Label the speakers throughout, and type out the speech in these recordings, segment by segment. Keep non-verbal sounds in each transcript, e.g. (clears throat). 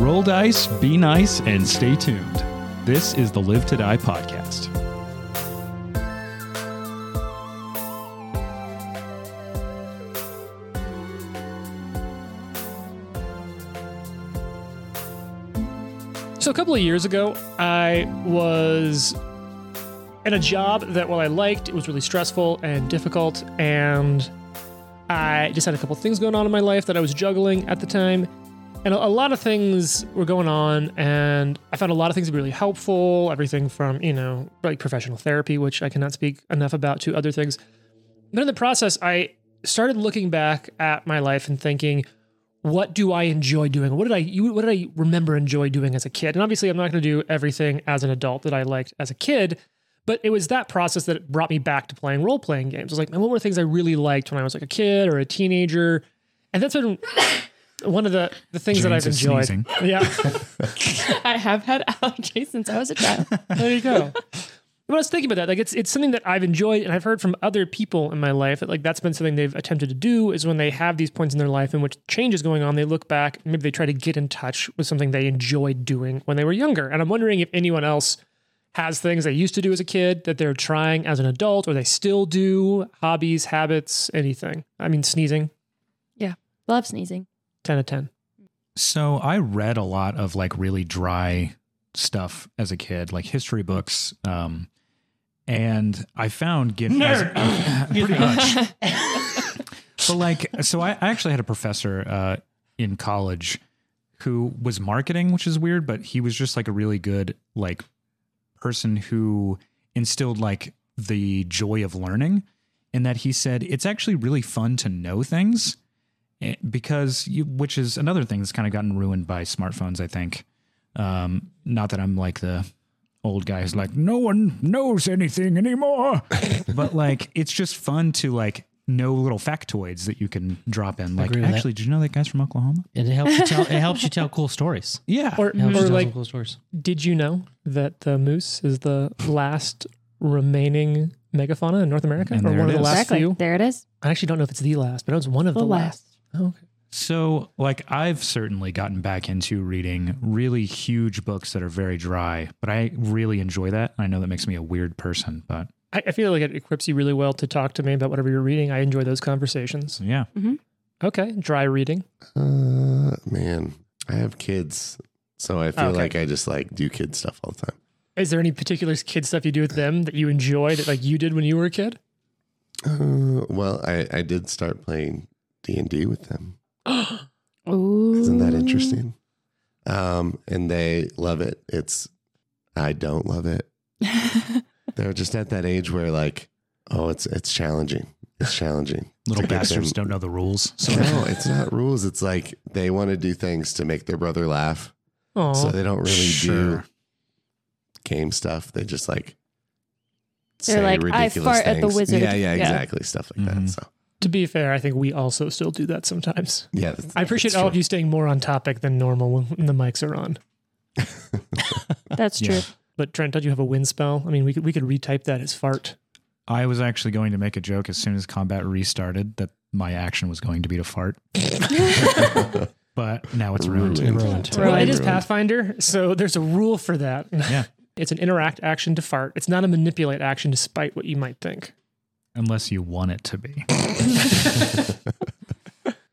Speaker 1: Roll dice, be nice, and stay tuned. This is the Live to Die podcast.
Speaker 2: So a couple of years ago, I was in a job that while I liked, it was really stressful and difficult, and I just had a couple of things going on in my life that I was juggling at the time. And a a lot of things were going on, and I found a lot of things to be really helpful. Everything from, you know, like professional therapy, which I cannot speak enough about, to other things. But in the process, I started looking back at my life and thinking, what do I enjoy doing? What did I you, what did I remember enjoy doing as a kid? And obviously, I'm not going to do everything as an adult that I liked as a kid, but it was that process that brought me back to playing role playing games. It was like, man, what were things I really liked when I was like a kid or a teenager? And that's been (coughs) one of the the things that I've
Speaker 1: James is
Speaker 2: enjoyed.
Speaker 1: sneezing. (laughs)
Speaker 2: Yeah.
Speaker 3: I have had allergies since I was
Speaker 2: (laughs)
Speaker 3: a child.
Speaker 2: there you go. But I was thinking about that. Like it's it's something that I've enjoyed and I've heard from other people in my life that like that's been something they've attempted to do is when they have these points in their life in which change is going on, they look back, maybe they try to get in touch with something they enjoyed doing when they were younger. And I'm wondering if anyone else has things they used to do as a kid that they're trying as an adult or they still do, hobbies, habits, anything. I mean sneezing,
Speaker 3: Love sneezing.
Speaker 2: ten out of ten.
Speaker 1: So I read a lot of like really dry stuff as a kid, like history books. Um, and I found getting (coughs) pretty much. but like, so I, I actually had a professor uh, in college who was marketing, which is weird, but he was just like a really good like person who instilled like the joy of learning. In that he said it's actually really fun to know things eh, because you, which is another thing that's kind of gotten ruined by smartphones. I think. Um, not that I'm like the old guy who's like no one knows anything anymore,
Speaker 4: (laughs)
Speaker 1: but like it's just fun to like know little factoids that you can drop in. Like
Speaker 4: agree with that.
Speaker 1: actually, did you know that guy's from Oklahoma?
Speaker 4: And it helps you tell
Speaker 2: (laughs)
Speaker 4: it helps you tell cool stories.
Speaker 1: Yeah.
Speaker 2: Or,
Speaker 4: It helps you
Speaker 2: Mm-hmm. or
Speaker 4: tell
Speaker 2: like
Speaker 4: some cool stories.
Speaker 2: Did you know that the moose is the last remaining megafauna in North America,
Speaker 1: And
Speaker 2: or
Speaker 1: there
Speaker 2: one
Speaker 1: it
Speaker 2: of the
Speaker 1: is.
Speaker 2: last
Speaker 3: exactly.
Speaker 2: few?
Speaker 3: There it is.
Speaker 2: I actually don't know if it's the last, but it was one of the,
Speaker 3: The
Speaker 2: last.
Speaker 3: last.
Speaker 2: Oh, okay.
Speaker 1: So, like, I've certainly gotten back into reading really huge books that are very dry, but I really enjoy that. I know that makes me a weird person, but
Speaker 2: I, I feel like it equips you really well to talk to me about whatever you're reading. I enjoy those conversations.
Speaker 1: yeah.
Speaker 2: Okay, dry reading.
Speaker 5: Uh, man, I have kids, so I feel
Speaker 2: Okay.
Speaker 5: like I just like do kid stuff all the time.
Speaker 2: Is there any particular kid stuff you do with them that you enjoy that like you did when you were a kid?
Speaker 5: Uh, well, I I did start playing D and D with them.
Speaker 3: Ooh.
Speaker 5: Isn't that interesting? Um, and they love it. It's I don't love it. They're just at that age where like, oh, it's it's challenging. It's challenging.
Speaker 1: Little
Speaker 5: to get
Speaker 1: bastards
Speaker 5: them-
Speaker 1: don't know the rules.
Speaker 5: (laughs)
Speaker 1: So,
Speaker 5: No, it's not rules. It's like they want to do things to make their brother laugh.
Speaker 2: Oh,
Speaker 5: So they don't really do
Speaker 1: Sure.
Speaker 5: game stuff. They just like
Speaker 3: They're like, "I fart at the wizard."
Speaker 5: Yeah, yeah,
Speaker 3: Yeah.
Speaker 5: exactly. Stuff like
Speaker 1: Mhm.
Speaker 2: Mm-hmm.
Speaker 5: that. So
Speaker 2: to be fair, I think we also still do that sometimes.
Speaker 5: yeah, that's-
Speaker 2: I appreciate
Speaker 5: that's
Speaker 2: all of
Speaker 5: true.
Speaker 2: you staying more on topic than normal when the mics are on.
Speaker 3: (laughs) That's true.
Speaker 1: Yeah.
Speaker 2: But Trent, don't you have a wind spell? I mean, we could we could retype that as fart.
Speaker 1: I was actually going to make a joke as soon as combat restarted that my action was going to be to fart, but now it's ruined.
Speaker 4: Ruined.
Speaker 2: Well,
Speaker 3: Right.
Speaker 2: it is Pathfinder, so there's a rule for that.
Speaker 1: Yeah.
Speaker 2: (laughs) it's an interact action to fart. It's not a manipulate action, despite what you might think.
Speaker 1: Unless you want it to be.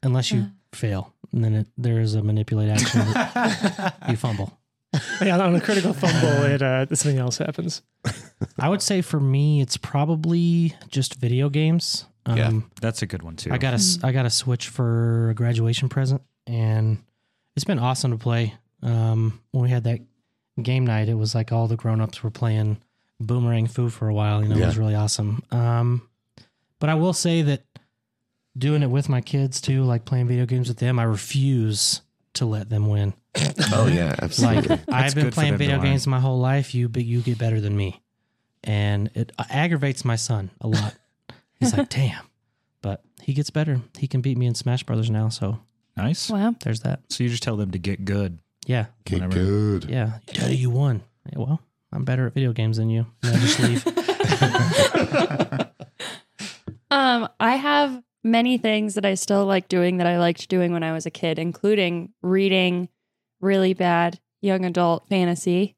Speaker 4: Unless you
Speaker 2: Uh.
Speaker 4: fail. And then it, there is a manipulate action that (laughs) you fumble.
Speaker 2: Yeah, on a critical fumble, it uh, something else happens.
Speaker 4: I would say for me it's probably just video games. Um
Speaker 5: Yeah.
Speaker 1: That's a good one, too.
Speaker 4: I got a s- I got a Switch for a graduation present, and it's been awesome to play. Um, when we had that game night, it was like all the grown ups were playing Boomerang Foo for a while. You know, it was
Speaker 5: Yeah.
Speaker 4: really awesome. Um, but I will say that doing it with my kids too, like playing video games with them, I refuse to let them win.
Speaker 5: Oh
Speaker 3: (laughs)
Speaker 5: yeah,
Speaker 4: Like
Speaker 5: absolutely.
Speaker 4: (laughs) I've been
Speaker 1: good for
Speaker 4: playing
Speaker 1: them to
Speaker 4: video
Speaker 1: learn.
Speaker 4: games my whole life. You but you get better than me, and it uh, aggravates my son a lot. He's like, "Damn," but he gets better. He can beat me in Smash Brothers now. So
Speaker 1: Nice.
Speaker 3: Wow.
Speaker 4: there's that.
Speaker 1: So you just tell them to get good.
Speaker 4: Yeah,
Speaker 5: Get
Speaker 1: whenever-
Speaker 5: good.
Speaker 4: yeah. Daddy, you won. Yeah, well, I'm better at video games than you. And I just leave.
Speaker 3: Um, I have many things that I still like doing that I liked doing when I was a kid, including reading really bad young adult fantasy.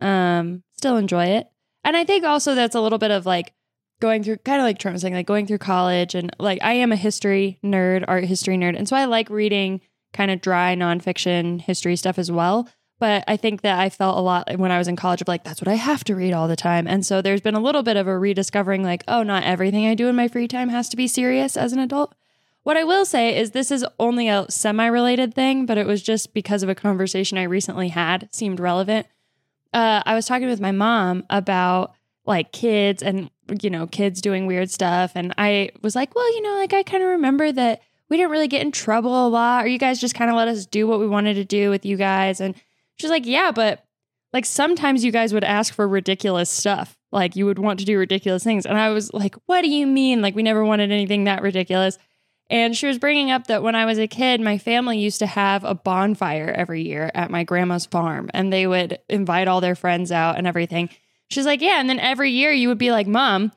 Speaker 3: Um, still enjoy it. And I think also that's a little bit of like going through kind of like Trump was saying, like going through college and like I am a history nerd, art history nerd. And so I like reading kind of dry nonfiction history stuff as well. But I think that I felt a lot when I was in college of like, that's what I have to read all the time. And so there's been a little bit of a rediscovering, like, oh, not everything I do in my free time has to be serious as an adult. What I will say is this is only a semi related thing, but it was just because of a conversation I recently had seemed relevant. Uh, I was talking with my mom about like kids and, you know, kids doing weird stuff. And I was like, well, you know, like I kind of remember that we didn't really get in trouble a lot, or you guys just kind of let us do what we wanted to do with you guys. And she's like, yeah, but like sometimes you guys would ask for ridiculous stuff. Like you would want to do ridiculous things. And I was like, what do you mean? Like we never wanted anything that ridiculous. And she was bringing up that when I was a kid, my family used to have a bonfire every year at my grandma's farm, and they would invite all their friends out and everything. She's like, Yeah. And then every year you would be like, Mom,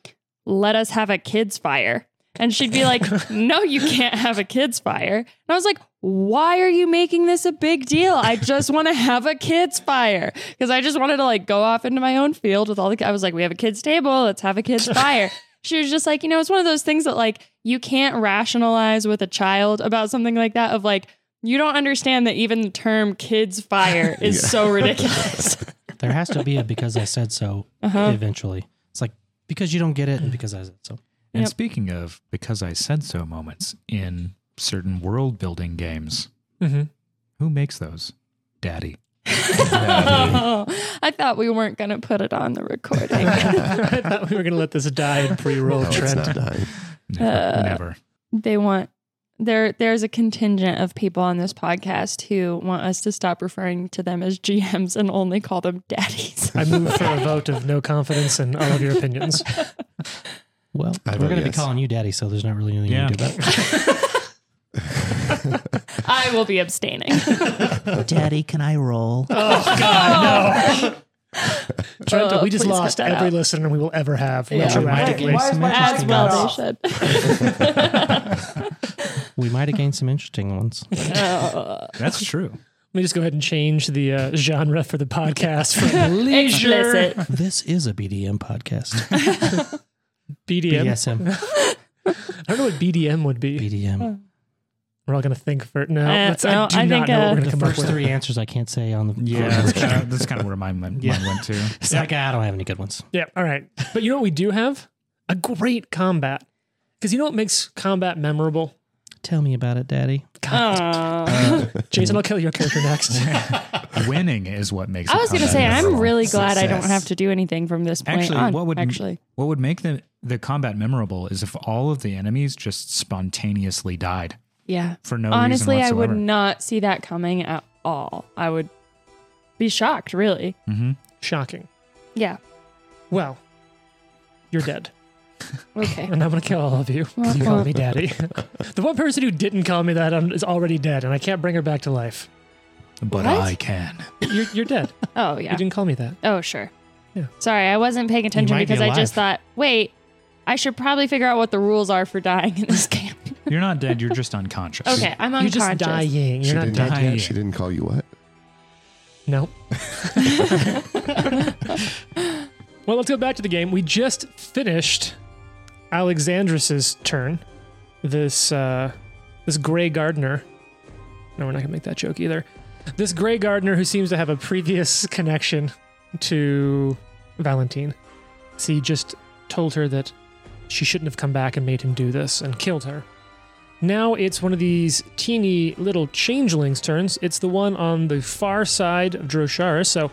Speaker 3: let us have a kids' fire. And she'd be like, No, you can't have a kids' fire. And I was like, Why are you making this a big deal? I just want to have a kids' fire because I just wanted to like go off into my own field with all the. I was like, We have a kids' table. Let's have a kids' fire she was just like, you know, it's one of those things that like you can't rationalize with a child about something like that of like you don't understand that even the term kids fire is
Speaker 5: Yeah.
Speaker 3: so ridiculous.
Speaker 4: There has to be a because I said so
Speaker 3: Uh-huh.
Speaker 4: eventually. It's like because you don't get it and because I said so.
Speaker 1: And
Speaker 3: Yep.
Speaker 1: speaking of because I said so moments in certain world building games,
Speaker 2: Mm-hmm.
Speaker 1: who makes those? Daddy.
Speaker 3: Oh, (laughs) I thought we weren't going to put it on the
Speaker 2: (laughs)
Speaker 3: recording.
Speaker 2: I thought we were going to let this die and pre-roll
Speaker 5: No, Oh, it's
Speaker 2: Trent.
Speaker 5: not dying.
Speaker 1: Never.
Speaker 3: Uh,
Speaker 1: never.
Speaker 3: they want there there's a contingent of people on this podcast who want us to stop referring to them as GMs and only call them
Speaker 1: (laughs)
Speaker 3: daddies.
Speaker 2: I move for a vote of no confidence in all of your opinions.
Speaker 4: Well,
Speaker 5: I
Speaker 4: we're
Speaker 5: vote
Speaker 4: going to be
Speaker 5: yes.
Speaker 4: calling you daddy, so there's not really anything
Speaker 1: Yeah.
Speaker 4: you can do about
Speaker 3: I will be abstaining.
Speaker 4: it. (laughs) daddy, can I roll?
Speaker 1: Oh,
Speaker 2: Trent,
Speaker 3: Oh,
Speaker 2: we just
Speaker 3: please cut
Speaker 2: lost
Speaker 3: that
Speaker 2: every
Speaker 3: out.
Speaker 2: listener we will ever have
Speaker 3: Yeah.
Speaker 2: retroactively.
Speaker 6: Why- why is my
Speaker 3: (laughs) as
Speaker 6: podcast
Speaker 3: well
Speaker 6: off?
Speaker 3: they should.
Speaker 4: We might have gained some interesting ones. (laughs)
Speaker 3: Oh.
Speaker 1: That's true.
Speaker 2: Let me just go ahead and change the uh, genre for the podcast from leisure
Speaker 3: Explicit.
Speaker 1: (laughs)
Speaker 4: this is a BDM (laughs) podcast.
Speaker 2: BDM.
Speaker 4: (laughs) BDSM,
Speaker 2: I don't know what BDM would be.
Speaker 4: BDM.
Speaker 2: We're all going to think for no.
Speaker 3: Uh,
Speaker 2: let's,
Speaker 3: no,
Speaker 2: I do
Speaker 3: I
Speaker 2: not
Speaker 3: think,
Speaker 2: know what
Speaker 3: uh,
Speaker 2: we're going to
Speaker 4: The
Speaker 2: come up
Speaker 4: first
Speaker 2: with.
Speaker 4: three
Speaker 2: (laughs)
Speaker 4: answers I can't say on the.
Speaker 1: Yeah, (laughs) that's kind of, that's kind of where my mind,
Speaker 4: Yeah.
Speaker 1: mind went to.
Speaker 4: It's like "Ah, I don't have any good ones.
Speaker 2: Yeah. All right. But you know what we do have? A great combat. Because you know what makes combat memorable?
Speaker 4: Tell me about it, Daddy.
Speaker 3: Oh.
Speaker 4: Uh,
Speaker 2: (laughs) Jason, I'll kill your character
Speaker 5: (laughs)
Speaker 2: next.
Speaker 1: Winning is what makes.
Speaker 3: I
Speaker 1: a
Speaker 3: was going to
Speaker 1: combat
Speaker 3: say, I'm
Speaker 1: memorable.
Speaker 3: really glad I don't
Speaker 5: Success.
Speaker 3: have to do anything from this point
Speaker 1: Actually,
Speaker 3: on.
Speaker 1: what would-
Speaker 3: actually,
Speaker 1: What would make the the combat memorable is if all of the enemies just spontaneously died
Speaker 3: yeah.
Speaker 1: for no
Speaker 3: Honestly, I
Speaker 1: reason
Speaker 3: would
Speaker 1: whatsoever.
Speaker 3: not see that coming at all. I would be shocked, really.
Speaker 1: hmm
Speaker 2: Shocking.
Speaker 3: Yeah.
Speaker 2: Well, you're dead.
Speaker 3: Okay.
Speaker 1: (laughs)
Speaker 2: And I'm going to kill all of you. 'cause You called me daddy. (laughs) the one person who didn't call me that um, is already dead, and I can't bring her back to life.
Speaker 1: But
Speaker 3: What?
Speaker 1: I can.
Speaker 2: You're, you're dead.
Speaker 3: oh
Speaker 2: You
Speaker 3: (laughs) yeah.
Speaker 2: didn't call me that.
Speaker 3: Oh sure.
Speaker 2: Yeah.
Speaker 3: Sorry, I wasn't paying attention
Speaker 4: might be
Speaker 3: because I just
Speaker 4: alive.
Speaker 3: thought, wait, I should probably figure out what the rules are for dying in this game.
Speaker 1: You're not dead. You're just unconscious.
Speaker 3: (laughs) okay, I'm
Speaker 2: You're
Speaker 3: unconscious.
Speaker 2: just dying.
Speaker 5: She
Speaker 2: You're not
Speaker 5: didn't,
Speaker 2: dead
Speaker 1: die.
Speaker 2: yet.
Speaker 5: She didn't call you what?
Speaker 2: No. (laughs) well, let's go back to the game. We just finished Alexandrus's turn. This uh, this gray gardener. No, we're not gonna make that joke either. This gray gardener who seems to have a previous (laughs) connection to Valentine. So he just told her that she shouldn't have come back and made him do this and killed her. Now it's one of these teeny little changelings' turns. It's the one on the far side of Drosharis. So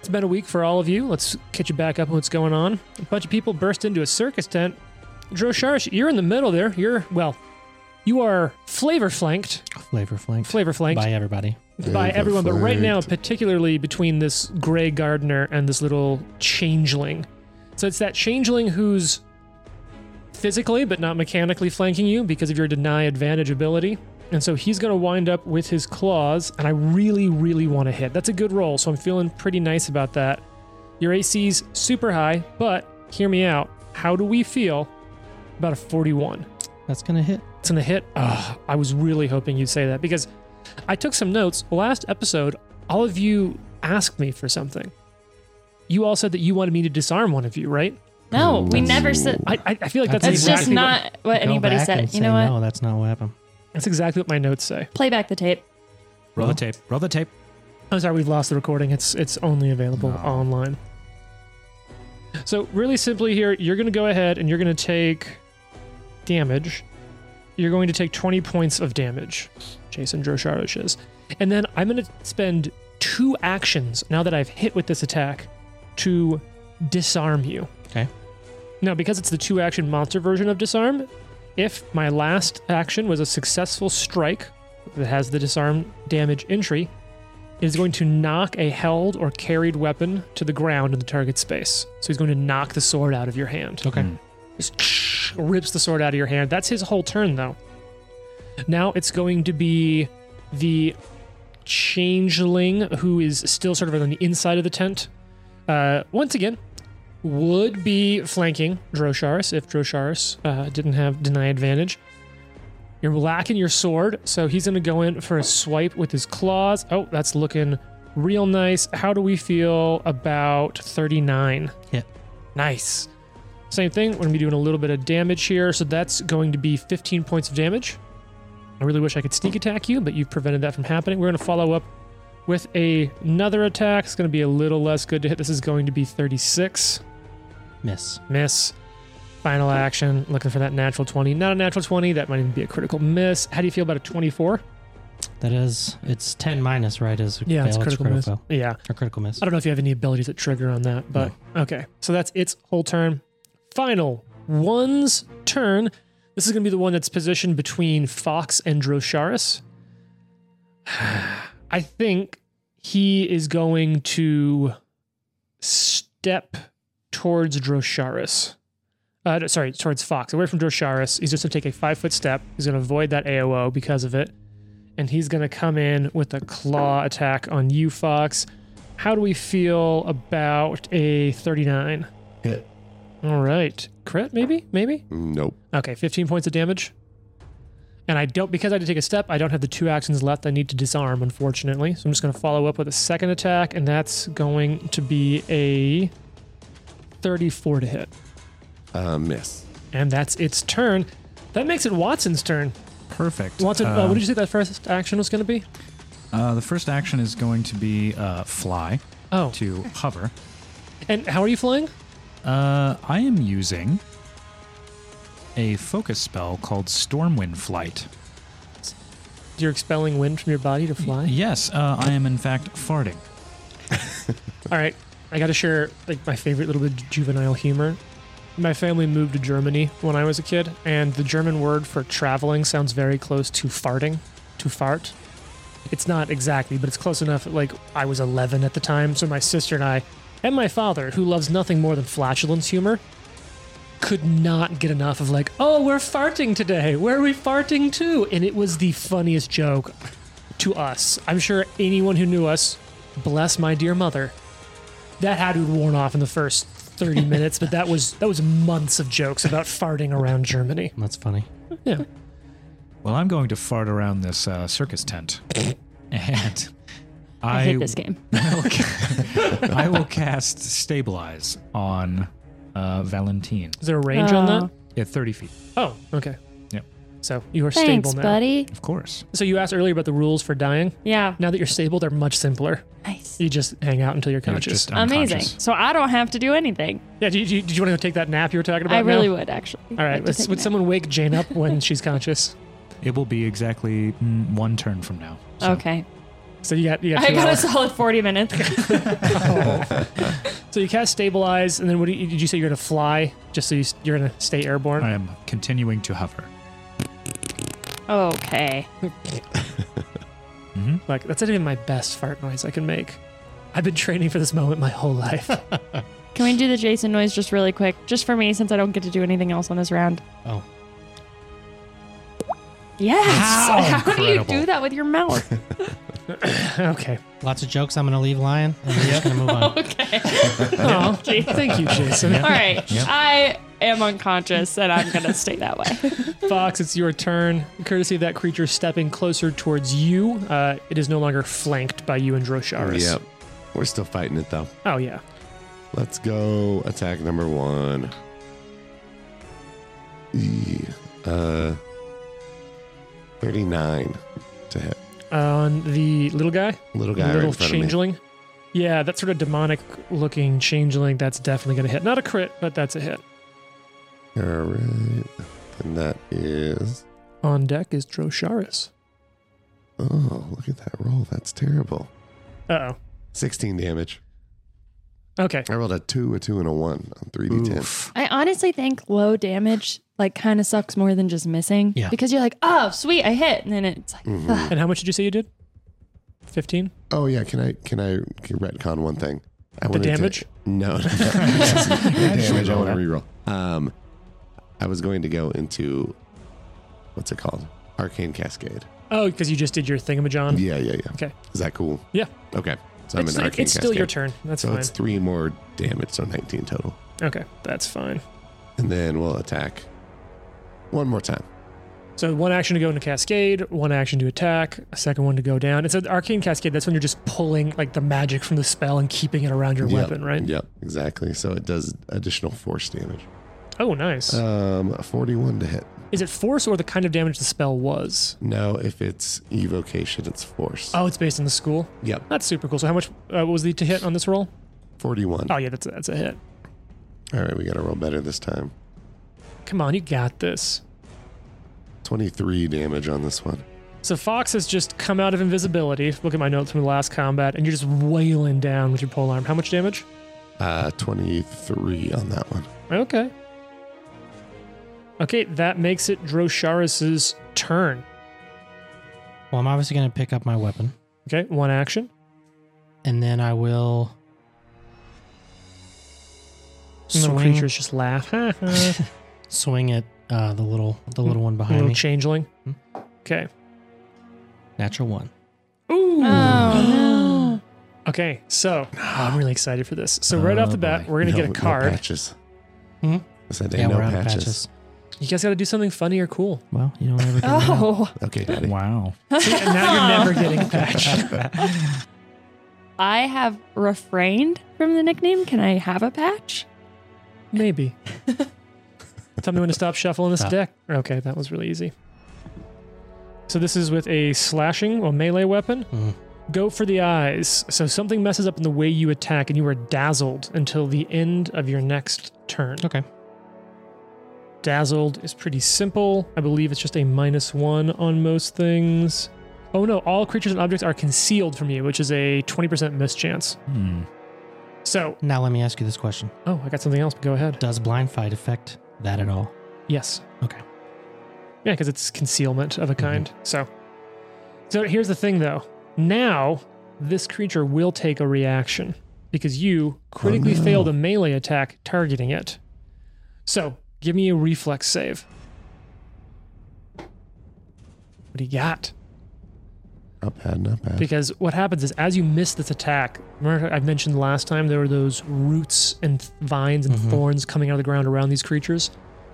Speaker 2: it's been a week for all of you. Let's catch you back up on what's going on. A bunch of people burst into a circus tent. Drosharis, you're in the middle there. You're, well, you are flavor flanked,
Speaker 4: Flavor flank.
Speaker 2: flavor flanked
Speaker 4: By everybody.
Speaker 2: by
Speaker 5: Flavor
Speaker 2: everyone, but right now,
Speaker 5: flanked.
Speaker 2: particularly between this gray gardener and this little changeling. So it's that changeling who's physically but not mechanically flanking you because of your deny advantage ability. And so he's going to wind up with his claws, and I really, really want to hit. That's a good roll, so I'm feeling pretty nice about that. Your AC's super high, but hear me out. How do we feel about a 41?
Speaker 4: That's gonna hit.
Speaker 2: It's gonna hit. Ugh, I was really hoping you'd say that because I took some notes. Last episode, all of you asked me for something. You all said that you wanted me to disarm one of you, right?
Speaker 3: No, we
Speaker 5: Ooh.
Speaker 3: never said.
Speaker 2: I, I- I feel like that's,
Speaker 4: That's
Speaker 3: That's just
Speaker 2: exactly what-
Speaker 3: not what,
Speaker 4: Go
Speaker 3: anybody
Speaker 4: back
Speaker 3: said.
Speaker 4: and
Speaker 3: You
Speaker 4: say,
Speaker 3: know what?
Speaker 4: No, that's not what happened.
Speaker 2: that's exactly what my notes say.
Speaker 3: Play back the tape.
Speaker 1: Roll the tape. Roll the tape.
Speaker 2: I'm Oh, sorry, we've lost the recording. It's it's only available
Speaker 1: No.
Speaker 2: online. So really simply here, you're going to go ahead and you're going to take damage. You're going to take 20 points of damage, Jason Drosharosh is. And then I'm going to spend two actions now that I've hit with this attack to disarm you.
Speaker 4: Okay.
Speaker 2: Now, because it's the two action monster version of disarm, if my last action was a successful strike that has the disarm damage entry, it is going to knock a held or carried weapon to the ground in the target space. So he's going to knock the sword out of your hand.
Speaker 4: Okay.
Speaker 1: Mm.
Speaker 2: Just (sniffs) rips the sword out of your hand. That's his whole turn, though. Now it's going to be the changeling who is still sort of on the inside of the tent. Uh, once again, would be flanking Drosharis if Drosharis uh, didn't have deny advantage. You're lacking your sword, so he's going to go in for a swipe with his claws. Oh, that's looking real nice. How do we feel about 39?
Speaker 4: Hit.
Speaker 2: Nice. Same thing. We're going to be doing a little bit of damage here, so that's going to be 15 points of damage. I really wish I could sneak attack you, but you've prevented that from happening. We're going to follow up with a- another attack. It's going to be a little less good to hit. This is going to be 36.
Speaker 4: Miss.
Speaker 2: Miss. Final action. Looking for that natural 20. Not a natural 20. That might even be a critical miss. How do you feel about a 24?
Speaker 4: That is, it's 10 minus, right? Is
Speaker 2: Yeah, it's
Speaker 4: fail,
Speaker 2: critical, miss.
Speaker 4: fail.
Speaker 2: Yeah.
Speaker 4: Or critical miss.
Speaker 2: I don't know if you have any abilities that trigger on that, but okay. So that's its whole turn. Final one's turn. This is going to be the one that's positioned between Fox and Drosharis. (sighs) I think he is going to step towards Drosharis. Uh, no, sorry, towards Fox, away from Drosharis. He's just going to take a five foot step. He's going to avoid that AOO because of it. And he's going to come in with a claw attack on you, Fox. How do we feel about a 39?
Speaker 5: Hit.
Speaker 2: All right. Crit, maybe? Maybe?
Speaker 5: Mm, Nope.
Speaker 2: Okay, 15 points of damage. And I don't, because I had to take a step, I don't have the two actions left I need to disarm, unfortunately. So I'm just going to follow up with a second attack, and that's going to be a 34 to hit.
Speaker 5: Uh, miss.
Speaker 2: And that's its turn. That makes it Watson's turn.
Speaker 1: Perfect.
Speaker 2: Watson, uh,
Speaker 1: Um,
Speaker 2: what did you say that first action was going to be?
Speaker 1: uh, the first action is going to be uh, fly
Speaker 2: Oh.
Speaker 1: to hover.
Speaker 2: And how are you flying?
Speaker 1: Uh, I am using a focus spell called Stormwind Flight.
Speaker 2: You're expelling wind from your body to fly?
Speaker 1: Yes, uh, I am in fact farting.
Speaker 2: All right, I got to share like my favorite little bit of juvenile humor. My family moved to Germany when I was a kid, and the German word for traveling sounds very close to farting, to fart. It's not exactly, but it's close enough. Like I was 11 at the time, so my sister and I, and my father, who loves nothing more than flatulence humor, could not get enough of like, "Oh, we're farting today. Where are we farting to?" And it was the funniest joke to us. I'm sure anyone who knew us, bless my dear mother, that had to have worn off in the first
Speaker 3: (laughs)
Speaker 2: 30 minutes, but that was that was months of jokes about farting around Germany.
Speaker 4: That's funny.
Speaker 2: Yeah.
Speaker 1: Well, I'm going to fart around this uh, circus tent, and
Speaker 3: (laughs) I, hate
Speaker 1: I
Speaker 3: this game.
Speaker 1: (laughs) I
Speaker 3: (laughs)
Speaker 1: will cast Stabilize on uh, Valentine
Speaker 2: Is there a range on that?
Speaker 1: at 30 feet.
Speaker 2: Oh, okay.
Speaker 1: Yep.
Speaker 2: So you are
Speaker 3: Thanks,
Speaker 2: stable now.
Speaker 3: buddy.
Speaker 1: Of course.
Speaker 2: So you asked earlier about the rules for dying.
Speaker 3: Yeah.
Speaker 2: Now that you're stable, they're much simpler.
Speaker 3: Nice.
Speaker 2: You just hang out until you're
Speaker 1: You're
Speaker 2: conscious.
Speaker 1: just
Speaker 3: Amazing.
Speaker 1: unconscious.
Speaker 3: So I don't have to do anything.
Speaker 2: yeah. Did you, did you want to take that nap you were talking about?
Speaker 3: I really
Speaker 2: now?
Speaker 3: would actually.
Speaker 2: All right.
Speaker 3: Like to
Speaker 2: let's-
Speaker 3: take a
Speaker 2: would
Speaker 3: nap.
Speaker 2: someone wake Jane up when she's conscious?
Speaker 1: It will be exactly mm, one turn from now. So
Speaker 3: Okay.
Speaker 2: So you got you got.
Speaker 3: I
Speaker 2: two
Speaker 3: got a
Speaker 2: hours.
Speaker 3: solid
Speaker 2: (laughs)
Speaker 3: 40 minutes.
Speaker 2: So you cast stabilize, and then what do you, did you say? You're gonna fly, just so you, s- you're gonna stay airborne.
Speaker 1: I am continuing to hover.
Speaker 3: okay.
Speaker 2: Like that's not even my best fart noise I can make. I've been training for this moment my whole life. (laughs)
Speaker 3: Can we do the Jason noise just really quick? Just for me, since I don't get to do anything else on this round.
Speaker 4: Oh.
Speaker 3: Yes.
Speaker 1: How
Speaker 3: How do you
Speaker 1: incredible.
Speaker 3: do that with your mouth?
Speaker 2: okay.
Speaker 4: Lots of jokes. I'm going to
Speaker 3: (laughs)
Speaker 4: leave lying. And we're just going to move on.
Speaker 3: okay.
Speaker 2: Oh, thank you, Jason.
Speaker 3: All right. I am unconscious and I'm going to stay that way.
Speaker 2: Fox, it's your turn. Courtesy of that creature stepping closer towards you, uh, it is no longer flanked by you and Drosharis.
Speaker 5: Yep. We're still fighting it though.
Speaker 2: Oh, yeah.
Speaker 5: Let's go attack number one. E, Uh, 39 to hit.
Speaker 2: On the little guy,
Speaker 5: Little guy right
Speaker 2: little
Speaker 5: in front of
Speaker 2: changeling. Yeah, that sort of demonic looking changeling, that's definitely going to hit. Not a crit, but that's a hit.
Speaker 5: me. All right. And that is.
Speaker 2: On deck is Drosharis.
Speaker 5: Oh, look at that roll. That's terrible.
Speaker 2: Uh
Speaker 5: 16 damage.
Speaker 2: oh. Okay.
Speaker 5: I rolled a 2, a 2, and a 1 on 3d10.
Speaker 1: Oof.
Speaker 3: (laughs) I honestly think low damage like kind of sucks more than just missing.
Speaker 4: Yeah.
Speaker 3: Because you're like, oh, sweet, I hit. And then it's like,
Speaker 5: Mhm.
Speaker 3: ugh.
Speaker 2: And how much did you say you did? 15?
Speaker 5: Oh, yeah. Can I can I retcon one thing? I
Speaker 2: The
Speaker 5: wanted to-
Speaker 2: damage? (laughs)
Speaker 5: no. (laughs) no. damage. I
Speaker 1: roll
Speaker 5: want to reroll. Um, I was going to go into. What's it called? Arcane Cascade.
Speaker 2: Oh, because you just did your thingamajon.
Speaker 5: Yeah, yeah, yeah.
Speaker 2: Okay.
Speaker 5: Is that cool?
Speaker 2: Yeah.
Speaker 5: Okay. So I'm
Speaker 2: It's,
Speaker 5: in
Speaker 2: it-
Speaker 5: Arcane
Speaker 2: it's still
Speaker 5: Cascade.
Speaker 2: your turn. That's
Speaker 5: So
Speaker 2: fine.
Speaker 5: it's three more damage, so 19 total.
Speaker 2: Okay, that's fine.
Speaker 5: And then we'll attack one more time.
Speaker 2: So one action to go into cascade, one action to attack, a second one to go down. It's an arcane cascade. That's when you're just pulling like the magic from the spell and keeping it around your
Speaker 5: Yep,
Speaker 2: weapon, right?
Speaker 5: Yep, exactly. So it does additional force damage.
Speaker 2: Oh, nice.
Speaker 5: Um, 41 to hit.
Speaker 2: Is it force or the kind of damage the spell was?
Speaker 5: No, if it's evocation, it's force.
Speaker 2: Oh, it's based on the school.
Speaker 5: Yep,
Speaker 2: That's super cool. So how much uh, what was the to hit on this roll?
Speaker 5: 41.
Speaker 2: Oh yeah, that's a, that's a hit.
Speaker 5: All right, we got to roll better this time.
Speaker 2: Come on, you got this.
Speaker 5: 23 damage on this one.
Speaker 2: So Fox has just come out of invisibility. Look at my notes from the last combat, and you're just wailing down with your pole arm. How much damage?
Speaker 5: Uh, 23 on that one.
Speaker 2: Okay. Okay, that makes it Drosharis's turn.
Speaker 4: Well, I'm obviously going to pick up my weapon,
Speaker 2: Okay, one action.
Speaker 4: and then I will
Speaker 2: And the
Speaker 4: swing,
Speaker 2: creatures just laugh. (laughs) Ha, ha.
Speaker 4: swing at uh, the little the little one behind
Speaker 2: Little
Speaker 4: me.
Speaker 2: changeling.
Speaker 4: Hmm.
Speaker 2: Okay.
Speaker 4: Natural one.
Speaker 2: Ooh.
Speaker 3: oh,
Speaker 2: Okay, so I'm really excited for this. So right
Speaker 1: Oh,
Speaker 2: off the bat,
Speaker 1: boy.
Speaker 2: we're gonna
Speaker 5: No-
Speaker 2: get a
Speaker 5: no
Speaker 2: card.
Speaker 5: patches.
Speaker 4: Hmm?
Speaker 5: I said,
Speaker 4: yeah,
Speaker 5: ain't
Speaker 4: we're
Speaker 5: no
Speaker 4: out of
Speaker 5: patches.
Speaker 4: patches.
Speaker 2: You guys got to do something funny or cool. (laughs)
Speaker 4: Well, you don't (laughs) ever.
Speaker 3: no. Oh.
Speaker 5: Okay, Daddy.
Speaker 1: Wow.
Speaker 2: See, and now you're never getting patched.
Speaker 3: (laughs) I have refrained from the nickname. Can I have a patch?
Speaker 2: Maybe. Tell me when to stop shuffling this
Speaker 4: Stop.
Speaker 2: deck. Okay, that was really easy. So this is with a slashing or melee weapon.
Speaker 4: Mm.
Speaker 2: Go for the eyes. So something messes up in the way you attack, and you are dazzled until the end of your next turn.
Speaker 4: Okay.
Speaker 2: Dazzled is pretty simple. I believe it's just a minus one on most things. Oh no, all creatures and objects are concealed from you, which is a 20% mischance.
Speaker 1: Hmm.
Speaker 2: So,
Speaker 4: Now let me ask you this question:
Speaker 2: oh, I got something else, but go ahead.
Speaker 4: Does blind fight affect that at all?
Speaker 2: Yes.
Speaker 4: Okay.
Speaker 2: Yeah, because it's concealment of a kind. So, so here's the thing, though. Now, this creature will take a reaction because you critically
Speaker 5: no.
Speaker 2: failed a melee attack targeting it. So, give me a reflex save. What do you got?
Speaker 5: Not bad, not bad. (laughs)
Speaker 2: Because what happens is, as you miss this attack, remember I mentioned last time there were those roots and th- vines and
Speaker 4: Mhm.
Speaker 2: thorns coming out of the ground around these creatures.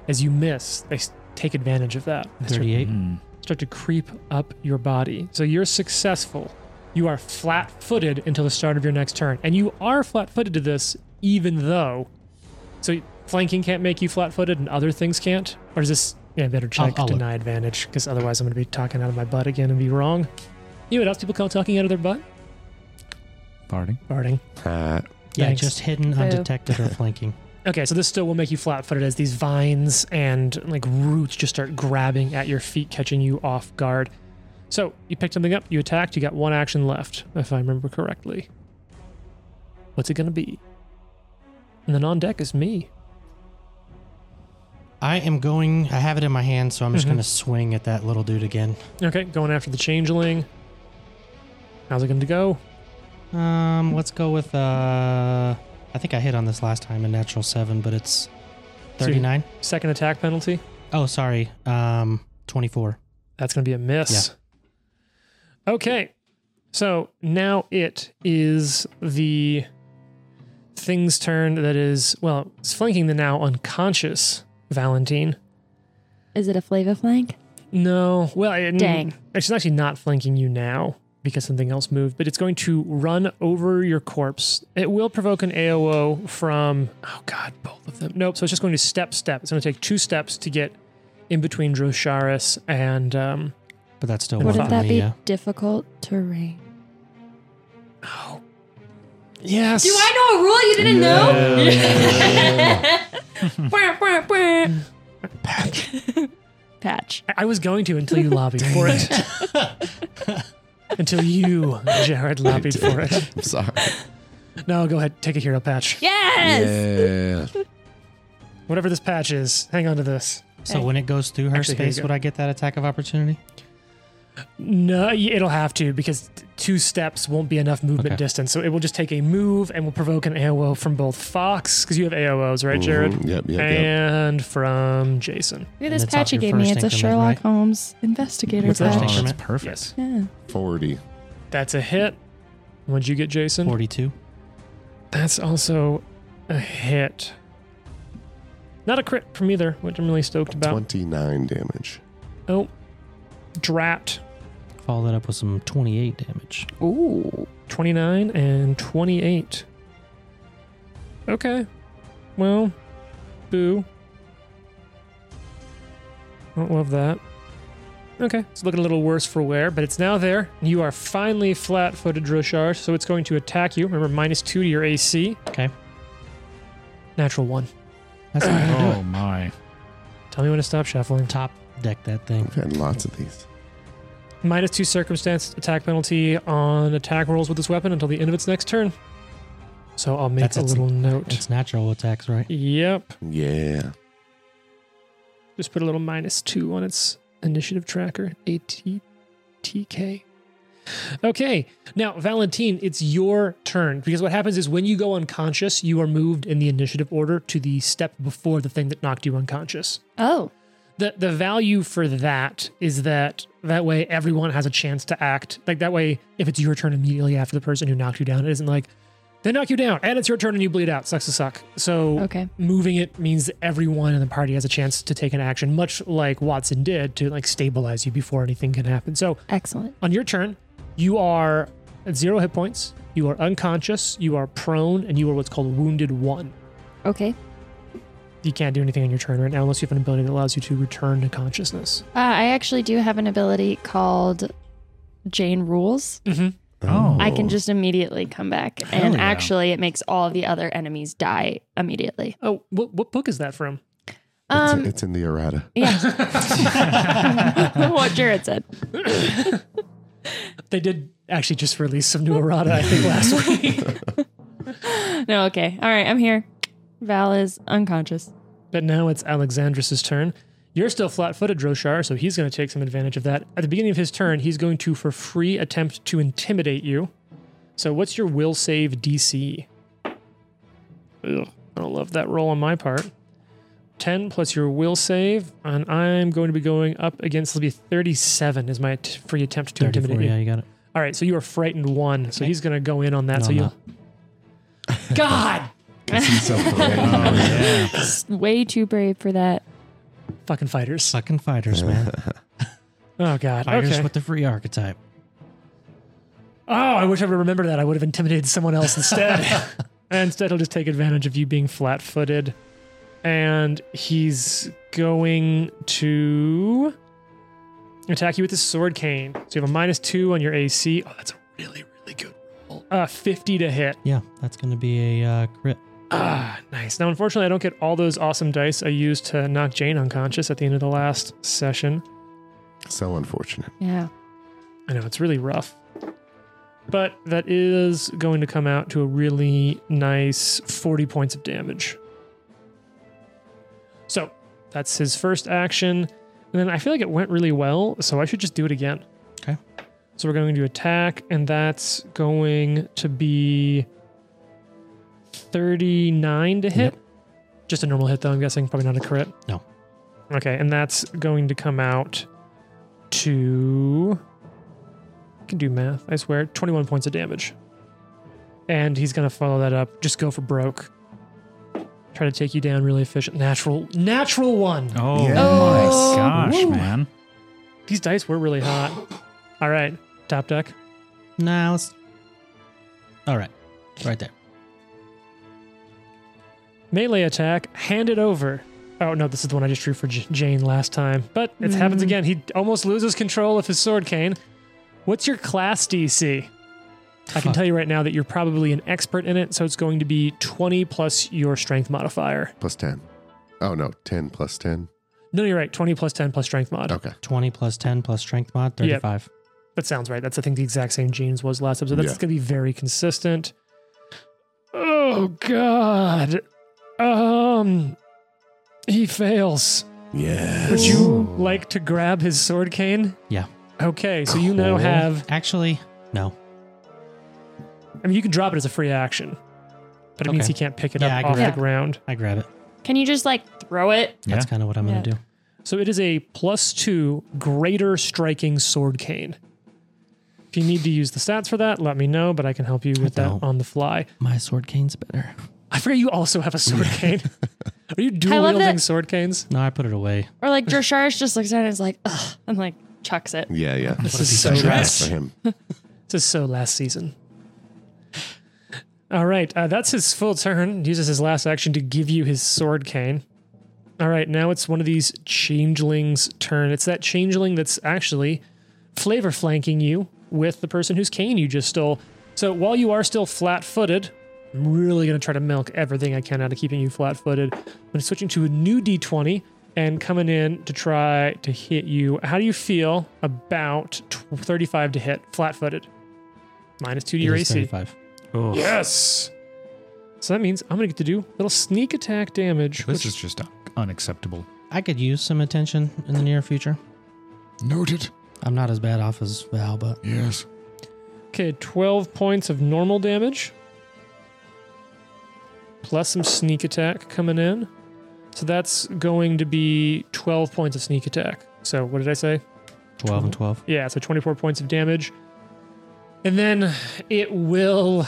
Speaker 2: As you miss, they s- take advantage of that. They start
Speaker 4: Thirty-eight.
Speaker 1: Hmm.
Speaker 2: start to creep up your body. So you're successful. You are flat footed until the start of your next turn. And you are flat footed to this, even though. So flanking can't make you flat footed and other things can't? Or is this. Yeah, I better check
Speaker 4: I'll look.
Speaker 2: deny advantage because otherwise I'm going to be talking out of my butt again and be wrong. You know what else people call talking out of their butt?
Speaker 1: Farting.
Speaker 2: Farting.
Speaker 5: Uh,
Speaker 4: Yeah,
Speaker 2: Thanks.
Speaker 4: just hidden,
Speaker 3: Boo.
Speaker 4: undetected, or flanking.
Speaker 2: Okay, so this still will make you flat footed as these vines and like roots just start grabbing at your feet, catching you off guard. So you picked something up, you attacked, you got one action left, if I remember correctly. What's it gonna be? And then on deck is me.
Speaker 4: I am going. I have it in my hand, so I'm just
Speaker 2: Mhm.
Speaker 4: going to swing at that little dude again.
Speaker 2: Okay, going after the changeling. How's it gonna go?
Speaker 4: Um, let's go with. uh I think I hit on this last time a natural seven, but it's
Speaker 2: So you-
Speaker 4: thirty-nine.
Speaker 2: Second attack penalty?
Speaker 4: Oh, sorry. Um, twenty-four.
Speaker 2: That's gonna be a miss. Okay. So now it is the Thing's turn that is, well, it's flanking the now unconscious Valentine.
Speaker 3: Is it a flavor flank?
Speaker 2: No. Well, it,
Speaker 3: Dang.
Speaker 2: It's actually not flanking you now because something else moved, but it's going to run over your corpse. It will provoke an AOO from, oh God, both of them. Nope. So it's just going to step, step. It's going to take two steps to get in between Drosharis and, um,
Speaker 4: But that's still one
Speaker 3: Wouldn't
Speaker 4: on uh,
Speaker 3: that
Speaker 4: me.
Speaker 3: be
Speaker 4: yeah.
Speaker 3: difficult terrain?
Speaker 2: oh. Yes.
Speaker 3: Do I know a rule you didn't (laughs) know? Bwah, bwah, bwah. Patch.
Speaker 2: I was going to until you lobbied for it. until you, Jared, lobbied for it.
Speaker 5: I'm sorry.
Speaker 2: No, go ahead. Take a hero patch.
Speaker 3: Yes.
Speaker 5: Yeah.
Speaker 2: Whatever this patch is, hang on to this.
Speaker 4: So when it goes through her
Speaker 2: Actually, here you
Speaker 4: space,
Speaker 2: go.
Speaker 4: would I get that attack of opportunity?
Speaker 2: No, y- it'll have to because t- two steps won't be enough movement
Speaker 4: Okay.
Speaker 2: distance. So it will just take a move and will provoke an AOO from both Fox, because you have AOOs, right, Jared?
Speaker 5: Mhm. Yep, yep, yep.
Speaker 2: And from Jason.
Speaker 3: Look at this
Speaker 4: That's off
Speaker 3: patch you
Speaker 4: your
Speaker 3: gave me.
Speaker 4: first
Speaker 3: It's a
Speaker 4: increment,
Speaker 3: Sherlock
Speaker 4: right?
Speaker 3: Holmes investigator
Speaker 4: What's
Speaker 1: Oh,
Speaker 4: that?
Speaker 3: patch.
Speaker 1: that's
Speaker 4: Instrument?
Speaker 1: perfect.
Speaker 2: Yes.
Speaker 3: Yeah.
Speaker 5: 40.
Speaker 2: That's a hit. What'd you get,
Speaker 3: Mm.
Speaker 2: Jason?
Speaker 4: 42.
Speaker 2: That's also a hit. Not a crit from either, which I'm really stoked about.
Speaker 5: 29 damage.
Speaker 2: Oh, Drat.
Speaker 4: Follow that up with some 28 damage.
Speaker 3: Ooh.
Speaker 2: 29 and 28. Okay. Well, boo. Don't love that. Okay, it's looking a little worse for wear, but it's now there. You are finally flat footed, Droshar, so it's going to attack you. Remember, minus two to your AC.
Speaker 4: Okay.
Speaker 2: Natural one.
Speaker 4: That's not gonna
Speaker 2: (clears throat)
Speaker 4: do it.
Speaker 1: Oh my.
Speaker 2: Tell me when to stop shuffling.
Speaker 4: Top deck that thing.
Speaker 5: We've had lots of these.
Speaker 2: Minus two circumstance attack penalty on attack rolls with this weapon until the end of its next turn. So I'll make
Speaker 4: That's
Speaker 2: a
Speaker 4: its-
Speaker 2: little note.
Speaker 4: It's natural attacks, right?
Speaker 2: Yep.
Speaker 5: Yeah.
Speaker 2: Just put a little minus two on its initiative tracker. ATTK. Okay. Now, Valentine, it's your turn because what happens is when you go unconscious, you are moved in the initiative order to the step before the thing that knocked you unconscious.
Speaker 3: Oh.
Speaker 2: The the value for that is that that way everyone has a chance to act. Like that way, if it's your turn immediately after the person who knocked you down, it isn't like they knock you down and it's your turn and you bleed out. Sucks to suck. So
Speaker 3: Okay.
Speaker 2: moving it means everyone in the party has a chance to take an action, much like Watson did to like stabilize you before anything can happen. So
Speaker 3: Excellent.
Speaker 2: on your turn, you are at zero hit points, you are unconscious, you are prone, and you are what's called wounded one.
Speaker 3: Okay.
Speaker 2: You can't do anything on your turn right now unless you have an ability that allows you to return to consciousness.
Speaker 3: Uh, I actually do have an ability called Jane Rules.
Speaker 5: Um,
Speaker 1: Oh.
Speaker 3: I can just immediately come back, and
Speaker 1: yeah.
Speaker 3: actually, it makes all the other enemies die immediately.
Speaker 2: Oh, what, what book is that from?
Speaker 5: It's,
Speaker 3: Um,
Speaker 5: it's in the errata.
Speaker 3: (laughs) what Jared said.
Speaker 2: They did actually just release some new errata, I think, last week.
Speaker 3: No, okay, all right, I'm here. Val is unconscious.
Speaker 2: But now it's Alexandrus' turn. You're still flat footed, Droshar, so he's going to take some advantage of that. At the beginning of his turn, he's going to, for free, attempt to intimidate you. So, what's your will save DC? Ugh, I don't love that roll on my part. 10 plus your will save, and I'm going to be going up against, it'll be 37 is my t- free attempt to
Speaker 4: 34.
Speaker 2: intimidate you.
Speaker 4: Yeah, you got it.
Speaker 2: All right, so you are frightened one, so he's going to go in on that.
Speaker 4: No,
Speaker 2: so
Speaker 4: I'm
Speaker 2: you.
Speaker 4: not.
Speaker 2: God!
Speaker 3: S- (laughs) Way too brave for that.
Speaker 2: Fucking fighters.
Speaker 4: Sucking
Speaker 3: (laughs)
Speaker 4: fighters, man.
Speaker 2: Oh, God.
Speaker 4: Fighters
Speaker 2: okay.
Speaker 4: with the free archetype.
Speaker 2: Oh, I wish I would remember that. I would have intimidated someone else
Speaker 4: (laughs)
Speaker 2: instead. (laughs) and instead, he'll just take advantage of you being flat footed. And he's going to attack you with his sword cane. So you have a minus two on your AC. Oh, that's a really, really good roll. Uh, 50 to hit.
Speaker 4: Yeah, that's going to be a uh, crit.
Speaker 2: Ah, nice. Now, unfortunately, I don't get all those awesome dice I used to knock Jane unconscious at the end of the last session.
Speaker 5: So unfortunate.
Speaker 3: Yeah.
Speaker 2: I know it's really rough. But that is going to come out to a really nice 40 points of damage. So that's his first action. And then I feel like it went really well, so I should just do it again.
Speaker 4: Okay.
Speaker 2: So we're going to attack, and that's going to be 39 to hit. Just a normal hit, though, I'm guessing. Probably not a crit.
Speaker 4: No.
Speaker 2: Okay, and that's going to come out to. I can do math, I swear. 21 points of damage. and he's gonna follow that up. Just go for broke. Try to take you down really efficient. Natural, natural one.
Speaker 1: Oh
Speaker 5: Yeah.
Speaker 1: my
Speaker 3: Oh.
Speaker 1: gosh,
Speaker 2: Woo.
Speaker 1: man.
Speaker 2: These dice were really hot. All right, top deck.
Speaker 4: Nah, let's. All right, right there.
Speaker 2: melee attack, hand it over. Oh no, this is the one I just drew for J- Jane last time. But it happens again. He almost loses control of his sword cane. What's your class DC? I can
Speaker 4: Fuck.
Speaker 2: tell you right now that you're probably an expert in it, so it's going to be 20 plus your strength modifier.
Speaker 5: Plus 10. Oh, no. 10 plus 10.
Speaker 2: No, you're right. 20 plus 10 plus strength mod.
Speaker 5: Okay.
Speaker 4: Twenty plus ten plus strength mod, thirty-five.
Speaker 2: That sounds right. That's I think the exact same genes was last episode. That's
Speaker 5: Yeah.
Speaker 2: going to be very consistent. Oh god. Um he fails.
Speaker 5: Yes.
Speaker 2: Would you like to grab his sword cane?
Speaker 4: Yeah.
Speaker 2: Okay, so you now
Speaker 5: Cool.
Speaker 2: have.
Speaker 4: Actually, no.
Speaker 2: I mean, you can drop it as a free action, but it means
Speaker 4: Okay.
Speaker 2: he can't pick it
Speaker 4: Yeah, I
Speaker 2: up
Speaker 4: can
Speaker 2: off
Speaker 3: grab
Speaker 2: the
Speaker 3: it.
Speaker 2: ground.
Speaker 4: I grab it.
Speaker 3: Can you just like throw it?
Speaker 1: Yeah.
Speaker 4: That's kind of what I'm
Speaker 3: Yeah.
Speaker 4: gonna do.
Speaker 2: So it is a plus two greater striking sword cane. If you need to use the stats for that, let me know, but I can help you with that
Speaker 4: don't.
Speaker 2: on the fly.
Speaker 4: My sword cane's better.
Speaker 2: I forget you also have a sword cane. Are you
Speaker 3: I
Speaker 2: dual
Speaker 3: love
Speaker 2: wielding
Speaker 3: that-
Speaker 2: sword canes?
Speaker 4: No, I put it away.
Speaker 3: Or like Drasharish just looks at it and is like, ugh, and like chucks it.
Speaker 5: Yeah, yeah. This
Speaker 2: is so
Speaker 5: nice
Speaker 2: rad.
Speaker 5: for
Speaker 3: (laughs)
Speaker 5: him. Oh,
Speaker 2: This is so last season. All right, uh, that's his full turn. He Uses his last action to give you his sword cane. All right, now it's one of these changelings' turn. It's that changeling that's actually flavor flanking you with the person whose cane you just stole. So while you are still flat footed, I'm really going to try to milk everything I can out of keeping you flat footed. I'm switching to a new d20 and coming in to try to hit you. How do you feel about tw- 35 to hit flat footed? Minus 2 to your
Speaker 4: It is
Speaker 2: AC.
Speaker 4: 35.
Speaker 1: Oh,
Speaker 2: Yes! So that means I'm going to get to do a little sneak attack damage.
Speaker 1: This
Speaker 2: which
Speaker 1: is just unacceptable.
Speaker 4: I could use some attention in the near future.
Speaker 1: Noted.
Speaker 4: I'm not as bad off as Val, but
Speaker 1: Yes.
Speaker 2: Okay, 12 points of normal damage. Plus some sneak attack coming in. So that's going to be 12 points of sneak attack. So what did I say?
Speaker 4: 12 and 12.
Speaker 2: Yeah, so 24 points of damage. And then it will.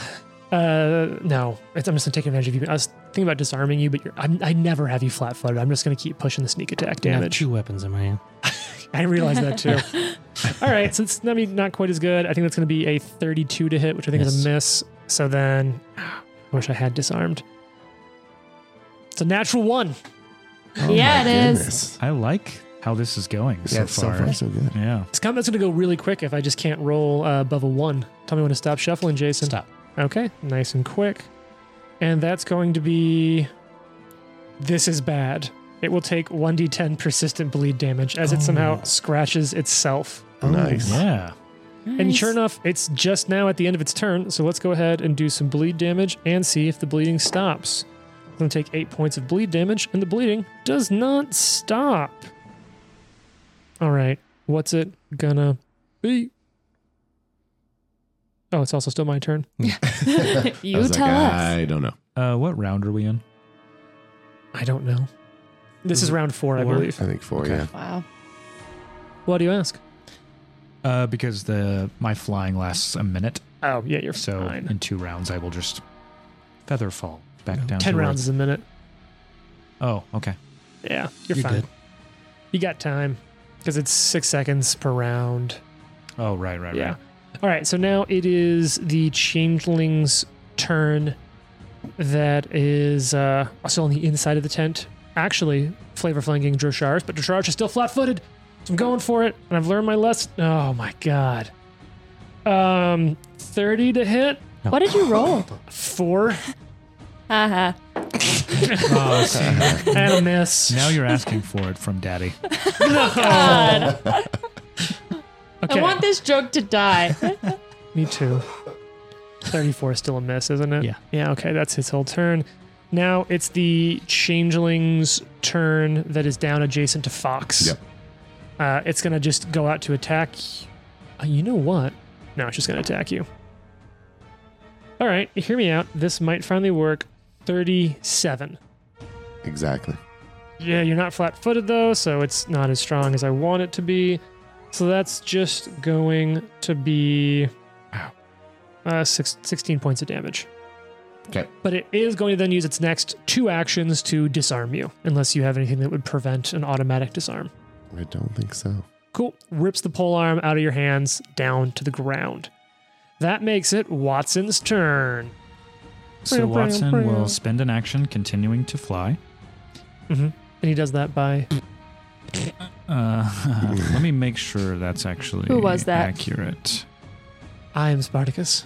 Speaker 2: Uh, no, it's, I'm just gonna take advantage of you. I was thinking about disarming you, but you're, I'm, I never have you flat footed. I'm just gonna keep pushing the sneak attack
Speaker 4: I have
Speaker 2: damage.
Speaker 4: two weapons in my hand.
Speaker 2: I realized that too. All right, so it's I mean, not quite as good. I think that's going to be a 32 to hit, which I think is a miss. So then, (sighs) I wish I had disarmed. It's a natural one.
Speaker 5: Oh,
Speaker 3: Yeah,
Speaker 5: my
Speaker 3: it is.
Speaker 5: goodness.
Speaker 1: I like how this is going so
Speaker 5: Yeah, so
Speaker 1: far.
Speaker 5: far, so good.
Speaker 1: Yeah.
Speaker 2: This combat's going to go really quick if I just can't roll uh, above a one. Tell me when to stop shuffling, Jason.
Speaker 4: Stop.
Speaker 2: Okay, nice and quick. And that's going to be. This is bad. It will take 1d10 persistent bleed damage as it somehow scratches itself.
Speaker 5: Nice.
Speaker 1: Yeah.
Speaker 2: And
Speaker 3: Nice. (laughs)
Speaker 2: sure enough, it's just now at the end of its turn, so let's go ahead and do some bleed damage and see if the bleeding stops. I'm gonna take eight points of bleed damage, and the bleeding does not stop. All right, what's it gonna be? Oh, it's also still my turn.
Speaker 5: I
Speaker 3: you
Speaker 5: was
Speaker 3: tell us.
Speaker 5: like, I don't know.
Speaker 1: Uh, what round are we in?
Speaker 2: I don't know. This is round four, I
Speaker 4: Four.
Speaker 5: I
Speaker 2: believe.
Speaker 5: think four,
Speaker 1: Okay.
Speaker 5: yeah.
Speaker 3: Wow.
Speaker 2: What do you ask?
Speaker 1: Uh, because the my flying lasts a minute,
Speaker 2: Oh, yeah, you're
Speaker 1: so
Speaker 2: fine.
Speaker 1: in two rounds I will just feather fall back down.
Speaker 2: Ten
Speaker 1: to where-
Speaker 2: rounds is a minute.
Speaker 1: Oh, okay.
Speaker 2: Yeah, you're,
Speaker 4: You're
Speaker 2: fine.
Speaker 4: good.
Speaker 2: You got time because it's six seconds per round.
Speaker 1: Oh, right, right,
Speaker 2: Yeah.
Speaker 1: right.
Speaker 2: All right. So now it is the changeling's turn. That is uh, still on the inside of the tent. Actually, flavor flanking Drosharish, but Drosharish is still flat-footed. So I'm going for it, and I've learned my lesson. Oh my god. Um, thirty to hit
Speaker 4: No.
Speaker 3: What did you
Speaker 2: (laughs)
Speaker 3: roll? Uh-huh.
Speaker 2: four
Speaker 3: Haha.
Speaker 1: Oh, see.
Speaker 2: and
Speaker 1: (laughs)
Speaker 2: a miss.
Speaker 1: now you're asking for it from Daddy.
Speaker 3: God.
Speaker 2: Oh, okay.
Speaker 3: I want this joke
Speaker 2: (laughs)
Speaker 3: to die.
Speaker 2: Me too. 34 is still a miss, isn't it?
Speaker 4: Yeah.
Speaker 2: Yeah, okay, that's his whole turn. Now it's the changeling's turn that is down adjacent to Fox.
Speaker 5: Yep.
Speaker 2: Uh, it's going to just go out to attack. Uh, you know what? No, it's just going to attack you. All right, hear me out. This might finally work. 37.
Speaker 5: Exactly.
Speaker 2: Yeah, you're not flat footed though, so it's not as strong as I want it to be. So that's just going to be. Ow. uh, six, 16 points of damage.
Speaker 5: Okay.
Speaker 2: But it is going to then use its next two actions to disarm you, unless you have anything that would prevent an automatic disarm.
Speaker 5: I don't think so.
Speaker 2: Cool. Rips the pole arm out of your hands down to the ground. That makes it Watson's turn.
Speaker 1: So Watson will spend an action continuing to fly.
Speaker 2: And he does that by.
Speaker 1: Uh, (laughs) let me make sure that's actually
Speaker 3: Who was that?
Speaker 1: accurate.
Speaker 2: I am (laughs) Spartacus.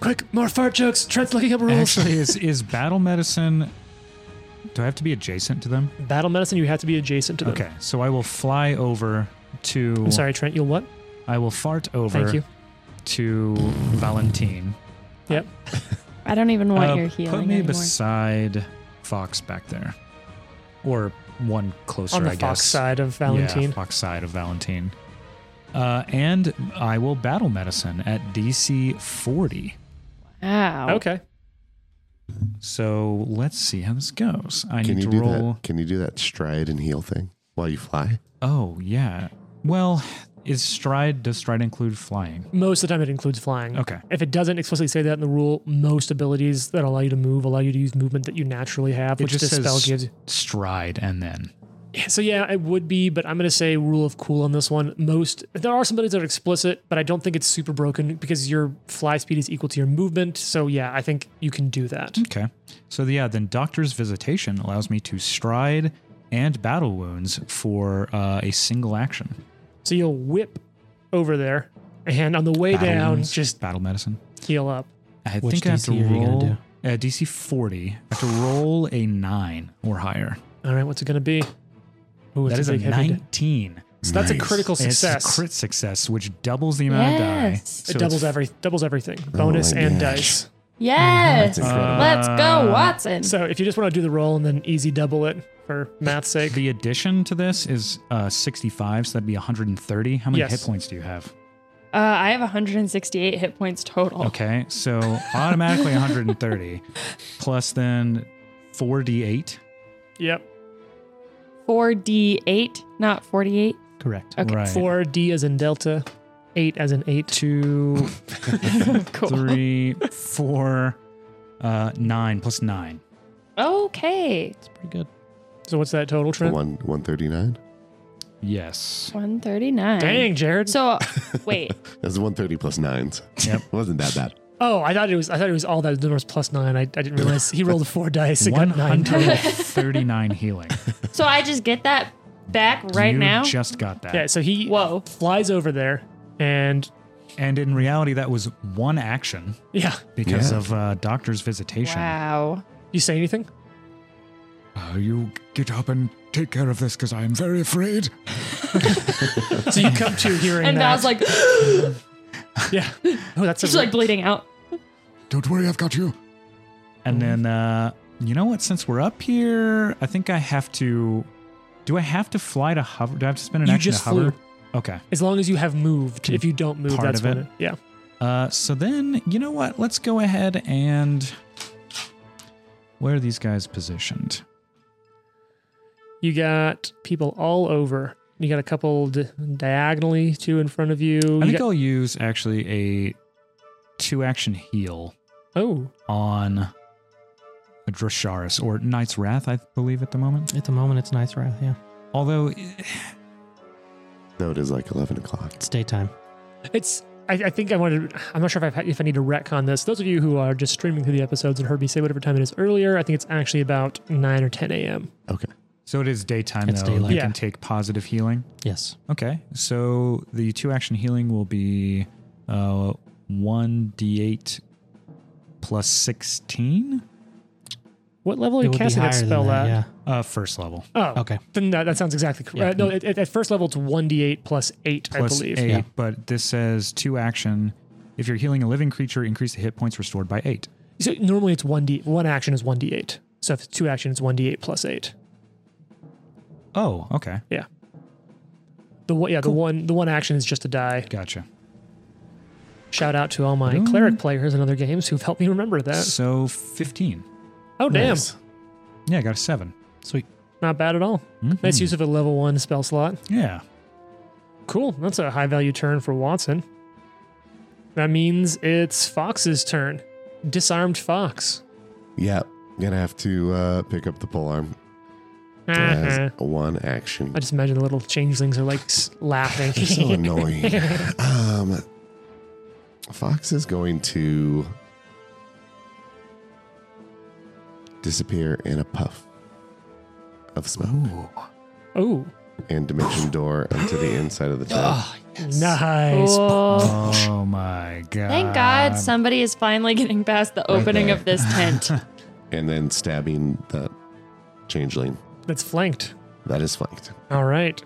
Speaker 2: Quick, more fart jokes. Trent's looking up rules.
Speaker 1: Actually, is is battle medicine? Do I have to be adjacent to them?
Speaker 2: Battle medicine, you have to be adjacent to them.
Speaker 1: Okay, so I will fly over to.
Speaker 2: I'm sorry, Trent. You'll what?
Speaker 1: I will fart over
Speaker 2: Thank you.
Speaker 1: to Valentine.
Speaker 2: Yep.
Speaker 3: I don't even want
Speaker 1: Uh,
Speaker 3: your healing
Speaker 1: Put me
Speaker 3: anymore.
Speaker 1: beside Fox back there, or one closer,
Speaker 2: On the
Speaker 1: I
Speaker 2: fox
Speaker 1: guess.
Speaker 2: side of Valentine.
Speaker 1: Yeah, fox side of Valentine. Uh, and I will battle medicine at DC 40.
Speaker 3: Wow.
Speaker 2: Okay.
Speaker 1: So let's see how this goes. I
Speaker 5: Can
Speaker 1: need
Speaker 5: you
Speaker 1: to
Speaker 5: do
Speaker 1: roll.
Speaker 5: that? Can you do that stride and heel thing while you fly?
Speaker 1: Oh yeah. Well, is stride? Does stride include flying?
Speaker 2: Most of the time, it includes flying.
Speaker 1: Okay.
Speaker 2: If it doesn't explicitly say that in the rule, most abilities that allow you to move allow you to use movement that you naturally have,
Speaker 1: It
Speaker 2: which
Speaker 1: just
Speaker 2: this
Speaker 1: says
Speaker 2: spell gives.
Speaker 1: stride and then.
Speaker 2: Yeah, So yeah, it would be, but I'm gonna say rule of cool on this one. Most there are some abilities that are explicit, but I don't think it's super broken because your fly speed is equal to your movement. So yeah, I think you can do that.
Speaker 1: Okay. So yeah, then doctor's visitation allows me to stride and battle wounds for uh, a single action.
Speaker 2: So you'll whip over there, and on the way
Speaker 1: Battle
Speaker 2: down,
Speaker 1: wounds,
Speaker 2: just
Speaker 1: battle medicine.
Speaker 2: heal up.
Speaker 1: I
Speaker 4: Which
Speaker 1: think I have to
Speaker 4: DC are you gonna
Speaker 1: roll
Speaker 4: do?
Speaker 1: Uh, DC 40. I have to roll a nine or higher.
Speaker 2: All right, what's it gonna be? Ooh, it's
Speaker 1: that is a
Speaker 2: big heavy di-
Speaker 1: 19.
Speaker 2: So that's a
Speaker 5: Nice.
Speaker 2: critical
Speaker 1: And It's a
Speaker 2: success.
Speaker 1: crit success, which doubles the amount of die.
Speaker 3: Yes. It
Speaker 1: So
Speaker 2: it
Speaker 1: it's
Speaker 2: doubles every doubles everything,
Speaker 5: Oh
Speaker 2: bonus
Speaker 5: my
Speaker 2: and
Speaker 5: gosh.
Speaker 2: dice.
Speaker 3: Yes.
Speaker 5: Mm-hmm. That's incredible.
Speaker 3: Let's
Speaker 1: Um,
Speaker 3: go, Watson.
Speaker 2: Uh, So if you just want to do the roll and then easy double it for math's sake,
Speaker 1: The addition to this is uh, 65, so that'd be 130. How many
Speaker 2: Yes.
Speaker 1: hit points do you have?
Speaker 3: uh, I have 168 hit points total.
Speaker 1: Okay, so automatically
Speaker 2: (laughs)
Speaker 1: 130, plus then 4d8,
Speaker 2: yep,
Speaker 3: 4d8, not 48.
Speaker 4: Correct.
Speaker 3: Okay.
Speaker 1: right?
Speaker 2: four D as in delta, eight as in eight.
Speaker 1: Two,
Speaker 3: Cool.
Speaker 1: three,
Speaker 2: (laughs)
Speaker 1: four, uh, nine, plus nine.
Speaker 3: Okay.
Speaker 4: That's pretty good.
Speaker 2: So what's that total, Trent?
Speaker 5: One one thirty nine.
Speaker 1: Yes.
Speaker 3: 139.
Speaker 2: Dang, Jared.
Speaker 3: So, wait.
Speaker 5: That's one thirty plus (laughs) nines.
Speaker 1: Yep.
Speaker 5: wasn't that bad.
Speaker 2: oh, I thought it was. I thought it was all that numbers plus nine. I,
Speaker 1: (laughs)
Speaker 2: I didn't realize he rolled four dice.
Speaker 3: (laughs)
Speaker 2: and got nine.
Speaker 1: 139 healing.
Speaker 3: So I just get that back right
Speaker 1: you
Speaker 3: now?
Speaker 1: just got that.
Speaker 2: Yeah. So he
Speaker 3: Whoa.
Speaker 2: flies over there, and
Speaker 1: And in reality, that was one action
Speaker 2: yeah.
Speaker 1: because
Speaker 5: Yeah.
Speaker 1: of uh, doctor's visitation.
Speaker 3: Wow.
Speaker 2: You say anything?
Speaker 1: Uh, you get up and take care of this because I am very afraid.
Speaker 2: So you come
Speaker 3: (laughs)
Speaker 2: to hearing
Speaker 3: And
Speaker 2: that.
Speaker 3: Val's like,
Speaker 2: yeah. Oh, that's a
Speaker 3: she's like bleeding out.
Speaker 1: Don't worry, I've got you. And then, uh, you know what? Since we're up here, I think I have to. Do I have to fly to hover? Do I have to spend an
Speaker 2: You
Speaker 1: action
Speaker 2: just
Speaker 1: to hover?
Speaker 2: flew.
Speaker 1: Okay.
Speaker 2: as long as you have moved. If you don't move,
Speaker 1: Part
Speaker 2: that's
Speaker 1: of it.
Speaker 2: when it. Yeah.
Speaker 1: Uh, so then, you know what? Let's go ahead and. Where are these guys positioned?
Speaker 2: You got people all over. You got a couple di- diagonally, two in front of you. You
Speaker 1: I think
Speaker 2: got-
Speaker 1: I'll use actually a two action heal
Speaker 2: oh,
Speaker 1: on a Drasharis or Knight's Wrath, I believe, at the moment.
Speaker 4: At the moment, it's nice wrath. Yeah,
Speaker 1: Although,
Speaker 5: No, it is like eleven o'clock.
Speaker 4: it's daytime.
Speaker 2: it's. I, I think I wanted. I'm not sure if I if I need to retcon this. Those of you who are just streaming through the episodes and heard me say whatever time it is earlier, I think it's actually about nine or ten a.m.
Speaker 5: Okay.
Speaker 1: so it is daytime
Speaker 4: It's
Speaker 1: though.
Speaker 4: daylight.
Speaker 1: I
Speaker 2: Yeah.
Speaker 1: can take positive healing.
Speaker 4: Yes.
Speaker 1: Okay, so the two action healing will be uh, one d8 plus sixteen.
Speaker 2: What level are
Speaker 4: it
Speaker 2: you
Speaker 4: would be
Speaker 2: casting
Speaker 4: higher
Speaker 2: that spell
Speaker 4: than
Speaker 2: at?
Speaker 4: that. Yeah.
Speaker 1: Uh, first level
Speaker 2: Oh,
Speaker 4: Okay.
Speaker 2: Then that, that sounds exactly correct.
Speaker 4: Yeah.
Speaker 2: Uh, no, at, at- at first level it's one d8 plus eight, I
Speaker 1: plus
Speaker 2: believe.
Speaker 1: eight,
Speaker 4: yeah.
Speaker 1: but this says two action. If you're healing a living creature, increase the hit points restored by eight.
Speaker 2: So normally it's one d one action is one d8. So if it's two action, it's one d8 plus eight.
Speaker 1: Oh, okay,
Speaker 2: The one, yeah, the one, the one action is just a die.
Speaker 1: gotcha.
Speaker 2: Shout out to all my
Speaker 1: Ooh.
Speaker 2: cleric players and other games who've helped me remember that.
Speaker 1: So fifteen.
Speaker 2: Oh, damn.
Speaker 5: Nice.
Speaker 1: Yeah, I got a seven.
Speaker 4: Sweet.
Speaker 5: Mm-hmm.
Speaker 2: Not bad at all. Nice use of a level one spell slot.
Speaker 1: Yeah.
Speaker 2: Cool. That's a high value turn for Watson. That means it's Fox's turn. Disarmed Fox.
Speaker 5: Yep. Gonna have to uh, pick up the pole arm. It
Speaker 2: Uh-huh. (laughs)
Speaker 5: has one action.
Speaker 2: I
Speaker 5: (laughs)
Speaker 2: just imagine the little changelings are like s- laughing.
Speaker 5: They're so annoying. (laughs) Um, Fox is going to disappear in a puff of smoke
Speaker 2: (laughs) Ooh,
Speaker 5: and dimension door onto the inside of the tub.
Speaker 2: nice.
Speaker 3: Cool.
Speaker 1: Oh my god!
Speaker 3: Thank God somebody is finally getting past the opening
Speaker 5: there.
Speaker 3: of this tent.
Speaker 5: and then stabbing the changeling
Speaker 2: That's flanked.
Speaker 5: that is flanked.
Speaker 2: All right.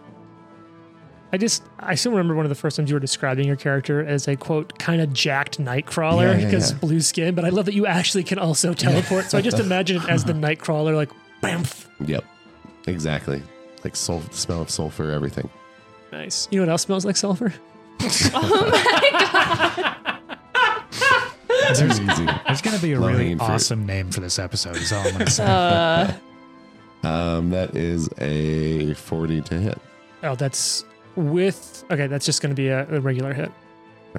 Speaker 2: I just, I still remember one of the first times you were describing your character as a quote, kind of jacked nightcrawler
Speaker 5: Yeah, yeah,
Speaker 2: because
Speaker 5: yeah.
Speaker 2: blue skin, but I love that you actually can also teleport. so I just imagine it
Speaker 5: (laughs)
Speaker 2: as the nightcrawler, like, bamf.
Speaker 5: Yep, exactly. Like sul- the smell of sulfur, everything.
Speaker 2: Nice. You know what else smells like sulfur?
Speaker 5: It's easy.
Speaker 1: There's gonna be a
Speaker 5: Low
Speaker 1: really
Speaker 5: hanging fruit.
Speaker 1: awesome name for this episode. Is all I'm
Speaker 2: (laughs)
Speaker 1: gonna say.
Speaker 3: Uh,
Speaker 5: Um, that is a forty to hit.
Speaker 2: Oh, that's with, okay, that's just going to be a, a regular hit.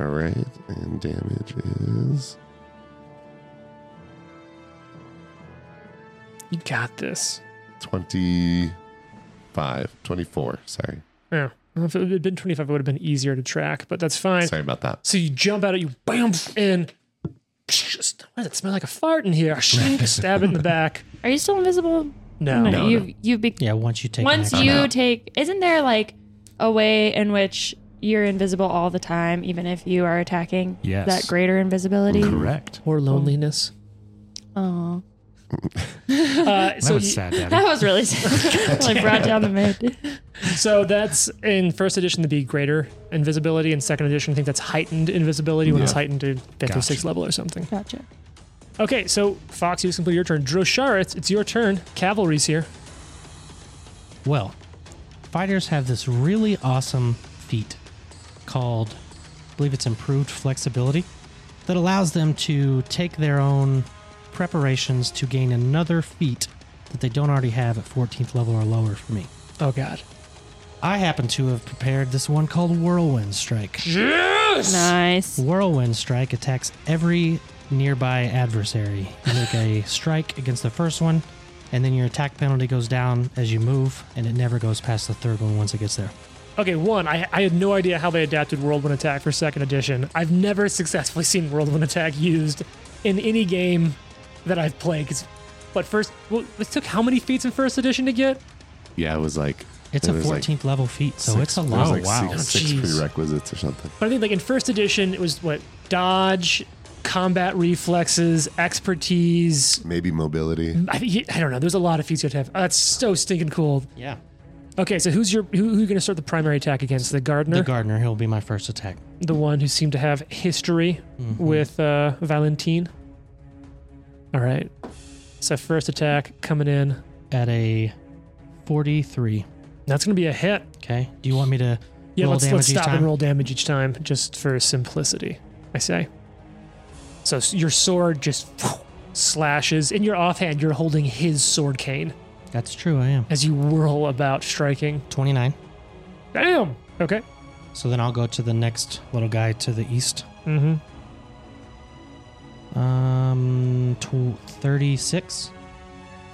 Speaker 5: All right, and damage is
Speaker 2: You got this.
Speaker 5: 25, 24. Sorry.
Speaker 2: Yeah. If it had been 25, it would have been easier to track, but that's fine.
Speaker 5: Sorry about that.
Speaker 2: So you jump out at you, bam, and just, why does it smell like a fart in here? Shink, stab it in the (laughs) back.
Speaker 3: are you still invisible?
Speaker 2: No.
Speaker 5: No,
Speaker 3: you you be-
Speaker 4: Yeah, once you take an
Speaker 3: once
Speaker 4: action.
Speaker 3: you take. Isn't there like a way in which you're invisible all the time, even if you are attacking?
Speaker 1: Yes. Mm-hmm.
Speaker 3: That greater invisibility.
Speaker 1: Correct.
Speaker 2: Or loneliness.
Speaker 3: Oh,
Speaker 2: Uh,
Speaker 1: That
Speaker 2: so,
Speaker 1: was
Speaker 2: you-
Speaker 1: sad, Daddy.
Speaker 3: that was really (laughs) sad. like brought down the mood.
Speaker 2: so that's in first edition to be greater invisibility, and second edition I think that's heightened invisibility when it's
Speaker 5: Yeah.
Speaker 2: heightened to 56
Speaker 1: Gotcha.
Speaker 2: level or something.
Speaker 3: Gotcha.
Speaker 2: Okay, so Fox, you just completed your turn. Droshara, it's, it's your turn. Cavalry's here.
Speaker 4: Well, fighters have this really awesome feat called, I believe it's improved flexibility, that allows them to take their own preparations to gain another feat that they don't already have at 14th level or lower for me.
Speaker 2: Oh God.
Speaker 4: I happen to have prepared this one called Whirlwind Strike.
Speaker 3: Nice.
Speaker 4: Whirlwind Strike attacks every nearby adversary. You
Speaker 2: (laughs)
Speaker 4: make a strike against the first one, and then your attack penalty goes down as you move, and it never goes past the third one once it gets there.
Speaker 2: Okay, one, I, I had no idea how they adapted Whirlwind Attack for second edition. I've never successfully (laughs) seen Whirlwind Attack used in any game that I've played. 'cause- but first, well, it took how many feats in first edition to get?
Speaker 5: Yeah, it was like.
Speaker 4: It's
Speaker 5: it
Speaker 4: a
Speaker 5: was
Speaker 4: 14th
Speaker 5: Like
Speaker 4: level feat, so
Speaker 5: six-
Speaker 4: it's a
Speaker 5: it was
Speaker 4: lot.
Speaker 5: like
Speaker 1: wow.
Speaker 5: Six,
Speaker 2: Oh,
Speaker 5: six
Speaker 2: jeez.
Speaker 5: prerequisites or something.
Speaker 2: But I think like in first edition, it was what? Dodge, combat reflexes, expertise. (laughs)
Speaker 5: Maybe mobility.
Speaker 2: I, think- I don't know. There's a lot of feats you have to have. Oh, that's so stinking cool.
Speaker 4: Yeah.
Speaker 2: Okay, so who's your who, who you going to start the primary attack against? The gardener,
Speaker 4: The gardener, he'll be my first attack.
Speaker 2: the one who seemed to have history with uh, Valentine. All right. So first attack coming in.
Speaker 4: At a 43.
Speaker 2: That's going to be a hit.
Speaker 4: Okay. Do you want me to
Speaker 2: Yeah,
Speaker 4: roll
Speaker 2: let's,
Speaker 4: damage
Speaker 2: let's
Speaker 4: each
Speaker 2: stop
Speaker 4: time?
Speaker 2: and roll damage each time just for simplicity, I say. So s- your sword just (sniffs) slashes. In your offhand, you're holding his sword cane
Speaker 4: That's true, I am.
Speaker 2: as you whirl about striking.
Speaker 4: 29.
Speaker 2: Damn! Okay.
Speaker 4: So then I'll go to the next little guy to the east.
Speaker 2: Mm-hmm.
Speaker 4: Um, tw- 36.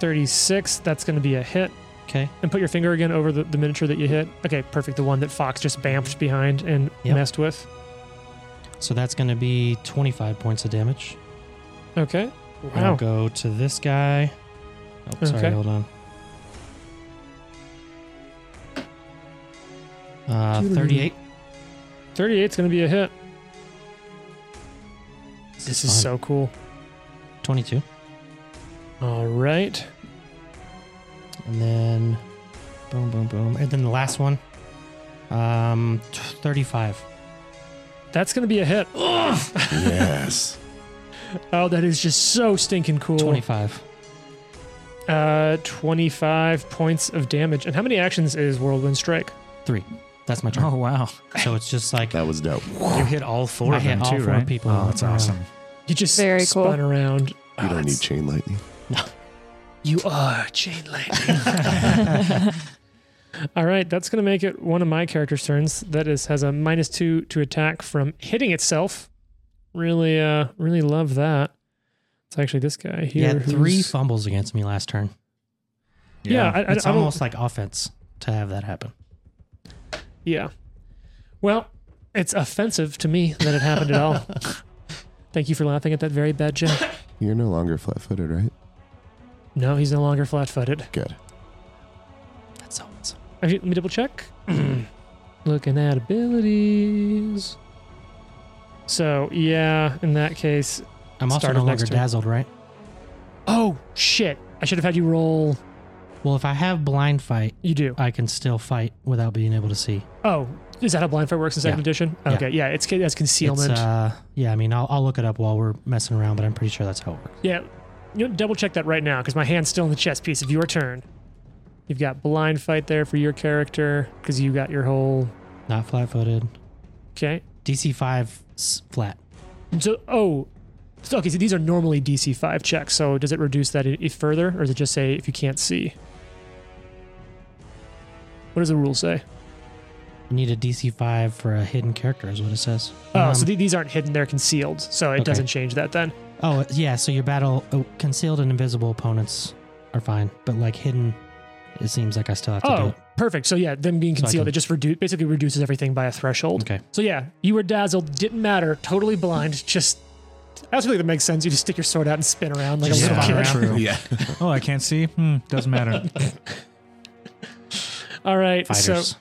Speaker 2: 36, that's going to be a hit.
Speaker 4: Okay.
Speaker 2: And put your finger again over the, the miniature that you hit. Okay, perfect. The one that Fox just bamfed behind and
Speaker 4: Yep.
Speaker 2: messed with.
Speaker 4: So that's going to be 25 points of damage.
Speaker 2: Okay.
Speaker 4: And I'll
Speaker 2: Wow.
Speaker 4: go to this guy. Oh, sorry,
Speaker 2: Okay.
Speaker 4: hold on. Uh, 38.
Speaker 2: 38's going to be a hit. This is
Speaker 4: fun.
Speaker 2: so cool.
Speaker 4: 22.
Speaker 2: All right.
Speaker 4: And then boom, boom, boom. And then the last one. Um, t- 35.
Speaker 2: That's going to be a hit. (gasps)
Speaker 5: yes.
Speaker 2: Oh, that is just so stinking cool.
Speaker 4: 25.
Speaker 2: Uh, 25 points of damage. And how many actions is Whirlwind Strike?
Speaker 4: Three. That's my turn.
Speaker 1: Oh wow!
Speaker 4: So it's just like
Speaker 5: That was dope.
Speaker 1: You hit all four
Speaker 4: I
Speaker 1: of
Speaker 4: hit
Speaker 1: them
Speaker 4: all
Speaker 1: too,
Speaker 4: four
Speaker 1: right?
Speaker 4: people.
Speaker 1: Oh, that's
Speaker 4: Yeah.
Speaker 1: awesome.
Speaker 2: You just
Speaker 3: Very cool.
Speaker 2: spun around. Oh,
Speaker 5: You don't need chain lightning.
Speaker 2: You are chain lightning. (laughs) All right, that's going to make it one of my character's turns. That is has a minus two to attack from hitting itself. Really, uh, really love that. It's actually this guy
Speaker 4: He
Speaker 2: here.
Speaker 4: had three
Speaker 2: who's-
Speaker 4: fumbles against me last turn.
Speaker 2: yeah, I, I,
Speaker 4: It's
Speaker 2: I don't-
Speaker 4: almost like offense to have that happen.
Speaker 2: Yeah. Well, it's offensive to me that it happened at
Speaker 4: (laughs)
Speaker 2: all. Thank you for laughing at that very bad joke.
Speaker 5: You're no longer flat footed, right?
Speaker 2: No, he's no longer flat-footed.
Speaker 5: Good.
Speaker 4: That's so awesome.
Speaker 2: Actually, let me double check. (clears throat) Looking at abilities. So yeah, in that case,
Speaker 4: I'm also
Speaker 2: Start
Speaker 4: no
Speaker 2: of next
Speaker 4: longer
Speaker 2: turn.
Speaker 4: dazzled, right?
Speaker 2: oh shit! I should have had you roll.
Speaker 4: Well, if I have blind fight,
Speaker 2: You do.
Speaker 4: I can still fight without being able to see.
Speaker 2: Oh, is that how blind fight works in second
Speaker 4: Yeah.
Speaker 2: edition?
Speaker 4: Yeah.
Speaker 2: Okay, yeah, it's that's concealment.
Speaker 4: It's, uh, yeah, I mean, I'll, I'll look it up while we're messing around, but I'm pretty sure that's how it works.
Speaker 2: yeah, you know, double check that right now because my hand's still in the chess piece of your turn. You've got blind fight there for your character because you got your whole
Speaker 4: Not flat footed.
Speaker 2: okay.
Speaker 4: DC 5 s- flat.
Speaker 2: So oh, so, okay. So these are normally DC five checks. So does it reduce that i- if further, or does it just say if you can't see? What does the rule say?
Speaker 4: You need a DC 5 for a hidden character, is what it says.
Speaker 2: Oh,
Speaker 4: Um,
Speaker 2: so the- these aren't hidden; they're concealed. So it
Speaker 4: Okay.
Speaker 2: doesn't change that then.
Speaker 4: oh, yeah, so your battle oh, concealed and invisible opponents are fine, but like hidden, it seems like I still have to do
Speaker 2: Oh,
Speaker 4: it.
Speaker 2: perfect. So yeah, them being
Speaker 4: So I
Speaker 2: concealed,
Speaker 4: can- Mm.
Speaker 2: it just redu- basically reduces everything by a threshold.
Speaker 4: Okay.
Speaker 2: So yeah, you were dazzled, didn't matter, totally blind, just. I also think that makes sense. You just stick your sword out and spin around like
Speaker 4: Just
Speaker 2: a
Speaker 4: spin
Speaker 2: little kid.
Speaker 1: true.
Speaker 4: around.
Speaker 5: Yeah.
Speaker 1: (laughs) Oh, I can't see. Hmm, doesn't matter.
Speaker 2: All right, so
Speaker 4: Fighters.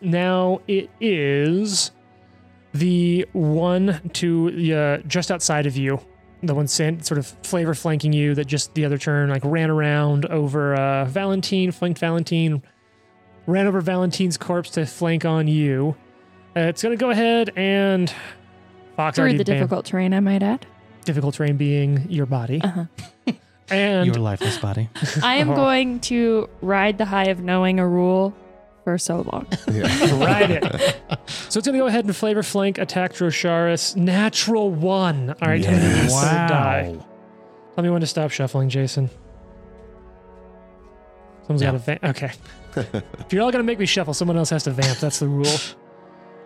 Speaker 2: now it is the one to uh, just outside of you, the one sent sort of flavor flanking you that just the other turn like ran around over uh, Valentine, flanked Valentine, ran over Valentine's corpse to flank on you. Uh, it's gonna go ahead and Fox
Speaker 3: Through
Speaker 2: already
Speaker 3: the
Speaker 2: banned-
Speaker 3: difficult terrain, I might add.
Speaker 2: difficult terrain being your body,
Speaker 3: Uh-huh.
Speaker 2: (laughs) and
Speaker 4: your lifeless body.
Speaker 3: I am
Speaker 2: Oh.
Speaker 3: going to ride the high of knowing a rule for so long.
Speaker 5: Yeah.
Speaker 2: ride it. So it's gonna go ahead and flavor flank attack Drosharis. Natural one. All right, tell me when to die.
Speaker 1: wow.
Speaker 2: Tell me when to stop shuffling, Jason. Someone's
Speaker 4: Yeah.
Speaker 2: got to vamp. Okay. if you're all gonna make me shuffle, someone else has to vamp. That's the rule.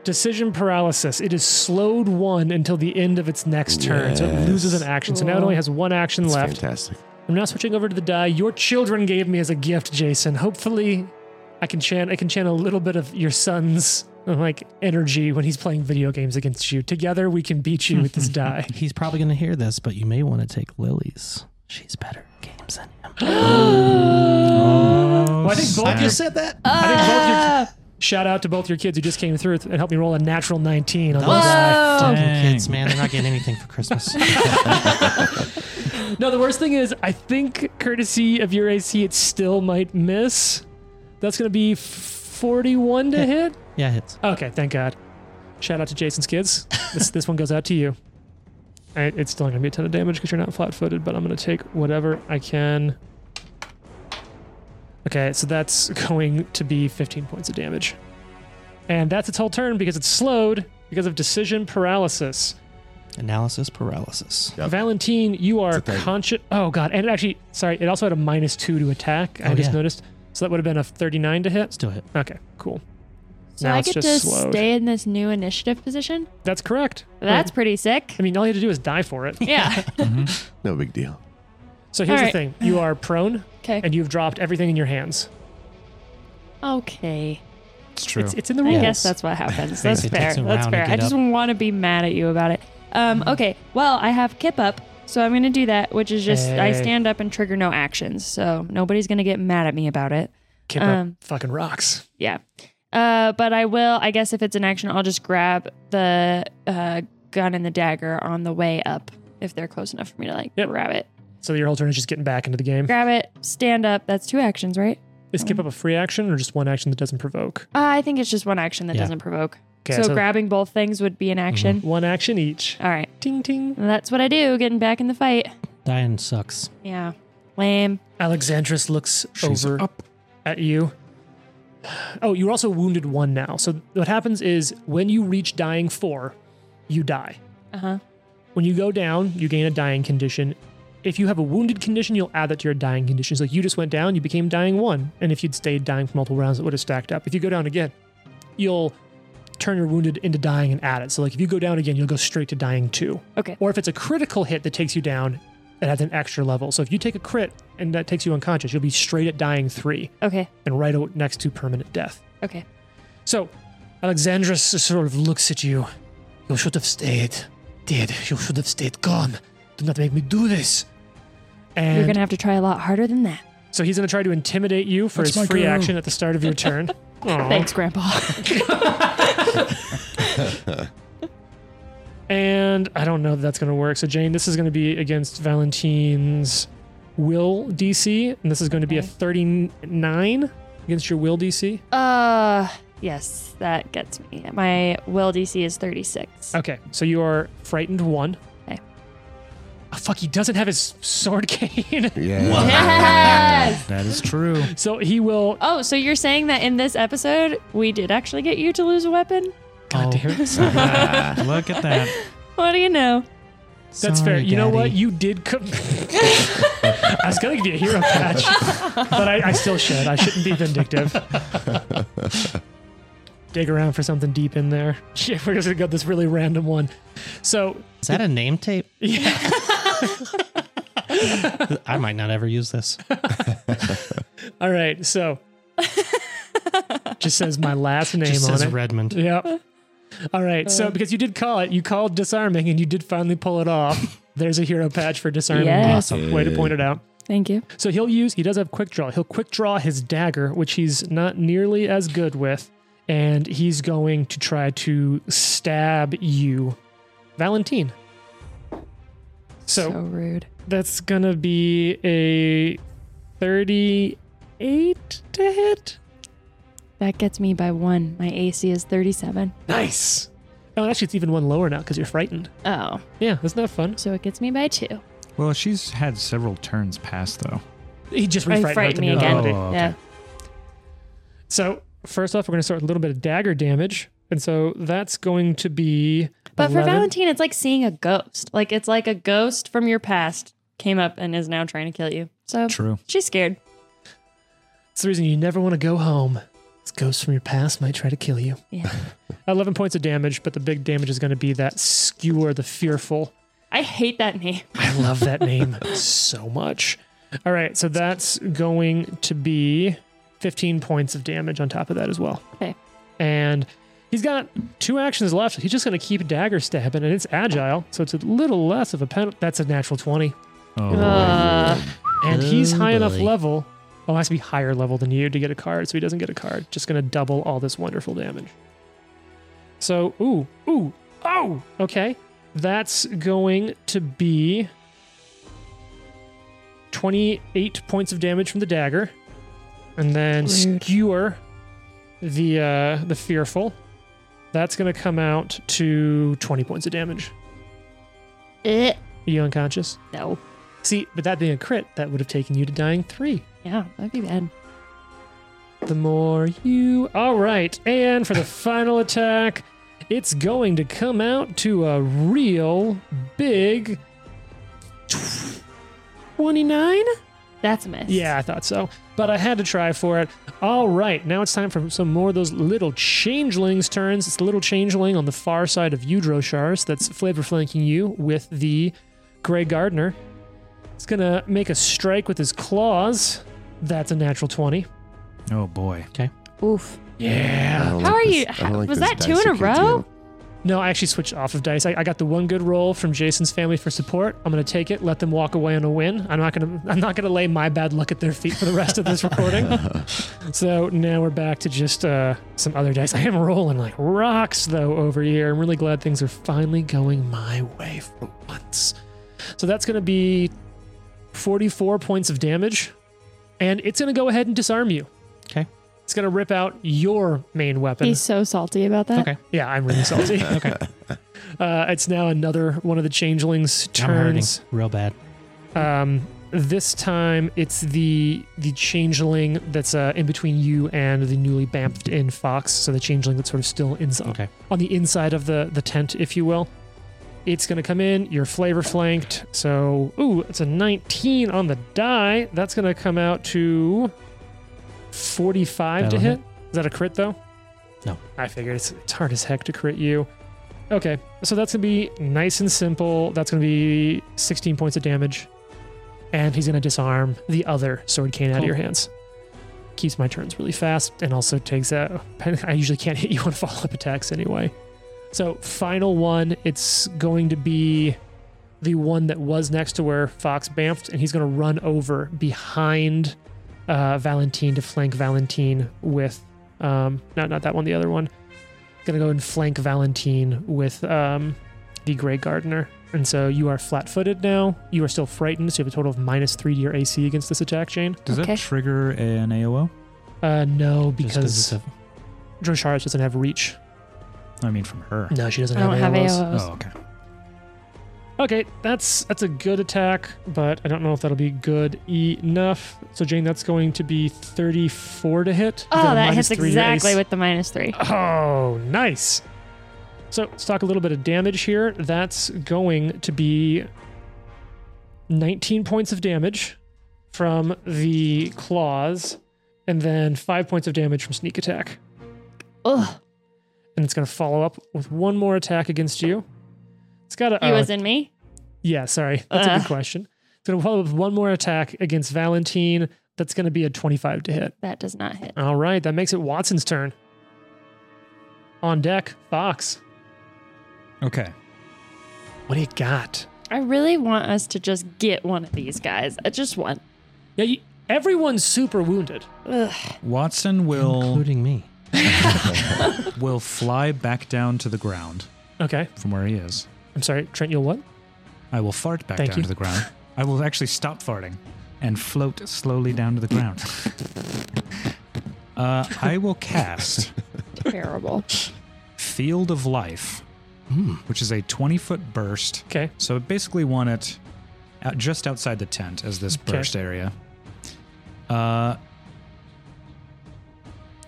Speaker 2: Decision paralysis. It is slowed one until the end of its next turn, so it loses an action. So now it
Speaker 3: Cool.
Speaker 2: only has one action
Speaker 5: It's
Speaker 2: left.
Speaker 5: fantastic.
Speaker 2: I'm now switching over to the die your children gave me as a gift, Jason. Hopefully, I can chant. I can chant a little bit of your son's like energy when he's playing video games against you. Together, we can beat you with this die.
Speaker 4: (laughs) He's probably going to hear this, but you may want to take Lily's. She's better at games than him.
Speaker 2: Well, I think both
Speaker 1: snap.
Speaker 2: your
Speaker 4: said that.
Speaker 2: I think both your shout out to both your kids who just came through and helped me roll a natural 19 on the die.
Speaker 4: Fucking
Speaker 1: Dang.
Speaker 4: kids, man, they're not getting anything for
Speaker 2: (laughs)
Speaker 4: Christmas.
Speaker 2: No, the worst thing is I think courtesy of your AC, it still might miss. That's gonna be 41 to hit.
Speaker 4: yeah, hits.
Speaker 2: Okay, thank God. Shout out to Jason's kids. This this one goes out to you. All right, it's still not gonna be a ton of damage because you're not flat-footed, but I'm gonna take whatever I can. Okay, so that's (laughs) going to be 15 points of damage, and that's its whole turn because it's slowed because of decision paralysis.
Speaker 4: Analysis paralysis.
Speaker 5: Yep.
Speaker 2: Valentine, you are
Speaker 5: It's a thing.
Speaker 2: conscious. Oh God, and it actually, sorry, it also had a minus two to attack. I
Speaker 4: Oh,
Speaker 2: just
Speaker 4: yeah.
Speaker 2: noticed, so that would have been a 39 to hit.
Speaker 4: Still hit.
Speaker 2: Okay, cool.
Speaker 3: So
Speaker 2: Now
Speaker 3: I
Speaker 2: it's
Speaker 3: get
Speaker 2: just
Speaker 3: to
Speaker 2: slowed.
Speaker 3: stay in this new initiative position.
Speaker 2: That's correct.
Speaker 3: That's pretty
Speaker 2: (laughs)
Speaker 3: sick.
Speaker 2: I mean, all you had to do is die for it.
Speaker 3: Yeah. (laughs)
Speaker 5: No big deal.
Speaker 2: So here's
Speaker 3: All
Speaker 2: the
Speaker 3: right.
Speaker 2: thing: you are prone,
Speaker 3: Okay.
Speaker 2: and you've dropped everything in your hands.
Speaker 3: Okay.
Speaker 1: It's true.
Speaker 2: It's, it's in the
Speaker 3: I
Speaker 2: rules.
Speaker 3: guess that's what happens. That's
Speaker 4: It
Speaker 3: fair.
Speaker 4: takes a round
Speaker 3: That's
Speaker 4: to
Speaker 3: fair.
Speaker 4: get
Speaker 3: I just
Speaker 4: up.
Speaker 3: want to be mad at you about it. Um, okay. Well, I have Kip up, so I'm going to do that, which is just
Speaker 2: Hey.
Speaker 3: I stand up and trigger no actions. So nobody's going to get mad at me about it.
Speaker 2: Kip
Speaker 3: um,
Speaker 2: up fucking rocks.
Speaker 3: Yeah. Uh, but I will, I guess if it's an action, I'll just grab the uh, gun and the dagger on the way up if they're close enough for me to like
Speaker 2: Yep.
Speaker 3: grab it.
Speaker 2: So your whole turn is just getting back into the game.
Speaker 3: Grab it, stand up. That's two actions, right?
Speaker 2: Is Kip up a free action or just one action that doesn't provoke?
Speaker 3: Uh, I think it's just one action that
Speaker 4: Yeah.
Speaker 3: doesn't provoke.
Speaker 2: Okay,
Speaker 3: so,
Speaker 2: so- Mm-hmm.
Speaker 3: grabbing both things would be an action.
Speaker 2: One action each.
Speaker 3: All right.
Speaker 2: Ting ting.
Speaker 3: And that's what I do, getting back in the fight.
Speaker 4: Dying sucks.
Speaker 3: Yeah. Lame.
Speaker 2: Alexandris looks
Speaker 1: She's
Speaker 2: over
Speaker 1: up.
Speaker 2: at you. Oh, you're also wounded one now. So what happens is when you reach dying four, you die.
Speaker 3: Uh huh.
Speaker 2: When you go down, you gain a dying condition. if you have a wounded condition, you'll add that to your dying conditions. Like you just went down, you became dying one. And if you'd stayed dying for multiple rounds, it would have stacked up. If you go down again, you'll turn your wounded into dying and add it. So like if you go down again, you'll go straight to dying two.
Speaker 3: Okay.
Speaker 2: Or if it's a critical hit that takes you down, it adds an extra level. So if you take a crit and that takes you unconscious, you'll be straight at dying three
Speaker 3: Okay.
Speaker 2: and right o- next to permanent death.
Speaker 3: Okay.
Speaker 2: So, Alexandrus just sort of looks at you. You should have stayed dead. You should have stayed gone. Do not make me do this. And
Speaker 3: You're gonna have to try a lot harder than that.
Speaker 2: so he's going to try to intimidate you for
Speaker 1: That's my
Speaker 2: his free
Speaker 1: girl.
Speaker 2: action at the start
Speaker 3: (laughs)
Speaker 2: of your turn. Aw.
Speaker 3: Thanks, Grandpa. (laughs)
Speaker 2: And I don't know that that's going to work. So, Jane, this is going to be against Valentine's will DC. And this is going to be a
Speaker 3: Okay.
Speaker 2: 39 against your will DC.
Speaker 3: uh, yes, that gets me. My will DC is 36.
Speaker 2: Okay, so you are frightened one.
Speaker 3: Okay.
Speaker 2: Oh, fuck, he doesn't have his sword cane. (laughs)
Speaker 5: Yeah.
Speaker 3: Yes.
Speaker 1: That is true.
Speaker 2: so he will.
Speaker 3: Oh, so you're saying that in this episode we did actually get you to lose a weapon?
Speaker 2: God
Speaker 4: Oh.
Speaker 2: damn it.
Speaker 4: (laughs) Look at that.
Speaker 3: What do you know?
Speaker 2: That's fair.
Speaker 4: Sorry,
Speaker 2: You know what?
Speaker 4: Daddy.
Speaker 2: You did. Co- (laughs) I was going to give you a hero patch, but I, I still should. I shouldn't be
Speaker 4: (laughs)
Speaker 2: vindictive. Dig around for something deep in there. (laughs) Shit, we're just going to go this really random one. So,
Speaker 4: Is that a name tape?
Speaker 2: (laughs) yeah.
Speaker 4: (laughs) I might not ever use this.
Speaker 2: All right, so. just says my last name
Speaker 4: (laughs) Just
Speaker 2: on
Speaker 4: says
Speaker 2: it.
Speaker 4: Redmond.
Speaker 2: Yep. All right. So because you did call it, you called disarming, and you did finally pull it
Speaker 4: (laughs)
Speaker 2: off. There's a hero patch for disarming.
Speaker 3: Yes.
Speaker 2: Awesome way to point it out.
Speaker 3: Thank you.
Speaker 2: So he'll use. He does have quick draw. He'll quick draw his dagger, which he's not nearly as good with, and he's going to try to stab you, Valentine.
Speaker 3: So,
Speaker 2: So,
Speaker 3: rude.
Speaker 2: that's gonna be a thirty-eight to hit.
Speaker 3: That gets me by one. My AC is 37.
Speaker 2: Nice. Oh, actually, it's even one lower now because you're frightened.
Speaker 3: Oh,
Speaker 2: Yeah, that's not fun.
Speaker 3: so it gets me by two.
Speaker 1: Well, she's had several turns past though.
Speaker 2: He just
Speaker 3: Right,
Speaker 2: refrightened her
Speaker 3: frighten
Speaker 2: with the
Speaker 3: me
Speaker 2: new
Speaker 3: again.
Speaker 2: ability.
Speaker 1: Oh, okay.
Speaker 3: Yeah.
Speaker 2: So first off, we're going to start with a little bit of dagger damage, and so that's going to be.
Speaker 3: But for
Speaker 2: 11.
Speaker 3: Valentine, it's like seeing a ghost. Like it's like a ghost from your past came up and is now trying to kill you. So
Speaker 1: True.
Speaker 3: she's scared.
Speaker 2: it's the reason you never want to go home. This ghost from your past might try to kill you.
Speaker 3: Yeah.
Speaker 2: (laughs) Eleven points of damage, but the big damage is going to be that skewer the fearful.
Speaker 3: I hate that name.
Speaker 2: I love that name (laughs) so much. All right, so that's going to be 15 points of damage on top of that as well.
Speaker 3: Okay.
Speaker 2: And he's got two actions left. He's just going to keep dagger stabbing, and it's agile, so it's a little less of a penalty. That's a natural 20.
Speaker 1: Oh,
Speaker 3: Uh,
Speaker 2: And he's
Speaker 4: Oh,
Speaker 2: high enough
Speaker 4: boy.
Speaker 2: level. Oh, it has to be higher level than you to get a card, so he doesn't get a card. Just going to double all this wonderful damage. So, ooh, ooh, oh, okay. That's going to be 28 points of damage from the dagger. And then
Speaker 3: Rude.
Speaker 2: skewer the uh, the fearful. That's going to come out to 20 points of damage.
Speaker 3: (laughs) eh,
Speaker 2: Are you unconscious?
Speaker 3: no.
Speaker 2: See, but that being a crit, that would have taken you to dying three.
Speaker 3: Yeah, that'd be bad.
Speaker 2: The more you. All right. And for the final attack, it's going to come out to a real big. tw- 29?
Speaker 3: That's a miss.
Speaker 2: Yeah, I thought so. But I had to try for it. All right. Now it's time for some more of those little changelings' turns. It's the little changeling on the far side of Udroshars that's flavor flanking you with the Grey Gardener. It's going to make a strike with his claws. That's a natural 20.
Speaker 1: oh boy.
Speaker 3: Oof.
Speaker 2: Yeah.
Speaker 5: I don't
Speaker 3: How are
Speaker 5: this-
Speaker 3: you-
Speaker 5: I don't
Speaker 3: was
Speaker 5: this
Speaker 3: that two
Speaker 5: dice
Speaker 3: in a
Speaker 5: you keep
Speaker 3: row?
Speaker 2: No, I actually switched off of dice. I, I got the one good roll from Jason's family for support. I'm gonna take it, let them walk away on a win. I'm not gonna I'm not gonna lay my bad luck at their feet for the rest of this recording. so now we're back to just uh, some other dice. I am rolling like rocks though over here. I'm really glad things are finally going my way for once. So that's gonna be 44 points of damage, and it's gonna go ahead and disarm you.
Speaker 4: Okay.
Speaker 2: It's gonna rip out your main weapon.
Speaker 3: He's so salty about that.
Speaker 4: Okay.
Speaker 2: Yeah, I'm really salty. (laughs) okay. Uh, it's now another one of the changelings
Speaker 4: I'm hurting
Speaker 2: turns.
Speaker 4: real bad.
Speaker 2: Um, this time it's the the changeling that's uh, in between you and the newly bamfed in fox. So the changeling that's sort of still inside
Speaker 4: Okay.
Speaker 2: on the inside of the the tent, if you will. It's going to come in. You're flavor flanked. So, ooh, it's a 19 on the die. That's going to come out to 45
Speaker 4: That'll
Speaker 2: to hit.
Speaker 4: hit.
Speaker 2: Is that a crit, though?
Speaker 4: No.
Speaker 2: I figured it's, it's hard as heck to crit you. Okay, so that's going to be nice and simple. That's going to be 16 points of damage. And he's going to disarm the other sword cane out of
Speaker 4: Cool.
Speaker 2: your hands. Keeps my turns really fast and also takes out. (laughs) I usually can't hit you (laughs) on follow up attacks anyway. So, final one, it's going to be the one that was next to where Fox bamfed, and he's going to run over behind uh, Valentine to flank Valentine with um, not not that one, the other one. Gonna go and flank Valentine with um, the Grey Gardener, and so you are flat-footed now. You are still frightened, so you have a total of minus three to your AC against this attack chain.
Speaker 1: Does
Speaker 3: Okay.
Speaker 1: that trigger an AOO?
Speaker 2: Uh, no,
Speaker 4: Just it's
Speaker 2: because
Speaker 4: a-
Speaker 2: Drosharis doesn't have reach.
Speaker 1: I mean, from her.
Speaker 2: No, she doesn't
Speaker 3: I don't
Speaker 2: have
Speaker 3: have
Speaker 2: AOS.
Speaker 3: AOs.
Speaker 1: Oh, okay.
Speaker 2: Okay, that's that's a good attack, but I don't know if that'll be good enough. So Jane, that's going to be 34 to hit. You've got
Speaker 3: Oh,
Speaker 2: a
Speaker 3: that
Speaker 2: minus
Speaker 3: hits
Speaker 2: three to your
Speaker 3: exactly
Speaker 2: AC.
Speaker 3: with the minus three.
Speaker 2: Oh, nice. So let's talk a little bit of damage here. That's going to be 19 points of damage from the claws, and then five points of damage from sneak attack.
Speaker 3: Ugh,
Speaker 2: And it's going to follow up with one more attack against you. It's got a.
Speaker 3: he
Speaker 2: oh,
Speaker 3: was in me.
Speaker 2: yeah, sorry. That's a
Speaker 3: Uh.
Speaker 2: good question. It's going to follow up with one more attack against Valentine. That's going to be a 25 to hit.
Speaker 3: That does not hit.
Speaker 2: All right, that makes it Watson's turn. On deck, Fox.
Speaker 1: Okay.
Speaker 2: What do you got?
Speaker 3: I really want us to just get one of these guys. Uh, Just one.
Speaker 2: Yeah, you, everyone's super wounded.
Speaker 3: Ugh.
Speaker 1: Watson will
Speaker 4: including (laughs) me.
Speaker 1: (laughs) will fly back down to the ground
Speaker 2: Okay,
Speaker 1: from where he is.
Speaker 2: I'm sorry, Trent. You'll what?
Speaker 1: I will fart back
Speaker 2: Thank
Speaker 1: down
Speaker 2: you.
Speaker 1: to the ground. I will actually stop farting and float slowly down to the
Speaker 2: (laughs)
Speaker 1: ground. uh, I will cast
Speaker 3: Terrible.
Speaker 1: Field of Life, which is a 20 foot burst.
Speaker 2: Okay,
Speaker 1: So I basically want it out just outside the tent as this burst area. Uh,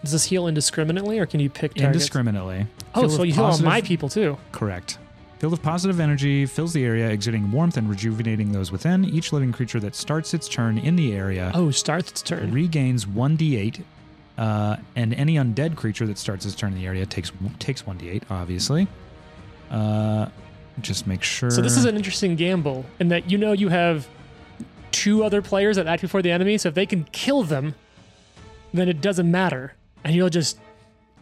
Speaker 2: does this heal indiscriminately, or can you pick targets?
Speaker 1: indiscriminately.
Speaker 2: Oh,
Speaker 1: Field
Speaker 2: so
Speaker 1: of
Speaker 2: you heal on
Speaker 1: positive-
Speaker 2: my people too.
Speaker 1: Correct. Field of positive energy fills the area, exuding warmth and rejuvenating those within. Each living creature that starts its turn in the area
Speaker 2: Oh, Starth's turn.
Speaker 1: regains 1d8, uh, and any undead creature that starts its turn in the area takes takes 1d8, obviously. Uh, just make sure.
Speaker 2: So this is an interesting gamble in that you know you have two other players that act before the enemy. So if they can kill them, then it doesn't matter, and you'll just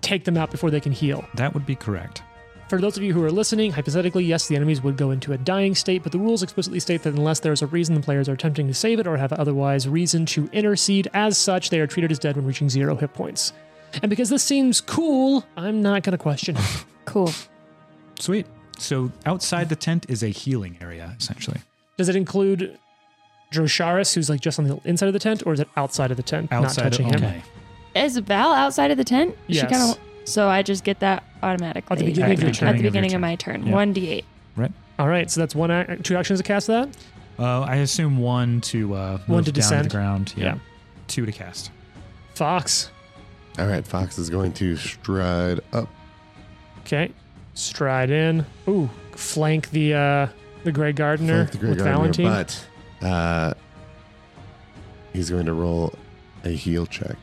Speaker 2: take them out before they can heal.
Speaker 1: That would be correct.
Speaker 2: For those of you who are listening, hypothetically, yes, the enemies would go into a dying state, but the rules explicitly state that unless there is a reason the players are attempting to save it or have otherwise reason to intercede, as such, they are treated as dead when reaching zero hit points. And because this seems cool, I'm not going to question it.
Speaker 3: Cool.
Speaker 1: Sweet. So outside the tent is a healing area, essentially.
Speaker 2: Does it include Drosharis, who's like just on the inside of the tent, or is it outside of the tent,
Speaker 1: Outside
Speaker 2: not touching
Speaker 1: only.
Speaker 2: him?
Speaker 3: Is Val outside of the tent? She
Speaker 2: Yes.
Speaker 3: kinda, so I just get that automatically.
Speaker 2: At the beginning
Speaker 1: of your
Speaker 3: At
Speaker 1: turn.
Speaker 3: the beginning of my turn.
Speaker 1: Yeah.
Speaker 3: 1d8.
Speaker 1: Right?
Speaker 2: All right, so that's one, ac- two actions to cast that.
Speaker 1: Uh, I assume one to uh,
Speaker 2: One
Speaker 1: move down
Speaker 2: to
Speaker 1: to
Speaker 2: descend.
Speaker 1: the ground. Yeah.
Speaker 2: Yeah.
Speaker 1: Two to cast.
Speaker 2: Fox.
Speaker 5: (laughs) All right, Fox is going to stride up.
Speaker 2: Okay. Stride in. Ooh, flank the uh the Grey Gardener
Speaker 5: flank the Grey
Speaker 2: with
Speaker 5: Gardener,
Speaker 2: Valentine.
Speaker 5: But uh, he's going to roll a heal check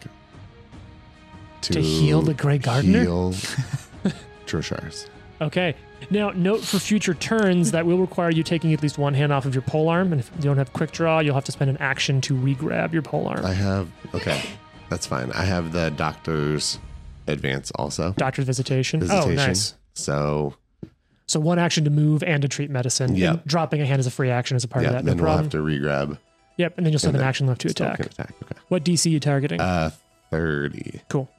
Speaker 5: to,
Speaker 2: heal the Grey Gardener?
Speaker 5: Heal (laughs) Drosharis.
Speaker 2: Okay. Now, note for future turns that will require you taking at least one hand off of your pole arm, and if you don't have quick draw, you'll have to spend an action to re-grab your pole arm.
Speaker 5: I have okay, that's fine. I have the doctor's advance also.
Speaker 2: Doctor's visitation.
Speaker 5: Visitation.
Speaker 2: Oh, nice.
Speaker 5: So
Speaker 2: So one action to move and to treat medicine. and
Speaker 5: Yeah.
Speaker 2: dropping a hand is a free action as a part
Speaker 5: yeah,
Speaker 2: of that.
Speaker 5: then
Speaker 2: No
Speaker 5: we'll
Speaker 2: problem.
Speaker 5: have to regrab.
Speaker 2: yep, and then you'll still
Speaker 5: and
Speaker 2: have an
Speaker 5: then
Speaker 2: action left to
Speaker 5: Still
Speaker 2: attack.
Speaker 5: can attack. Okay.
Speaker 2: What DC are you targeting?
Speaker 5: Uh, thirty.
Speaker 2: cool.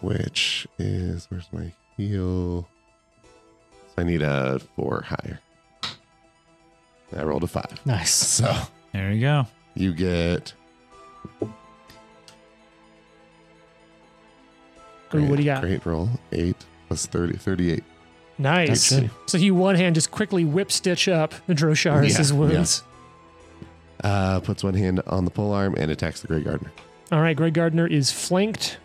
Speaker 5: which is where's my heal? So I need a four higher. I rolled a five.
Speaker 4: Nice.
Speaker 5: So
Speaker 1: There you go.
Speaker 5: you get
Speaker 2: Ooh, what do you got?
Speaker 5: Great roll. Eight plus 30, 38.
Speaker 2: Nice.
Speaker 4: That's good.
Speaker 2: So he one hand just quickly whip stitch up Drosharis'
Speaker 5: Yeah,
Speaker 2: wounds.
Speaker 5: Uh, puts one hand on the pole arm and attacks the Grey Gardener.
Speaker 2: All right, Grey Gardener is flanked.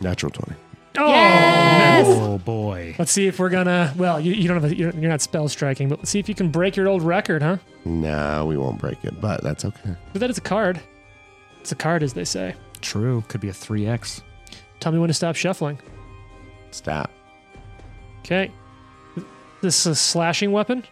Speaker 5: Natural 20.
Speaker 2: Oh,
Speaker 3: Yay! Yes.
Speaker 1: Oh boy.
Speaker 2: Let's see if we're gonna. Well, you, you don't have. A, you're, you're not spell striking, but let's see if you can break your old record, huh?
Speaker 5: No, we won't break it, but that's okay.
Speaker 2: But that is a card. It's a card, as they say.
Speaker 1: True. Could be a 3x.
Speaker 2: Tell me when to stop shuffling.
Speaker 5: Stop.
Speaker 2: Okay. This is a slashing weapon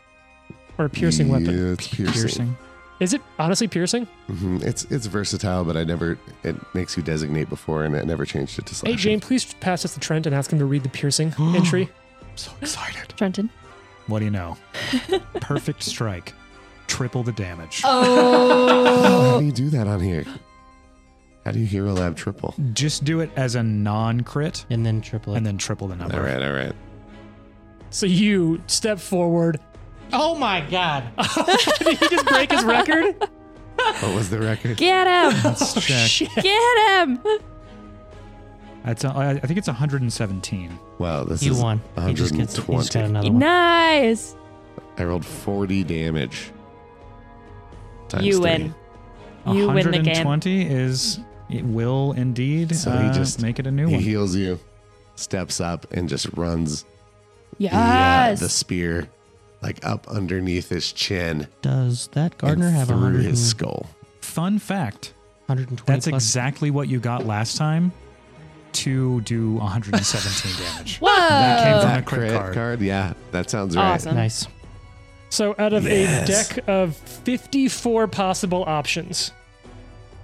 Speaker 2: or a piercing weapon.
Speaker 5: Yeah, it's piercing.
Speaker 1: Piercing.
Speaker 2: Is it honestly piercing?
Speaker 5: hmm It's it's versatile, but I never. It makes you designate before, and it never changed it to slashing.
Speaker 2: Hey, Jane, please pass us the Trent and ask him to read the piercing
Speaker 5: (gasps)
Speaker 2: entry.
Speaker 1: I'm so excited.
Speaker 3: Trenton.
Speaker 1: What do you know? (laughs) Perfect strike. Triple the damage.
Speaker 5: How
Speaker 3: Oh.
Speaker 5: do you do that on here? How do you hero lab triple?
Speaker 1: Just do it as a non crit
Speaker 4: and then triple it.
Speaker 1: and then triple the number.
Speaker 5: All right, all right.
Speaker 2: So you step forward.
Speaker 4: oh my
Speaker 2: (laughs)
Speaker 4: god!
Speaker 2: Did he just (laughs) break his record?
Speaker 5: What was the record?
Speaker 3: Get him.
Speaker 1: Let's check.
Speaker 3: Get him.
Speaker 1: That's a, I I think it's 117.
Speaker 5: Wow, this
Speaker 4: He
Speaker 5: is
Speaker 4: won. He just gets. He just
Speaker 5: 120.
Speaker 4: got another one.
Speaker 3: Nice.
Speaker 5: I rolled 40 damage. Times
Speaker 3: You
Speaker 5: three.
Speaker 3: win. You win the game.
Speaker 1: 120 is it will indeed
Speaker 5: So he
Speaker 1: uh,
Speaker 5: just-
Speaker 1: make it a new
Speaker 5: He
Speaker 1: one.
Speaker 5: heals you, steps up, and just runs the, uh,
Speaker 3: Yes.
Speaker 5: the spear like up underneath his chin
Speaker 4: Does that gardener
Speaker 5: and
Speaker 4: have
Speaker 5: through
Speaker 4: 100
Speaker 5: his skull.
Speaker 1: Fun fact.
Speaker 4: 120?
Speaker 1: That's exactly what you got last time to do
Speaker 5: (laughs)
Speaker 1: 117 damage.
Speaker 3: Whoa.
Speaker 1: came from- a
Speaker 5: That
Speaker 1: crit
Speaker 5: crit
Speaker 1: card.
Speaker 5: card. Yeah, that sounds right.
Speaker 3: Awesome.
Speaker 4: nice.
Speaker 2: So out of
Speaker 5: Yes.
Speaker 2: a deck of 54 possible options,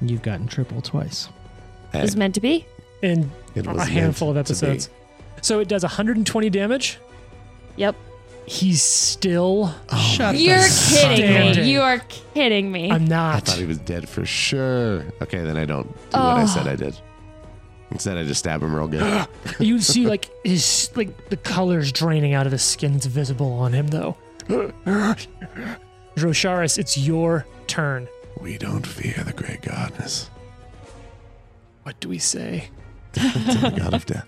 Speaker 4: You've gotten triple twice.
Speaker 5: Hey,
Speaker 3: It was meant to be.
Speaker 2: in
Speaker 5: it was
Speaker 2: a
Speaker 5: meant
Speaker 2: handful of
Speaker 5: to be.
Speaker 2: episodes. So it does 120 damage.
Speaker 3: Yep.
Speaker 2: He's still.
Speaker 1: Oh
Speaker 4: Shut
Speaker 3: You're kidding
Speaker 2: standing.
Speaker 3: me. You are kidding me.
Speaker 2: I'm
Speaker 5: I
Speaker 2: not.
Speaker 5: thought he was dead for sure. Okay, then I don't do what I
Speaker 3: Oh.
Speaker 5: said I did. Instead, I just stab him real good. (gasps)
Speaker 2: You see, like his like the colors draining out of his skin. It's visible on him, (laughs) though. Drosharis, it's your turn.
Speaker 5: we don't fear the great godness, (laughs)
Speaker 2: What do we say?
Speaker 5: the god of death.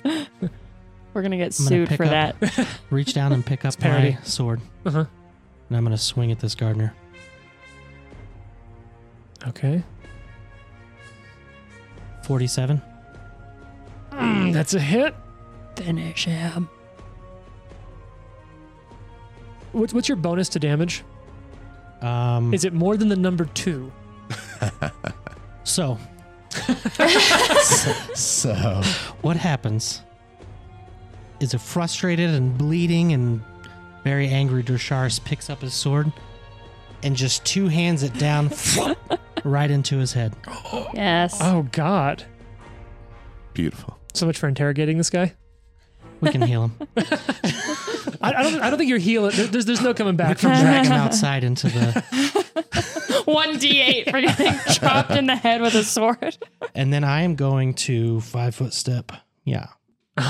Speaker 3: We're gonna get
Speaker 4: I'm gonna
Speaker 3: sued
Speaker 4: pick
Speaker 3: for
Speaker 4: up-
Speaker 3: that.
Speaker 4: Reach down and pick up
Speaker 2: parody.
Speaker 4: my sword,
Speaker 2: Uh huh.
Speaker 4: and I'm gonna swing at this gardener.
Speaker 2: Okay.
Speaker 4: 47.
Speaker 2: Mm, that's a hit.
Speaker 3: Finish him.
Speaker 2: What's what's your bonus to damage?
Speaker 4: Um,
Speaker 2: Is it more than the number two?
Speaker 4: so
Speaker 5: So
Speaker 4: what happens is a frustrated and bleeding and very angry Drasharis picks up his sword and just two hands it down (laughs) right into his head.
Speaker 3: Yes.
Speaker 2: Oh God!
Speaker 5: beautiful.
Speaker 2: So much for interrogating this guy.
Speaker 4: We can heal him.
Speaker 2: I, I don't. I don't think you're healing. there- There's there's no coming back
Speaker 4: (laughs)
Speaker 2: from that.
Speaker 4: Drag him outside into the.
Speaker 3: (laughs) One D eight
Speaker 2: (laughs)
Speaker 3: for getting dropped in the head with a sword.
Speaker 4: And then I am going to five foot step. Yeah.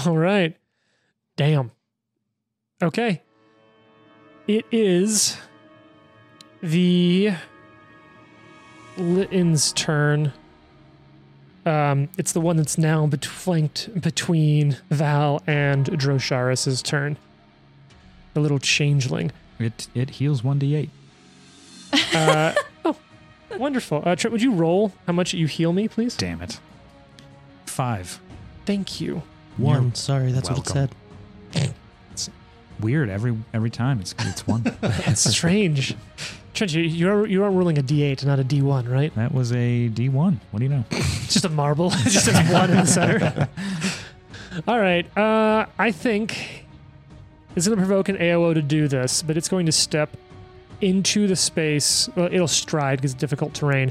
Speaker 2: All right. Damn. Okay. It is the Litton's turn. Um, it's the one that's now bet- flanked between Val and Drosharis's turn. The little changeling.
Speaker 1: It it heals 1d8.
Speaker 2: Uh, oh, wonderful. Uh, Trent, would you roll how much you heal me, please?
Speaker 1: Damn it. Five.
Speaker 2: Thank you.
Speaker 4: One.
Speaker 1: You're
Speaker 4: Sorry, that's what it
Speaker 1: welcome.
Speaker 4: said.
Speaker 1: Weird every every time. It's it's
Speaker 5: (laughs)
Speaker 1: one.
Speaker 2: That's strange. Trent, you, you, are, you are rolling a d8, not a d1, right?
Speaker 1: that was a D1. What do you
Speaker 3: (laughs)
Speaker 1: know?
Speaker 2: It's just a marble. (laughs) It just has one in the center. All right. Uh, I think it's going to provoke an AOO to do this, but it's going to step into the space. Well, it'll stride because it's difficult terrain.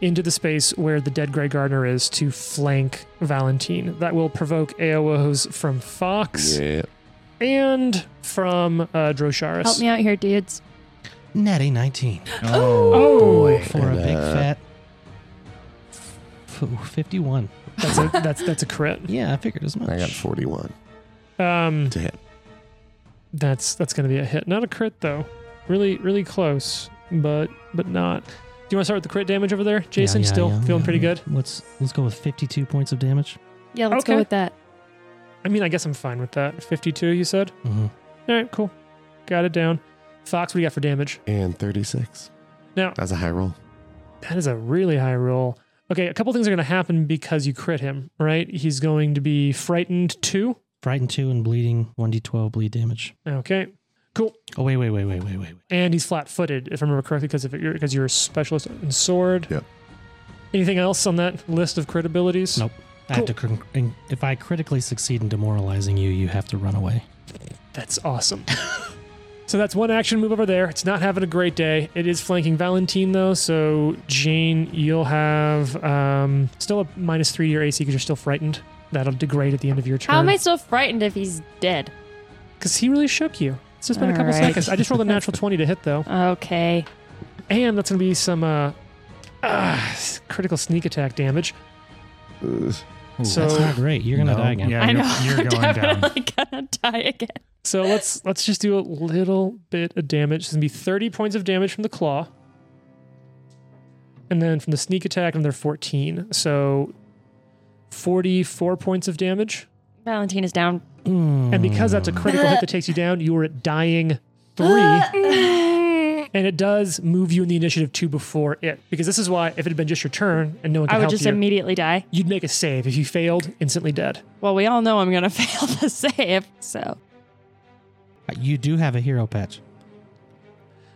Speaker 2: Into the space where the dead Grey Gardener is to flank Valentine. That will provoke AOOs from Fox
Speaker 5: Yeah.
Speaker 2: and from uh, Drosharis.
Speaker 3: Help me out here, dudes.
Speaker 4: Natty 19.
Speaker 1: Oh,
Speaker 2: Oh,
Speaker 1: boy.
Speaker 4: For a
Speaker 5: And,
Speaker 4: big
Speaker 5: uh,
Speaker 4: fat. f- 51.
Speaker 2: that's a, that's that's a crit.
Speaker 4: Yeah, I figured as much.
Speaker 5: I got 41
Speaker 2: Um,
Speaker 5: to hit.
Speaker 2: That's that's gonna be a hit. Not a crit though. Really, really close, but but not. Do you want to start with the crit damage over there,
Speaker 4: Yeah,
Speaker 2: Jason?
Speaker 4: yeah,
Speaker 2: Still
Speaker 4: yeah,
Speaker 2: feeling
Speaker 4: yeah.
Speaker 2: pretty good.
Speaker 4: Let's let's go with 52 points of damage.
Speaker 3: Yeah, let's go
Speaker 2: Okay.
Speaker 3: with that.
Speaker 2: I mean, I guess I'm fine with that. Fifty-two, you said.
Speaker 4: Mm-hmm.
Speaker 2: All right, cool. Got it down. Fox, what do you got for damage?
Speaker 5: And 36.
Speaker 2: Now-
Speaker 5: That's a high roll.
Speaker 2: That is a really high roll. Okay, a couple things are gonna happen because you crit him. Right? He's going to be frightened two.
Speaker 4: Frightened 2 and bleeding 1d12 bleed damage.
Speaker 2: Okay. Cool.
Speaker 4: Oh, wait, wait, wait, wait, wait, wait. wait.
Speaker 2: And he's flat footed, if I remember correctly, because you're, because you're a specialist in sword.
Speaker 5: Yep.
Speaker 2: Anything else on that list of crit abilities?
Speaker 4: Nope. I have to, cr- and if I critically succeed in demoralizing you, you have to run away.
Speaker 2: That's awesome. (laughs) so that's one action move over there. It's not having a great day. It is flanking Valentine though, so Jane, you'll have um, still a minus three to your AC because you're still frightened. That'll degrade at the end of your turn.
Speaker 3: How am I still frightened if he's dead?
Speaker 2: Because he really shook you. It's just been a
Speaker 3: All
Speaker 2: couple
Speaker 3: right.
Speaker 2: seconds. I just rolled a
Speaker 3: (laughs)
Speaker 2: natural twenty to hit though,
Speaker 3: Okay.
Speaker 2: and that's gonna be some uh, ah, critical sneak attack damage.
Speaker 5: Ugh.
Speaker 1: Ooh,
Speaker 2: So-
Speaker 4: That's not great. You're going to
Speaker 1: no.
Speaker 4: die again.
Speaker 1: Yeah,
Speaker 3: I
Speaker 1: you're,
Speaker 3: know.
Speaker 1: you're
Speaker 3: (laughs) I'm
Speaker 1: going down.
Speaker 3: definitely gonna die again.
Speaker 2: So let's let's just do a little bit of damage. It's gonna be 30 points of damage from the claw. And then from the sneak attack, another 14. So 44 points of damage.
Speaker 3: Valentine is down.
Speaker 2: And because that's a critical
Speaker 3: Mm.
Speaker 2: hit that takes you down, you are at dying three.
Speaker 3: (laughs)
Speaker 2: And it does move you in the initiative two before it. Because this is why if it had been just your turn and no one could
Speaker 3: I would
Speaker 2: help
Speaker 3: just
Speaker 2: you,
Speaker 3: immediately die.
Speaker 2: you'd make a save. If you failed, instantly dead.
Speaker 3: Well, we all know I'm gonna (laughs) fail the save, so
Speaker 4: You do have a hero patch.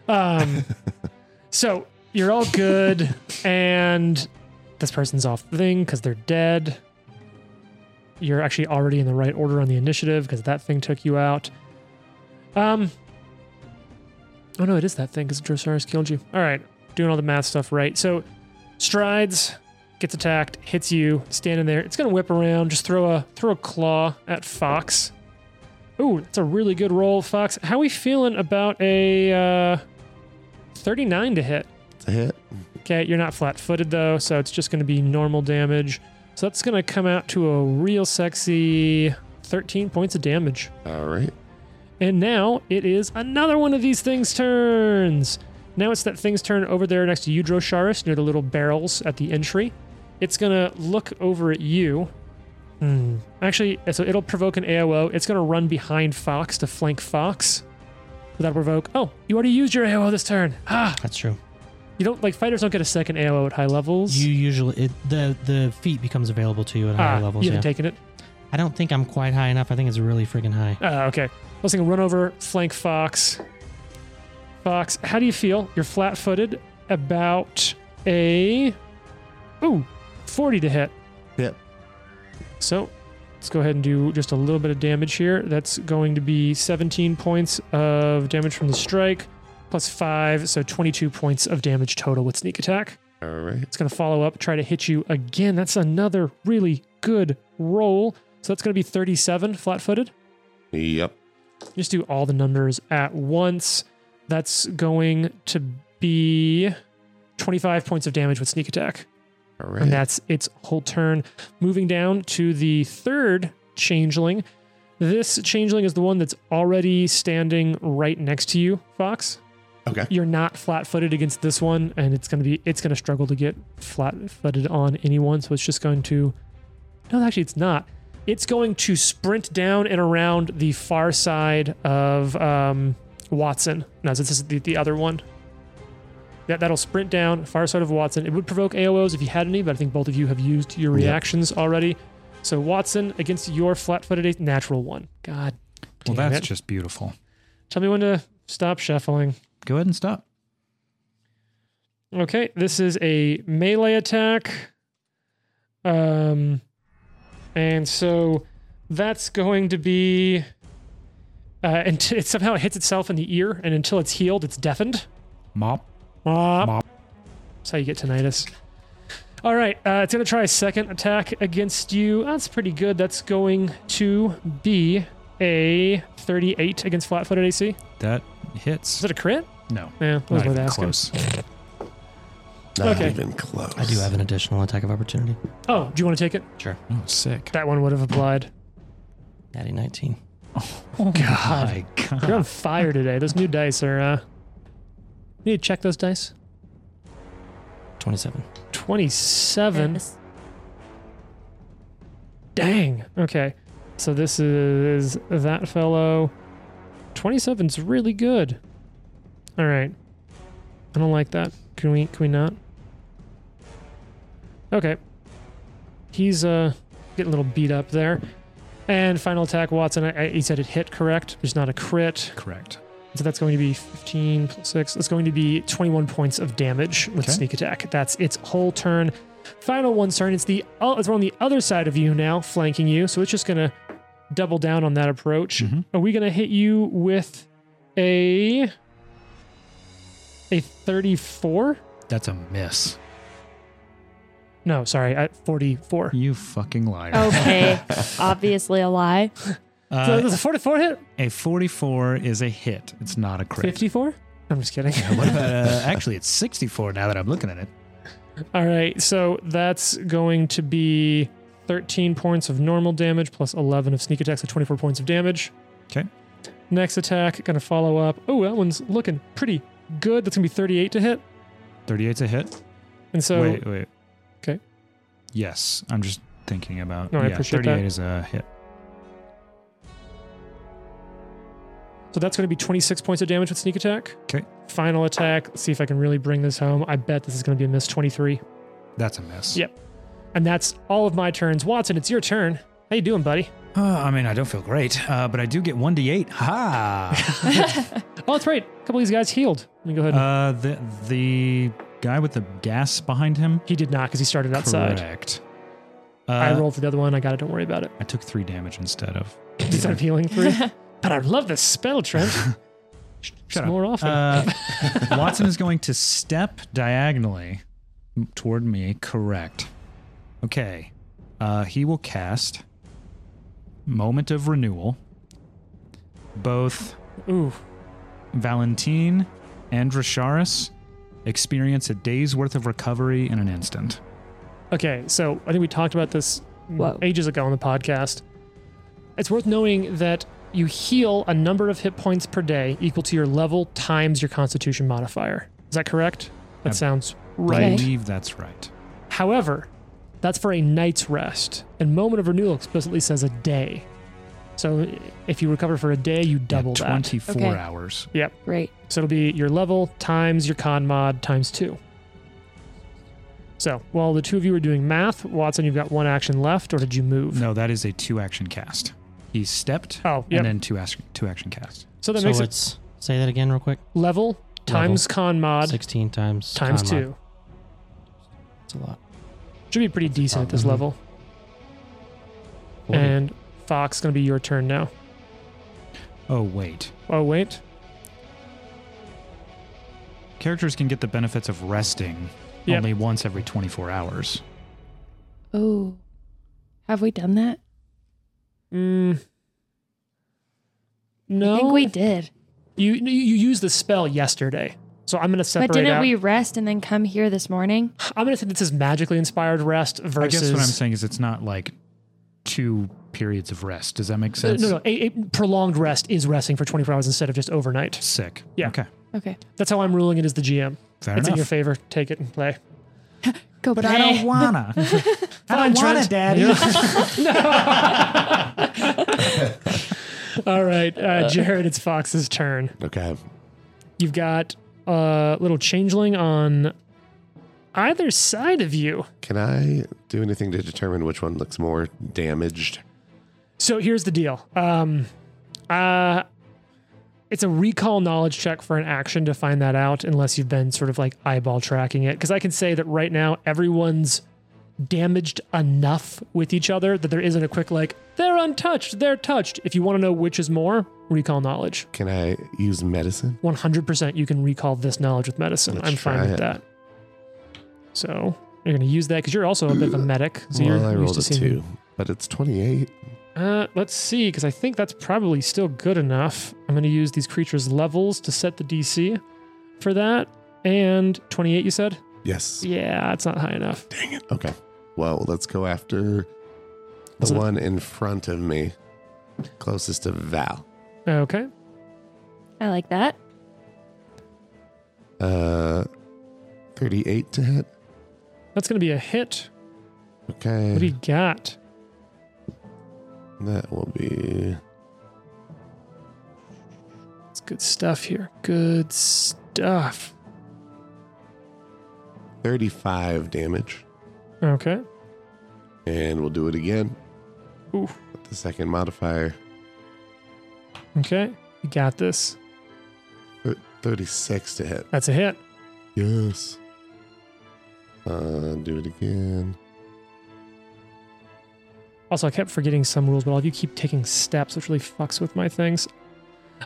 Speaker 2: Um, so you're all good, and this person's off the thing because they're dead. You're actually already in the right order on the initiative because that thing took you out. Um. Oh no, it is that thing because Drosaurus killed you. All right, doing all the math stuff right. So, strides, gets attacked, hits you, standing there. It's gonna whip around. Just throw a throw a claw at Fox. Ooh, that's a really good roll, Fox. How we feeling about a uh, 39 to hit?
Speaker 5: It's a hit.
Speaker 2: Okay, you're not flat footed though, so it's just going to be normal damage. So that's going to come out to a real sexy 13 points of damage.
Speaker 5: All right.
Speaker 2: And now it is another one of these things' turns. Now it's that thing's turn over there next to you, Drosharis, near the little barrels at the entry. It's gonna look over at you. Hmm. Actually, so it'll provoke an AOO. It's gonna run behind Fox to flank Fox. That'll provoke. Oh, you already used your AOO this turn. Ah,
Speaker 4: That's true.
Speaker 2: you don't like fighters don't get a second AOO at high levels.
Speaker 4: You usually it, the the feat becomes available to you at
Speaker 2: ah,
Speaker 4: higher levels.
Speaker 2: you
Speaker 4: Yeah.
Speaker 2: haven't taken it.
Speaker 4: I don't think I'm quite high enough. I think it's really freaking high.
Speaker 2: Ah, okay. Let's think run over, flank Fox. Fox, how do you feel? You're flat footed, about a. Ooh, 40 to hit.
Speaker 5: Yep.
Speaker 2: So let's go ahead and do just a little bit of damage here. That's going to be 17 points of damage from the strike, plus 5, so 22 points of damage total with sneak attack.
Speaker 5: All right.
Speaker 2: It's going to follow up, try to hit you again. That's another really good roll. So that's going to be 37 flat footed
Speaker 5: Yep.
Speaker 2: just do all the numbers at once. That's going to be 25 points of damage with sneak attack.
Speaker 5: All right.
Speaker 2: And that's its whole turn. Moving down to the third changeling. This changeling is the one that's already standing right next to you, Fox.
Speaker 5: okay.
Speaker 2: You're not flat-footed against this one, and it's gonna be it's gonna struggle to get flat-footed on anyone. So it's just going to. No, actually, it's not. It's going to sprint down and around the far side of um, Watson. No, this is the, the other one. That that'll sprint down far side of Watson. It would provoke AOOs if you had any, but I think both of you have used your
Speaker 5: Yeah.
Speaker 2: reactions already. So Watson against your flat-footed natural one. God,
Speaker 1: Well,
Speaker 2: Damn
Speaker 1: that's
Speaker 2: it.
Speaker 1: just beautiful.
Speaker 2: tell me when to stop shuffling.
Speaker 1: Go ahead and stop.
Speaker 2: Okay, this is a melee attack. Um and so that's going to be uh and (laughs) it somehow hits itself in the ear and until it's healed it's deafened.
Speaker 1: Mop.
Speaker 2: Mop.
Speaker 1: Mop.
Speaker 2: That's how you get tinnitus. All right, uh, it's going to try a second attack against you. That's pretty good. That's going to be a 38 against flat-footed AC.
Speaker 1: That
Speaker 2: Is
Speaker 1: hits.
Speaker 2: it a crit?
Speaker 1: No.
Speaker 2: Yeah, that was
Speaker 1: Not
Speaker 2: worth
Speaker 1: even
Speaker 2: asking.
Speaker 1: close.
Speaker 5: Not
Speaker 2: Okay.
Speaker 5: even close.
Speaker 4: I do have an additional attack of opportunity.
Speaker 2: Oh, do you want to take it?
Speaker 1: Oh,
Speaker 2: (laughs)
Speaker 1: sick.
Speaker 2: That one would have applied.
Speaker 4: Natty 19.
Speaker 1: Oh,
Speaker 2: God.
Speaker 1: My God.
Speaker 2: You're on fire today. Those new dice are. uh Need to check those dice.
Speaker 4: 27.
Speaker 2: Twenty-seven. Dang. Okay. So this is that fellow. 27's really good. All right. I don't like that. Can we can we not? Okay. He's uh getting a little beat up there. And final attack, Watson. I, I, he said it hit correct. It's not a crit.
Speaker 1: (laughs) Correct.
Speaker 2: So that's going to be 15 plus 6. That's going to be 21 points of damage with
Speaker 1: Okay.
Speaker 2: sneak attack. That's its whole turn. Final one's turn. It's the oh, it's on the other side of you now, flanking you. So it's just going to double down on that approach.
Speaker 1: Mhm.
Speaker 2: Are we going to hit you with a a 34?
Speaker 1: That's a miss.
Speaker 2: No, sorry, at 44.
Speaker 1: You fucking liar.
Speaker 2: (laughs)
Speaker 3: Okay. Obviously a lie.
Speaker 2: Oh, so
Speaker 1: Uh,
Speaker 2: does a 44 hit?
Speaker 1: a 44 is a hit. It's not a crit.
Speaker 2: 54? I'm just kidding.
Speaker 1: What about, uh, actually, it's 64 now that I'm looking at it.
Speaker 2: All right, so that's going to be 13 points of normal damage plus 11 of sneak attack, so 24 points of damage.
Speaker 1: 'Kay.
Speaker 2: Next attack, gonna follow up. Oh, that one's looking pretty good. That's gonna be 38 to hit.
Speaker 1: 38's a hit.
Speaker 2: And so,
Speaker 1: wait, wait.
Speaker 2: 'Kay.
Speaker 1: Yes, I'm just thinking about.
Speaker 2: No, I
Speaker 1: yeah,
Speaker 2: appreciate
Speaker 1: 38
Speaker 2: that.
Speaker 1: is a hit.
Speaker 2: so that's gonna be 26 points of damage with sneak attack.
Speaker 1: 'Kay.
Speaker 2: Final attack. Let's see if I can really bring this home. I bet this is gonna be a miss 23.
Speaker 1: That's a miss.
Speaker 2: Yep. And that's all of my turns. Watson, it's your turn. How you doing, buddy?
Speaker 1: Uh, I mean, I don't feel great, uh, but I do get 1d8.
Speaker 2: (laughs)
Speaker 1: Ha!
Speaker 2: Oh, that's right. A couple of these guys healed. Let me go ahead. and
Speaker 1: uh, the, the guy with the gas behind him?
Speaker 2: he did not because he started outside.
Speaker 1: Correct. Uh,
Speaker 2: I rolled for the other one. I got it. Don't worry about it.
Speaker 1: I took three damage instead of.
Speaker 2: Instead of healing three. but I love this spell, Trent.
Speaker 1: Shut
Speaker 2: It's more often.
Speaker 1: Uh,
Speaker 2: (laughs)
Speaker 1: Watson is going to step diagonally toward me. Correct. Okay. Uh, he will cast Moment of Renewal. Both
Speaker 2: Ooh.
Speaker 1: Valentine and Drasharis experience a day's worth of recovery in an instant.
Speaker 2: Okay, so I think we talked about this
Speaker 3: Whoa.
Speaker 2: ages ago on the podcast. It's worth knowing that you heal a number of hit points per day equal to your level times your constitution modifier. Is that correct? That
Speaker 1: I-
Speaker 2: sounds
Speaker 1: I
Speaker 2: right.
Speaker 1: believe that's right.
Speaker 2: However, that's for a night's rest, and moment of renewal explicitly says a day. So if you recover for a day, you double
Speaker 1: Yeah,
Speaker 2: that.
Speaker 1: 24
Speaker 3: Okay.
Speaker 1: hours.
Speaker 3: Great.
Speaker 2: So it'll be your level times your con mod times two. So while the two of you are doing math, Watson, you've got one action left, or did you move?
Speaker 1: No, that is a two action cast. He stepped
Speaker 2: Oh,
Speaker 1: and
Speaker 2: yep.
Speaker 1: then two, action, two action cast.
Speaker 2: so that
Speaker 4: so
Speaker 2: makes it
Speaker 4: it's say that again real quick.
Speaker 2: level times con mod
Speaker 4: Sixteen times
Speaker 2: times
Speaker 4: con mod.
Speaker 2: two.
Speaker 4: It's a lot.
Speaker 2: Should be pretty decent at this
Speaker 4: Mhm.
Speaker 2: level.
Speaker 4: 40.
Speaker 2: And Fox, gonna be your turn now.
Speaker 1: Oh, wait.
Speaker 2: Oh wait,
Speaker 1: Characters can get the benefits of resting
Speaker 2: Yep.
Speaker 1: only once every 24 hours.
Speaker 3: Oh. Have we done that?
Speaker 2: mm. no,
Speaker 3: I think we did.
Speaker 2: you you you used the spell yesterday. So I'm gonna separate
Speaker 3: but didn't
Speaker 2: out.
Speaker 3: we rest and then come here this morning?
Speaker 2: I'm gonna say this is magically inspired rest versus.
Speaker 1: I guess what I'm saying is it's not like two periods of rest. Does that make
Speaker 2: Uh,
Speaker 1: sense?
Speaker 2: no, no. A, a prolonged rest is resting for 24 hours instead of just overnight.
Speaker 1: Sick.
Speaker 2: Yeah.
Speaker 1: Okay.
Speaker 3: Okay.
Speaker 2: That's how I'm ruling it as the GM.
Speaker 1: Fair
Speaker 2: it's in your
Speaker 1: enough.
Speaker 2: favor. Take it and play.
Speaker 3: Go
Speaker 1: but
Speaker 3: play.
Speaker 1: I don't
Speaker 2: (laughs)
Speaker 1: wanna. I don't wanna, Daddy.
Speaker 2: All right, uh, Jared, it's Fox's turn.
Speaker 5: Okay.
Speaker 2: You've got a little changeling on either side of you.
Speaker 5: Can I do anything to determine which one looks more damaged?
Speaker 2: So here's the deal. Um, uh, it's a recall knowledge check for an action to find that out, unless you've been sort of like eyeball tracking it. Because I can say that right now everyone's damaged enough with each other that there isn't a quick like they're untouched, they're touched. If you want to know which is more, recall knowledge.
Speaker 5: Can I use medicine?
Speaker 2: 100% you can recall this knowledge with medicine.
Speaker 5: Let's
Speaker 2: I'm fine
Speaker 5: try
Speaker 2: with
Speaker 5: it.
Speaker 2: that. So you're going to use that because you're also a bit of a medic. So
Speaker 5: well,
Speaker 2: you're
Speaker 5: I
Speaker 2: used
Speaker 5: rolled
Speaker 2: to
Speaker 5: a
Speaker 2: seeing-
Speaker 5: two, but it's 28.
Speaker 2: Uh, let's see, because I think that's probably still good enough. I'm going to use these creatures' levels to set the DC for that. And 28, you said?
Speaker 5: Yes.
Speaker 2: Yeah, it's not high enough.
Speaker 5: Dang it. Okay. Well, let's go after the
Speaker 2: So-
Speaker 5: one in front of me, closest to Val.
Speaker 2: Okay.
Speaker 3: I like that.
Speaker 5: Uh, 38 to hit.
Speaker 2: That's going to be a hit.
Speaker 5: Okay.
Speaker 2: What do you got?
Speaker 5: that will be
Speaker 2: It's good stuff here. Good stuff.
Speaker 5: 35 damage.
Speaker 2: Okay.
Speaker 5: And we'll do it again.
Speaker 2: Ooh.
Speaker 5: But the second modifier.
Speaker 2: Okay, you got this.
Speaker 5: Thir- 36 to hit.
Speaker 2: That's a hit.
Speaker 5: Yes. Uh, do it again.
Speaker 2: Also, I kept forgetting some rules, but all of you keep taking steps, which really fucks with my things.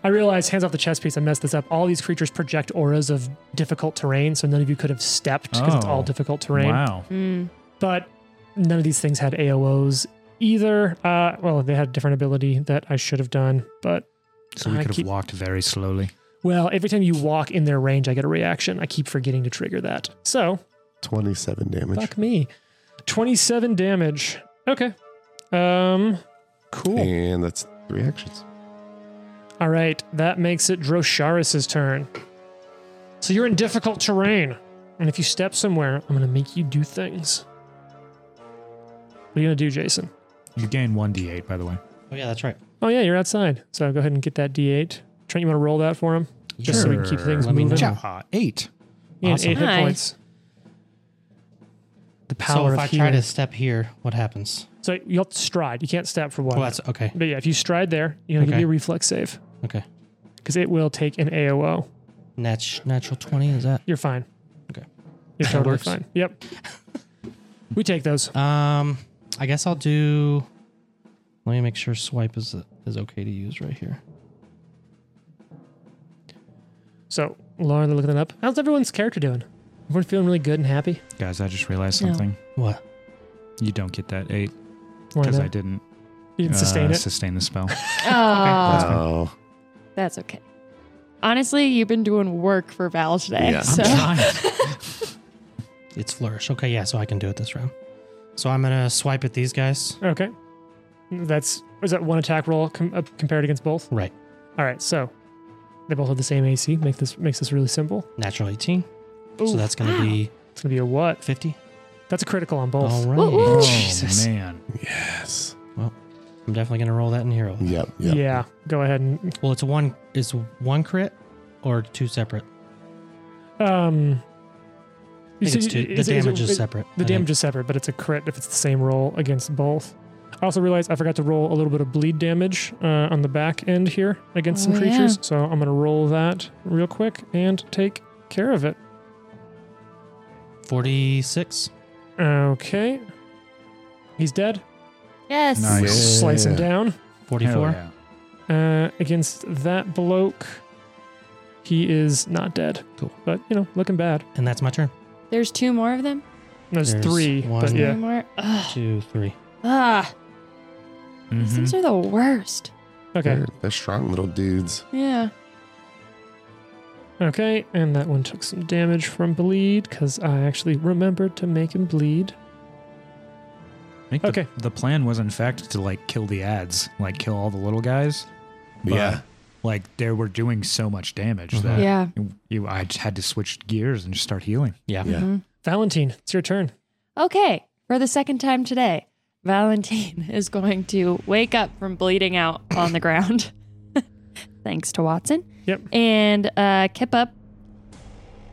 Speaker 2: I realize, hands off the chess piece, I messed this up. All these creatures project auras of difficult terrain, so none of you could have stepped because it's all
Speaker 1: Oh.
Speaker 2: difficult terrain.
Speaker 1: Wow.
Speaker 3: Mm.
Speaker 2: But none of these things had AOs either. Uh, well, they had a different ability that I should have done, but
Speaker 1: So we
Speaker 2: I
Speaker 1: could have
Speaker 2: Uh, keep-
Speaker 1: walked very slowly.
Speaker 2: well, every time you walk in their range, I get a reaction. I keep forgetting to trigger that. So
Speaker 5: 27 damage.
Speaker 2: fuck me. 27 damage. Okay. Um, cool.
Speaker 5: And that's three actions.
Speaker 2: All right, that makes it Drosharis' turn. So you're in difficult terrain, and if you step somewhere, I'm gonna make you do things. What are you gonna do, Jason?
Speaker 1: You gain 1d8, by the way.
Speaker 4: Oh yeah, that's right.
Speaker 2: Oh yeah, you're outside. So go ahead and get that D8. Trent, you want to roll that for him? Just so we can keep
Speaker 1: Sure.
Speaker 2: things
Speaker 4: Let me
Speaker 2: moving.
Speaker 4: know.
Speaker 1: Uh, eight.
Speaker 2: You need
Speaker 4: Awesome.
Speaker 2: eight hit
Speaker 3: Nice.
Speaker 2: points. The
Speaker 4: So
Speaker 2: power
Speaker 4: if
Speaker 2: of
Speaker 4: I try
Speaker 2: healing.
Speaker 4: to step here, what happens?
Speaker 2: So you have to stride. You can't step for one.
Speaker 4: Oh, that's okay.
Speaker 2: but yeah, if you stride there, you're gonna give
Speaker 4: Okay.
Speaker 2: me a reflex save
Speaker 4: Okay.
Speaker 2: because it will take an AOO.
Speaker 4: Nat- natural twenty is that?
Speaker 2: You're fine.
Speaker 4: Okay. (laughs)
Speaker 2: You're totally
Speaker 4: works.
Speaker 2: fine. Yep. we take those.
Speaker 4: Um, I guess I'll do. Let me make sure swipe is is okay to use right here.
Speaker 2: So, Lauren, they're looking that up. How's everyone's character doing? Everyone feeling really good and happy?
Speaker 1: Guys, I just realized
Speaker 3: No.
Speaker 1: something.
Speaker 4: What?
Speaker 1: You don't get that eight
Speaker 2: Why
Speaker 1: because
Speaker 2: not?
Speaker 1: I didn't,
Speaker 2: you didn't sustain
Speaker 1: uh,
Speaker 2: it.
Speaker 1: sustain the
Speaker 2: (laughs)
Speaker 1: spell.
Speaker 3: Oh,
Speaker 5: Wow.
Speaker 3: that's okay. Honestly, you've been doing work for Val today.
Speaker 5: Yeah.
Speaker 3: So.
Speaker 1: I'm trying.
Speaker 4: It's flourish. Okay, yeah, so I can do it this round. So I'm gonna swipe at these guys.
Speaker 2: okay. That's, was that one attack roll com- uh, compared against both?
Speaker 4: Right.
Speaker 2: All right, so they both have the same AC. Make this Makes this really simple.
Speaker 4: Natural 18.
Speaker 2: Ooh,
Speaker 4: so that's gonna
Speaker 2: (gasps)
Speaker 4: be
Speaker 2: It's going to be a what?
Speaker 4: 50.
Speaker 2: That's a critical on
Speaker 4: All
Speaker 2: both.
Speaker 4: right.
Speaker 3: Woo, woo.
Speaker 1: Oh,
Speaker 2: Jesus.
Speaker 1: man.
Speaker 5: Yes.
Speaker 4: I'm definitely gonna roll that in hero.
Speaker 5: Yep. Yep.
Speaker 2: Yeah, go ahead and.
Speaker 4: Well, it's one. It's one crit or two separate.
Speaker 2: Um,
Speaker 4: I think it's two. The damage is separate. I
Speaker 2: The
Speaker 4: think.
Speaker 2: damage is separate, but it's a crit if it's the same roll against both. I also realized I forgot to roll a little bit of bleed damage uh, on the back end here against some
Speaker 3: Oh, yeah.
Speaker 2: creatures, so I'm gonna roll that real quick and take care of it.
Speaker 4: 46.
Speaker 2: Okay, he's dead.
Speaker 3: (laughs) Yes.
Speaker 1: Nice.
Speaker 2: Slice him
Speaker 5: Yeah.
Speaker 2: down.
Speaker 1: Hell
Speaker 4: 44.
Speaker 1: yeah.
Speaker 2: Uh, against that bloke, he is not dead.
Speaker 4: Cool.
Speaker 2: but you know, looking bad.
Speaker 4: And that's my turn.
Speaker 3: There's two more of them.
Speaker 2: There's,
Speaker 4: There's
Speaker 2: three, but
Speaker 4: one.
Speaker 3: Two
Speaker 2: yeah.
Speaker 3: more. Ugh.
Speaker 4: Two, three.
Speaker 3: Ah,
Speaker 1: Mhm.
Speaker 3: these things
Speaker 2: Mm-hmm.
Speaker 3: are the worst.
Speaker 2: Okay,
Speaker 5: They're, they're strong little dudes.
Speaker 3: Yeah.
Speaker 2: Okay, and that one took some damage from bleed because I actually remembered to make him bleed.
Speaker 1: I think the-
Speaker 2: Okay.
Speaker 1: The, plan was, in fact, to like kill the ads, like kill all the little guys. But,
Speaker 5: Yeah.
Speaker 1: Like they were doing so much damage
Speaker 2: Mm-hmm.
Speaker 4: Mhm.
Speaker 1: that
Speaker 3: Yeah.
Speaker 1: you, I just had to switch gears and just start healing.
Speaker 4: Yeah.
Speaker 5: Yeah.
Speaker 3: Mhm.
Speaker 2: Valentine, it's your turn.
Speaker 3: Okay. For the second time today, Valentine (laughs) is going to wake up from bleeding out on the ground. (laughs) Thanks to Watson.
Speaker 2: Yep.
Speaker 3: And uh, kip up,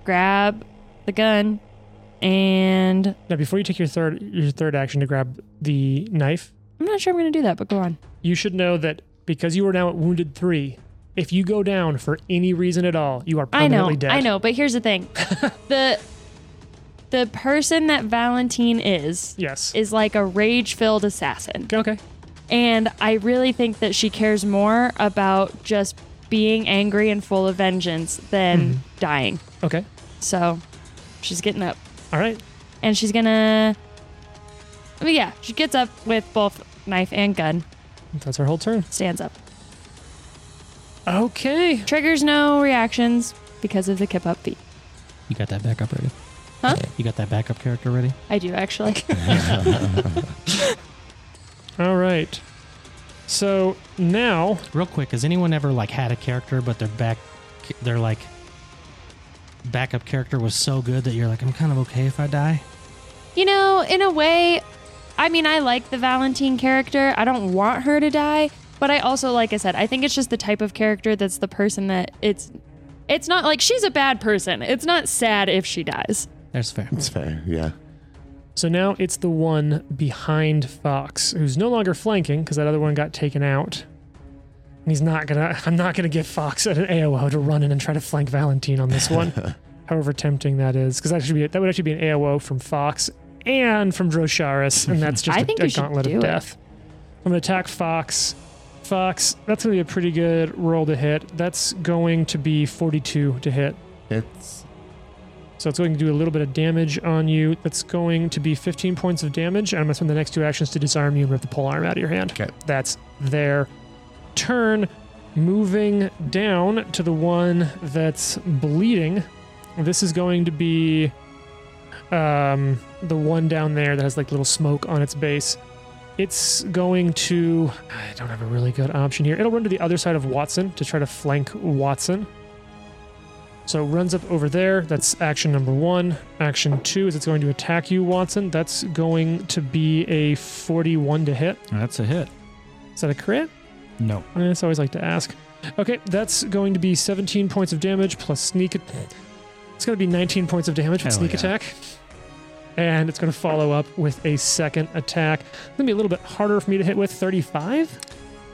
Speaker 3: grab the gun, and
Speaker 2: Now, before you take your third your third action to grab the knife,
Speaker 3: I'm not sure I'm going to do that, but go on.
Speaker 2: you should know that because you are now at wounded three, if you go down for any reason at all, you are
Speaker 3: I
Speaker 2: permanently
Speaker 3: know.
Speaker 2: Oh, dead.
Speaker 3: I know. But here's the thing the the person that Valentine is
Speaker 2: Yes.
Speaker 3: is like a rage filled assassin.
Speaker 2: okay.
Speaker 3: And I really think that she cares more about just being angry and full of vengeance than dying.
Speaker 2: Okay.
Speaker 3: So she's getting up
Speaker 2: All right.
Speaker 3: and she's gonna. I mean, yeah, she gets up with both knife and gun,
Speaker 2: That's our whole turn.
Speaker 3: stands up.
Speaker 2: Okay.
Speaker 3: Triggers no reactions because of the kip up feet.
Speaker 4: You got that backup ready?
Speaker 3: Huh?
Speaker 4: You got that backup character ready?
Speaker 3: I do actually.
Speaker 2: All right. So now,
Speaker 4: Real quick, has anyone ever like had a character but their back their like backup character was so good that you're like, I'm kind of okay if I die?
Speaker 3: you know, in a way, I mean, I like the Valentine character. I don't want her to die, but I also, like I said, I think it's just the type of character that's the person that it's. It's not like she's a bad person. It's not sad if she dies.
Speaker 4: That's fair.
Speaker 5: It's fair. Yeah.
Speaker 2: So now it's the one behind Fox, who's no longer flanking because that other one got taken out. And he's not gonna. (laughs) I'm not gonna give Fox an AOO to run in and try to flank Valentine on this one. However tempting that is, because that should be that would actually be an AOO from Fox and from Drosharis, and that's just
Speaker 3: (laughs) I
Speaker 2: a
Speaker 3: think
Speaker 2: a
Speaker 3: you should
Speaker 2: gauntlet
Speaker 3: do
Speaker 2: of
Speaker 3: it.
Speaker 2: death. I'm gonna attack Fox. Fox, that's gonna be a pretty good roll to hit. That's going to be 42 to hit.
Speaker 5: It's
Speaker 2: So it's going to do a little bit of damage on you. That's going to be 15 points of damage, and I'm going to spend the next two actions to disarm you and rip the pole arm out of your hand.
Speaker 5: Okay.
Speaker 2: That's their turn. Moving down to the one that's bleeding. This is going to be um, the one down there that has like little smoke on its base. It's going to. I don't have a really good option here. It'll run to the other side of Watson to try to flank Watson. So it runs up over there. That's action number one. Action two is it's going to attack you, Watson. That's going to be a 41 to hit.
Speaker 1: That's a hit.
Speaker 2: Is that a crit?
Speaker 1: (laughs) No.
Speaker 2: Eh, It's always like to ask. Okay, that's going to be 17 points of damage plus sneak. at- It's going to be 19 points of damage with
Speaker 1: Hell
Speaker 2: sneak
Speaker 1: yeah.
Speaker 2: attack. And it's going to follow up with a second attack. It's going to be a little bit harder for me to hit with 35.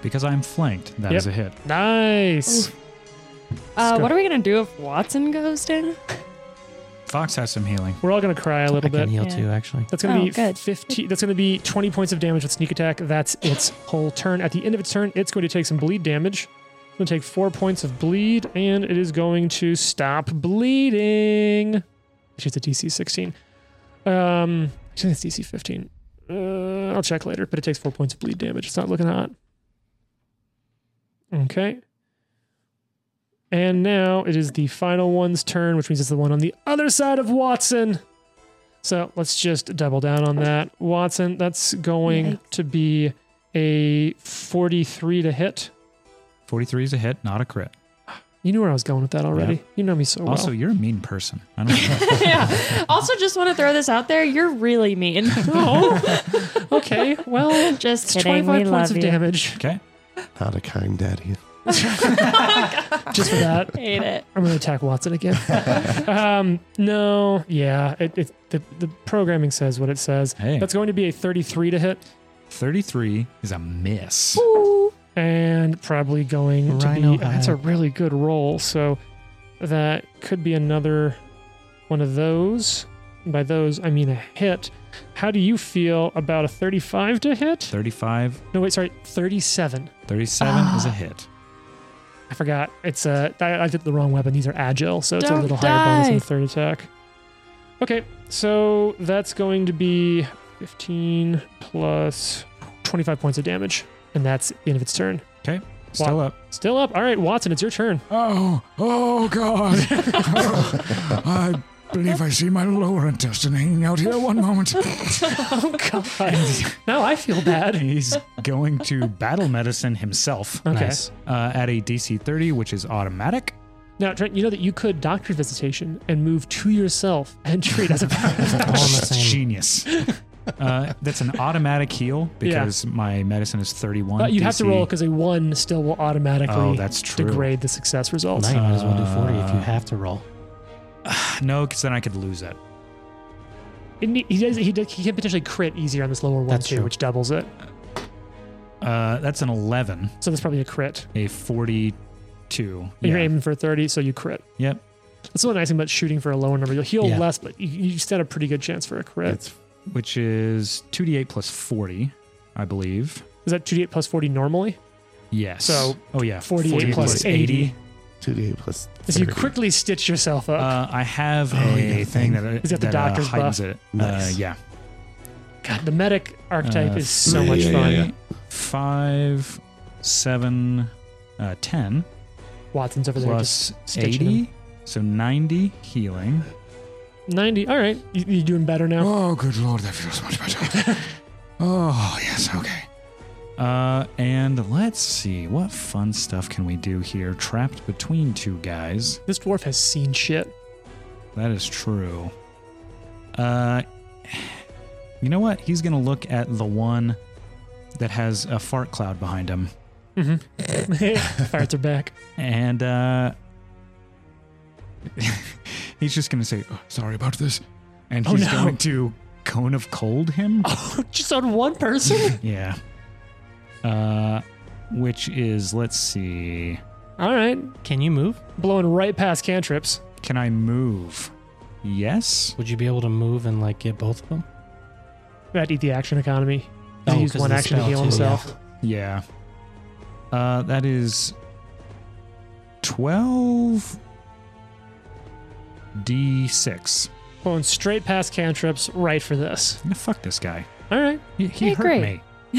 Speaker 1: Because I'm flanked. That
Speaker 2: Yep.
Speaker 1: is a hit.
Speaker 2: Nice.
Speaker 3: Uh,
Speaker 2: go.
Speaker 3: what are we gonna do if Watson goes down? (laughs)
Speaker 1: Fox has some healing.
Speaker 2: We're all going to cry a little
Speaker 4: I can
Speaker 2: bit.
Speaker 4: heal
Speaker 3: Yeah.
Speaker 4: too, actually.
Speaker 2: That's gonna
Speaker 3: Oh,
Speaker 2: be
Speaker 3: good.
Speaker 2: fifteen. That's gonna be twenty points of damage with sneak attack. That's its whole turn. At the end of its turn, it's going to take some bleed damage. It's gonna take four points of bleed, and it is going to stop bleeding. She's a DC sixteen. Um, actually, it's DC fifteen. Uh, I'll check later, but it takes four points of bleed damage. It's not looking hot. Okay. And now it is the final one's turn, which means it's the one on the other side of Watson. So let's just double down on that. Watson, that's going
Speaker 3: Yikes.
Speaker 2: to be a 43 to hit.
Speaker 1: 43 is a hit, not a crit.
Speaker 2: You knew where I was going with that already.
Speaker 1: Yeah.
Speaker 2: You know me so Oh, well.
Speaker 1: Also, you're a mean person. I don't know. (laughs)
Speaker 3: yeah. Also, just want to throw this out there. You're
Speaker 2: (laughs)
Speaker 3: really mean.
Speaker 2: oh, okay. Well,
Speaker 3: (laughs) Just
Speaker 2: it's
Speaker 3: kidding.
Speaker 2: 25
Speaker 3: We
Speaker 2: points
Speaker 3: love
Speaker 2: of
Speaker 3: you.
Speaker 2: damage
Speaker 1: okay.
Speaker 5: not a kind daddy.
Speaker 2: just for that.
Speaker 3: (laughs)
Speaker 2: (laughs)
Speaker 3: Hate it.
Speaker 2: I'm gonna attack Watson again. (laughs) um, no, yeah, it, it, the the programming says what it says.
Speaker 1: Hey.
Speaker 2: That's going to be a 33 to hit,
Speaker 1: 33 is a miss.
Speaker 2: and probably going
Speaker 4: Rhino
Speaker 2: to be. That's a
Speaker 4: hide.
Speaker 2: really good roll, so that could be another one of those. By those, I mean a hit. How do you feel about a 35 to hit?
Speaker 1: 35,
Speaker 2: No, wait, sorry, 37.
Speaker 1: 37 is a hit.
Speaker 2: I forgot. It's a. I, I did the wrong weapon. These are agile, so it's a
Speaker 3: Don't
Speaker 2: little higher bonus than
Speaker 3: die.
Speaker 2: the third attack. Okay, so that's going to be 15 plus 25 points of damage, and that's the end of its turn.
Speaker 1: Still up.
Speaker 2: Still up. All right, Watson, it's your turn.
Speaker 1: Oh, oh (laughs) God. I believe I see my lower intestine hanging out here one moment.
Speaker 2: Oh God! (laughs) now I feel bad.
Speaker 1: He's going to battle medicine himself
Speaker 2: Okay.
Speaker 4: Nice.
Speaker 1: uh, at a DC 30, which is automatic.
Speaker 2: Now, Trent, you know that you could doctor visitation and move to yourself and
Speaker 1: (laughs)
Speaker 2: treat as a
Speaker 4: All in the same.
Speaker 1: Genius. Uh, that's an automatic heal because my medicine is 31.
Speaker 2: But you have to
Speaker 1: DC.
Speaker 2: roll because a one still will automatically
Speaker 1: Oh, that's true.
Speaker 2: degrade the success result.
Speaker 4: Now you might as well do 40 if you
Speaker 1: Uh,
Speaker 4: have to roll.
Speaker 1: No, because then I could lose it.
Speaker 2: And he, he does. He, does, he can potentially crit easier on this lower one
Speaker 4: That's
Speaker 2: too,
Speaker 4: true.
Speaker 2: which doubles it.
Speaker 1: Uh, that's an 11,
Speaker 2: So that's probably a crit.
Speaker 1: a 42.
Speaker 2: And You're
Speaker 1: Yeah.
Speaker 2: aiming for 30, so you crit.
Speaker 1: Yep.
Speaker 2: That's the nice thing about shooting for a lower number. You'll heal
Speaker 4: Yeah.
Speaker 2: less, but you, you stand a pretty good chance for a crit.
Speaker 5: It's
Speaker 1: Which is 2d8 plus 40, I believe.
Speaker 2: Is that 2d8 plus 40 normally?
Speaker 1: Yes.
Speaker 2: So,
Speaker 1: oh yeah,
Speaker 2: 48
Speaker 1: 48
Speaker 2: plus 80.
Speaker 5: 2d8 plus.
Speaker 2: So you
Speaker 5: 30.
Speaker 2: quickly stitch yourself up.
Speaker 1: Uh, I have
Speaker 5: Oh, yeah,
Speaker 1: a thing
Speaker 5: thing.
Speaker 1: that,
Speaker 2: He's got the
Speaker 1: that, uh,
Speaker 2: doctor's
Speaker 1: heightens
Speaker 2: buff.
Speaker 1: it.
Speaker 5: Nice.
Speaker 1: Uh, yeah.
Speaker 2: God, the medic archetype
Speaker 1: Uh,
Speaker 2: is so
Speaker 5: yeah,
Speaker 2: much
Speaker 5: yeah,
Speaker 2: fun.
Speaker 5: yeah,
Speaker 1: Five, seven, uh, 10
Speaker 2: Watson's over there. Just
Speaker 1: plus
Speaker 2: stitching
Speaker 1: 80. So 90 healing.
Speaker 2: 90. All right. You, you're doing
Speaker 1: (laughs)
Speaker 2: better now.
Speaker 1: Oh, good lord, that feels much
Speaker 2: (laughs)
Speaker 1: better. oh, yes, okay. Uh, and let's see, what fun stuff can we do here? Trapped between two guys.
Speaker 2: This dwarf has
Speaker 1: (laughs)
Speaker 2: seen shit. (laughs)
Speaker 1: That is true. Uh, you know what? He's gonna look at the one that has a fart cloud behind him,
Speaker 2: Farts are back.
Speaker 1: and uh, (laughs) he's just gonna say, "Oh, "Sorry about this," and
Speaker 2: Oh,
Speaker 1: he's
Speaker 2: no.
Speaker 1: going to cone of cold him?
Speaker 2: Oh, just on one
Speaker 1: (laughs)
Speaker 2: person?
Speaker 1: Yeah. Uh, which is let's see.
Speaker 2: All right.
Speaker 4: Can you move?
Speaker 2: Blowing right past cantrips.
Speaker 1: Can I move? Yes.
Speaker 4: Would you be able to move and like get both of them?
Speaker 2: That'd eat the action economy. He
Speaker 4: Oh,
Speaker 2: used
Speaker 4: 'cause
Speaker 2: one
Speaker 4: of the
Speaker 2: action to
Speaker 4: spell
Speaker 2: heal
Speaker 4: too,
Speaker 2: himself.
Speaker 1: Yeah. Uh, that is twelve d six.
Speaker 2: Blowing straight past cantrips right for this.
Speaker 1: Fuck this guy.
Speaker 2: All right.
Speaker 1: He, he
Speaker 3: Hey,
Speaker 1: hurt
Speaker 3: great.
Speaker 1: me.
Speaker 3: (laughs)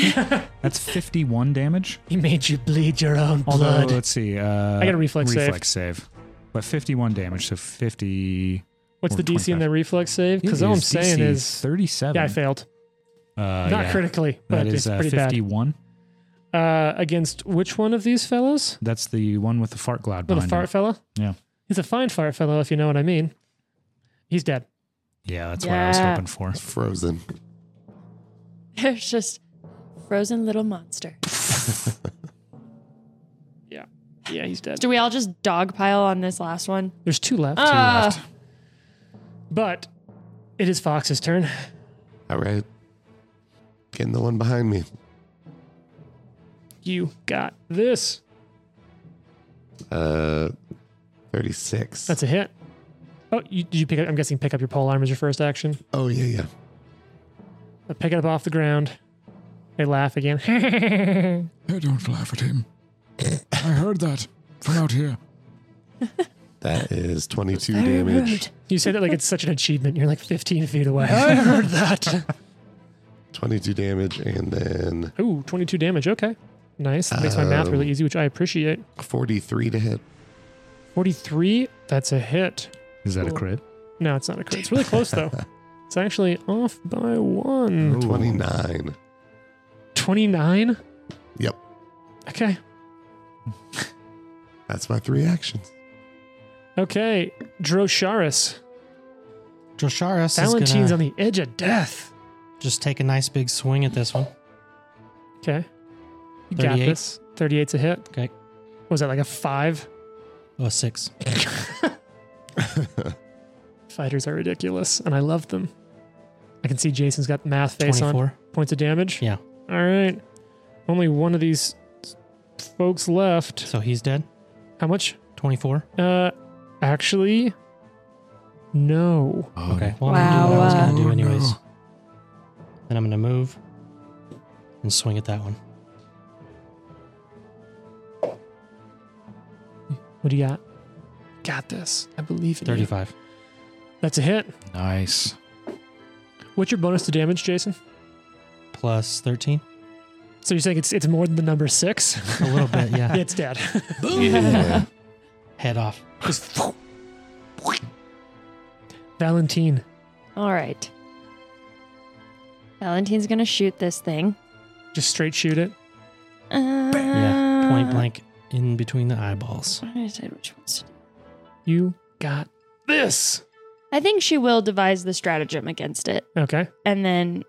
Speaker 1: That's fifty-one damage.
Speaker 2: He made you bleed your own
Speaker 1: Although,
Speaker 2: blood.
Speaker 1: let's see. Uh,
Speaker 2: I got a reflex save.
Speaker 1: reflex save. But 51 damage, so 50.
Speaker 2: What's
Speaker 1: or
Speaker 2: the DC in
Speaker 1: 25.
Speaker 2: the reflex save? Because
Speaker 1: It
Speaker 2: all I'm
Speaker 1: is
Speaker 2: saying
Speaker 1: DC
Speaker 2: is,
Speaker 1: 37.
Speaker 2: yeah, I failed.
Speaker 1: Uh,
Speaker 2: Not
Speaker 1: yeah.
Speaker 2: critically, but
Speaker 1: That is
Speaker 2: it's
Speaker 1: uh,
Speaker 2: pretty
Speaker 1: 51.
Speaker 2: bad. Uh, against which one of these fellows?
Speaker 1: That's the one with the fart cloud behind
Speaker 2: Little
Speaker 1: him.
Speaker 2: fart fella.
Speaker 1: Yeah.
Speaker 2: He's a fine fart fellow, if you know what I mean. He's dead.
Speaker 1: Yeah, that's what I was
Speaker 3: Yeah.
Speaker 1: hoping for.
Speaker 5: Frozen.
Speaker 3: There's just frozen little monster.
Speaker 2: Yeah, he's dead.
Speaker 3: Do we all just dogpile on this last one?
Speaker 2: There's two left,
Speaker 3: Ah.
Speaker 1: left.
Speaker 2: but it is Fox's turn.
Speaker 5: All right. Getting the one behind me.
Speaker 2: You got this.
Speaker 5: Uh, 36.
Speaker 2: That's a hit. Oh, you, did you pick up? I'm guessing pick up your pole arm as your first action.
Speaker 5: oh, yeah, yeah.
Speaker 2: I pick it up off the ground. They laugh (laughs) again.
Speaker 6: Hey, don't laugh at him. I heard that from out here.
Speaker 5: That is 22
Speaker 3: Very
Speaker 5: damage.
Speaker 3: rude.
Speaker 2: you say that like it's such an achievement. You're like 15 feet away. (laughs) I
Speaker 4: (laughs)
Speaker 2: heard that.
Speaker 5: 22 damage and then
Speaker 2: Ooh, 22 damage. Okay. Nice. That makes my math
Speaker 4: Um,
Speaker 2: really easy, which I appreciate.
Speaker 5: 43 to hit.
Speaker 2: 43. That's a hit.
Speaker 1: Is that a
Speaker 2: Cool.
Speaker 1: crit?
Speaker 2: No, it's not a crit. It's really close,
Speaker 4: (laughs)
Speaker 2: though. It's actually off by one.
Speaker 1: Ooh.
Speaker 5: 29.
Speaker 2: 29?
Speaker 5: Yep.
Speaker 2: Okay.
Speaker 5: That's my three actions.
Speaker 2: Okay. Drosharis.
Speaker 4: Drosharis is
Speaker 2: Valentine's
Speaker 4: gonna
Speaker 2: on the edge of death.
Speaker 4: just take a nice big swing at this one.
Speaker 2: Okay. You got
Speaker 4: 38.
Speaker 2: this. 38's a hit.
Speaker 4: Okay.
Speaker 2: Was that like a five?
Speaker 4: Oh, a six.
Speaker 2: Fighters are ridiculous, and I love them. I can see Jason's got math face on.
Speaker 4: 24.
Speaker 2: Points of damage?
Speaker 4: Yeah.
Speaker 2: All right. Only one of these folks left.
Speaker 4: So he's dead.
Speaker 2: How much?
Speaker 4: 24.
Speaker 2: Uh, actually, no.
Speaker 1: Oh,
Speaker 4: Okay. Well, I'm going to do what I was
Speaker 3: Wow.
Speaker 4: going to do
Speaker 6: Oh, no.
Speaker 4: anyways. Then I'm going to move and swing at that one.
Speaker 2: What do you got? Got this. I believe in you.
Speaker 4: 35.
Speaker 2: That's a hit.
Speaker 1: Nice.
Speaker 2: What's your bonus to damage, Jason?
Speaker 4: Plus 13.
Speaker 2: So you're saying it's it's more than the number six?
Speaker 4: A little bit,
Speaker 2: (laughs)
Speaker 4: yeah.
Speaker 2: it's dead.
Speaker 5: Yeah.
Speaker 4: Head off.
Speaker 2: Just Valentine.
Speaker 3: All right. Valentine's gonna shoot this thing.
Speaker 2: Just straight shoot it.
Speaker 3: Uh,
Speaker 4: Yeah. Point blank in between the eyeballs.
Speaker 3: I said which ones.
Speaker 2: You got this.
Speaker 3: I think she will devise the stratagem against it,
Speaker 2: Okay.
Speaker 3: and then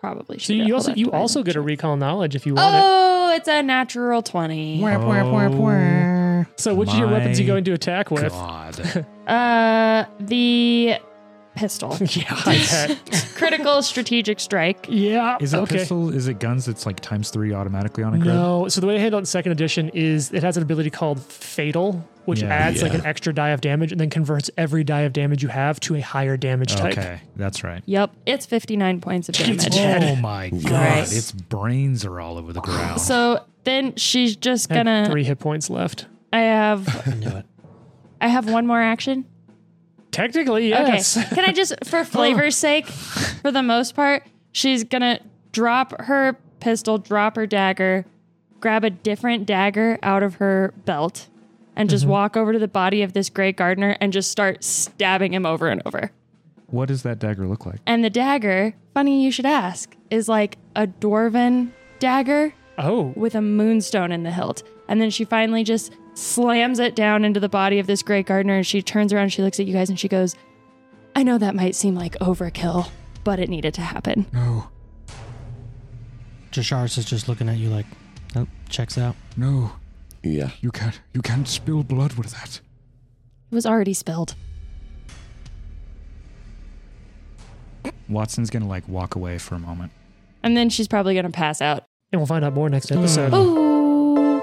Speaker 3: probably.
Speaker 2: So
Speaker 3: should
Speaker 2: you
Speaker 3: hold
Speaker 2: also
Speaker 3: on
Speaker 2: you
Speaker 3: to my
Speaker 2: also get a
Speaker 3: action.
Speaker 2: recall knowledge if you want it.
Speaker 3: Oh, it's a natural twenty.
Speaker 1: Oh,
Speaker 2: So which of your weapons you
Speaker 1: My
Speaker 2: going to attack with?
Speaker 1: God.
Speaker 3: Uh, the
Speaker 2: (laughs)
Speaker 3: pistol.
Speaker 2: Yeah. I bet.
Speaker 3: Critical strategic strike.
Speaker 2: yeah.
Speaker 1: (laughs) Is it
Speaker 2: okay.
Speaker 1: pistol? Is it guns that's like times three automatically on a crit?
Speaker 2: No. So the way I handle it in second edition is it has an ability called Fatal, which
Speaker 1: Yeah.
Speaker 2: adds like
Speaker 5: Yeah.
Speaker 2: an extra die of damage and then converts every die of damage you have to a higher damage type.
Speaker 1: Okay, that's right.
Speaker 3: Yep, it's 59 points of damage.
Speaker 1: Oh (laughs) my god,
Speaker 3: Right.
Speaker 1: its brains are all over the ground.
Speaker 3: So then she's just
Speaker 2: I have
Speaker 3: gonna.
Speaker 2: three hit points left.
Speaker 3: I have.
Speaker 4: I knew it.
Speaker 3: I have one more action.
Speaker 2: Technically, yes. (laughs)
Speaker 3: Okay. Can I just, for flavor's sake, for the most part, she's gonna drop her pistol, drop her dagger, grab a different dagger out of her belt, and just walk over to the body of this gray gardener and just start stabbing him over and over.
Speaker 1: what does that dagger look like?
Speaker 3: And the dagger, funny you should ask, is like a dwarven dagger
Speaker 2: Oh,
Speaker 3: with a moonstone in the hilt. And then she finally just slams it down into the body of this great gardener. And she turns around, she looks at you guys, and she goes, I know that might seem like overkill, but it needed to happen.
Speaker 6: No,
Speaker 4: Drosharis is just looking at you like, oh, checks out.
Speaker 6: no,
Speaker 5: yeah.
Speaker 6: you can't, you can't spill blood with that.
Speaker 3: It was already spilled.
Speaker 1: Watson's gonna like walk away for a moment.
Speaker 3: And then she's probably going to pass out.
Speaker 2: And we'll find out more next episode.
Speaker 1: Hmm.
Speaker 3: Ooh.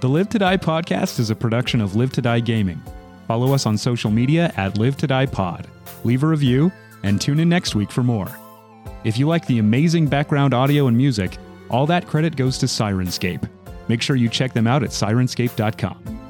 Speaker 1: The Live to Die podcast is a production of Live to Die Gaming. Follow us on social media at Live to Die Pod. Leave a review and tune in next week for more. If you like the amazing background audio and music, all that credit goes to Sirenscape. Make sure you check them out at sirenscape.com.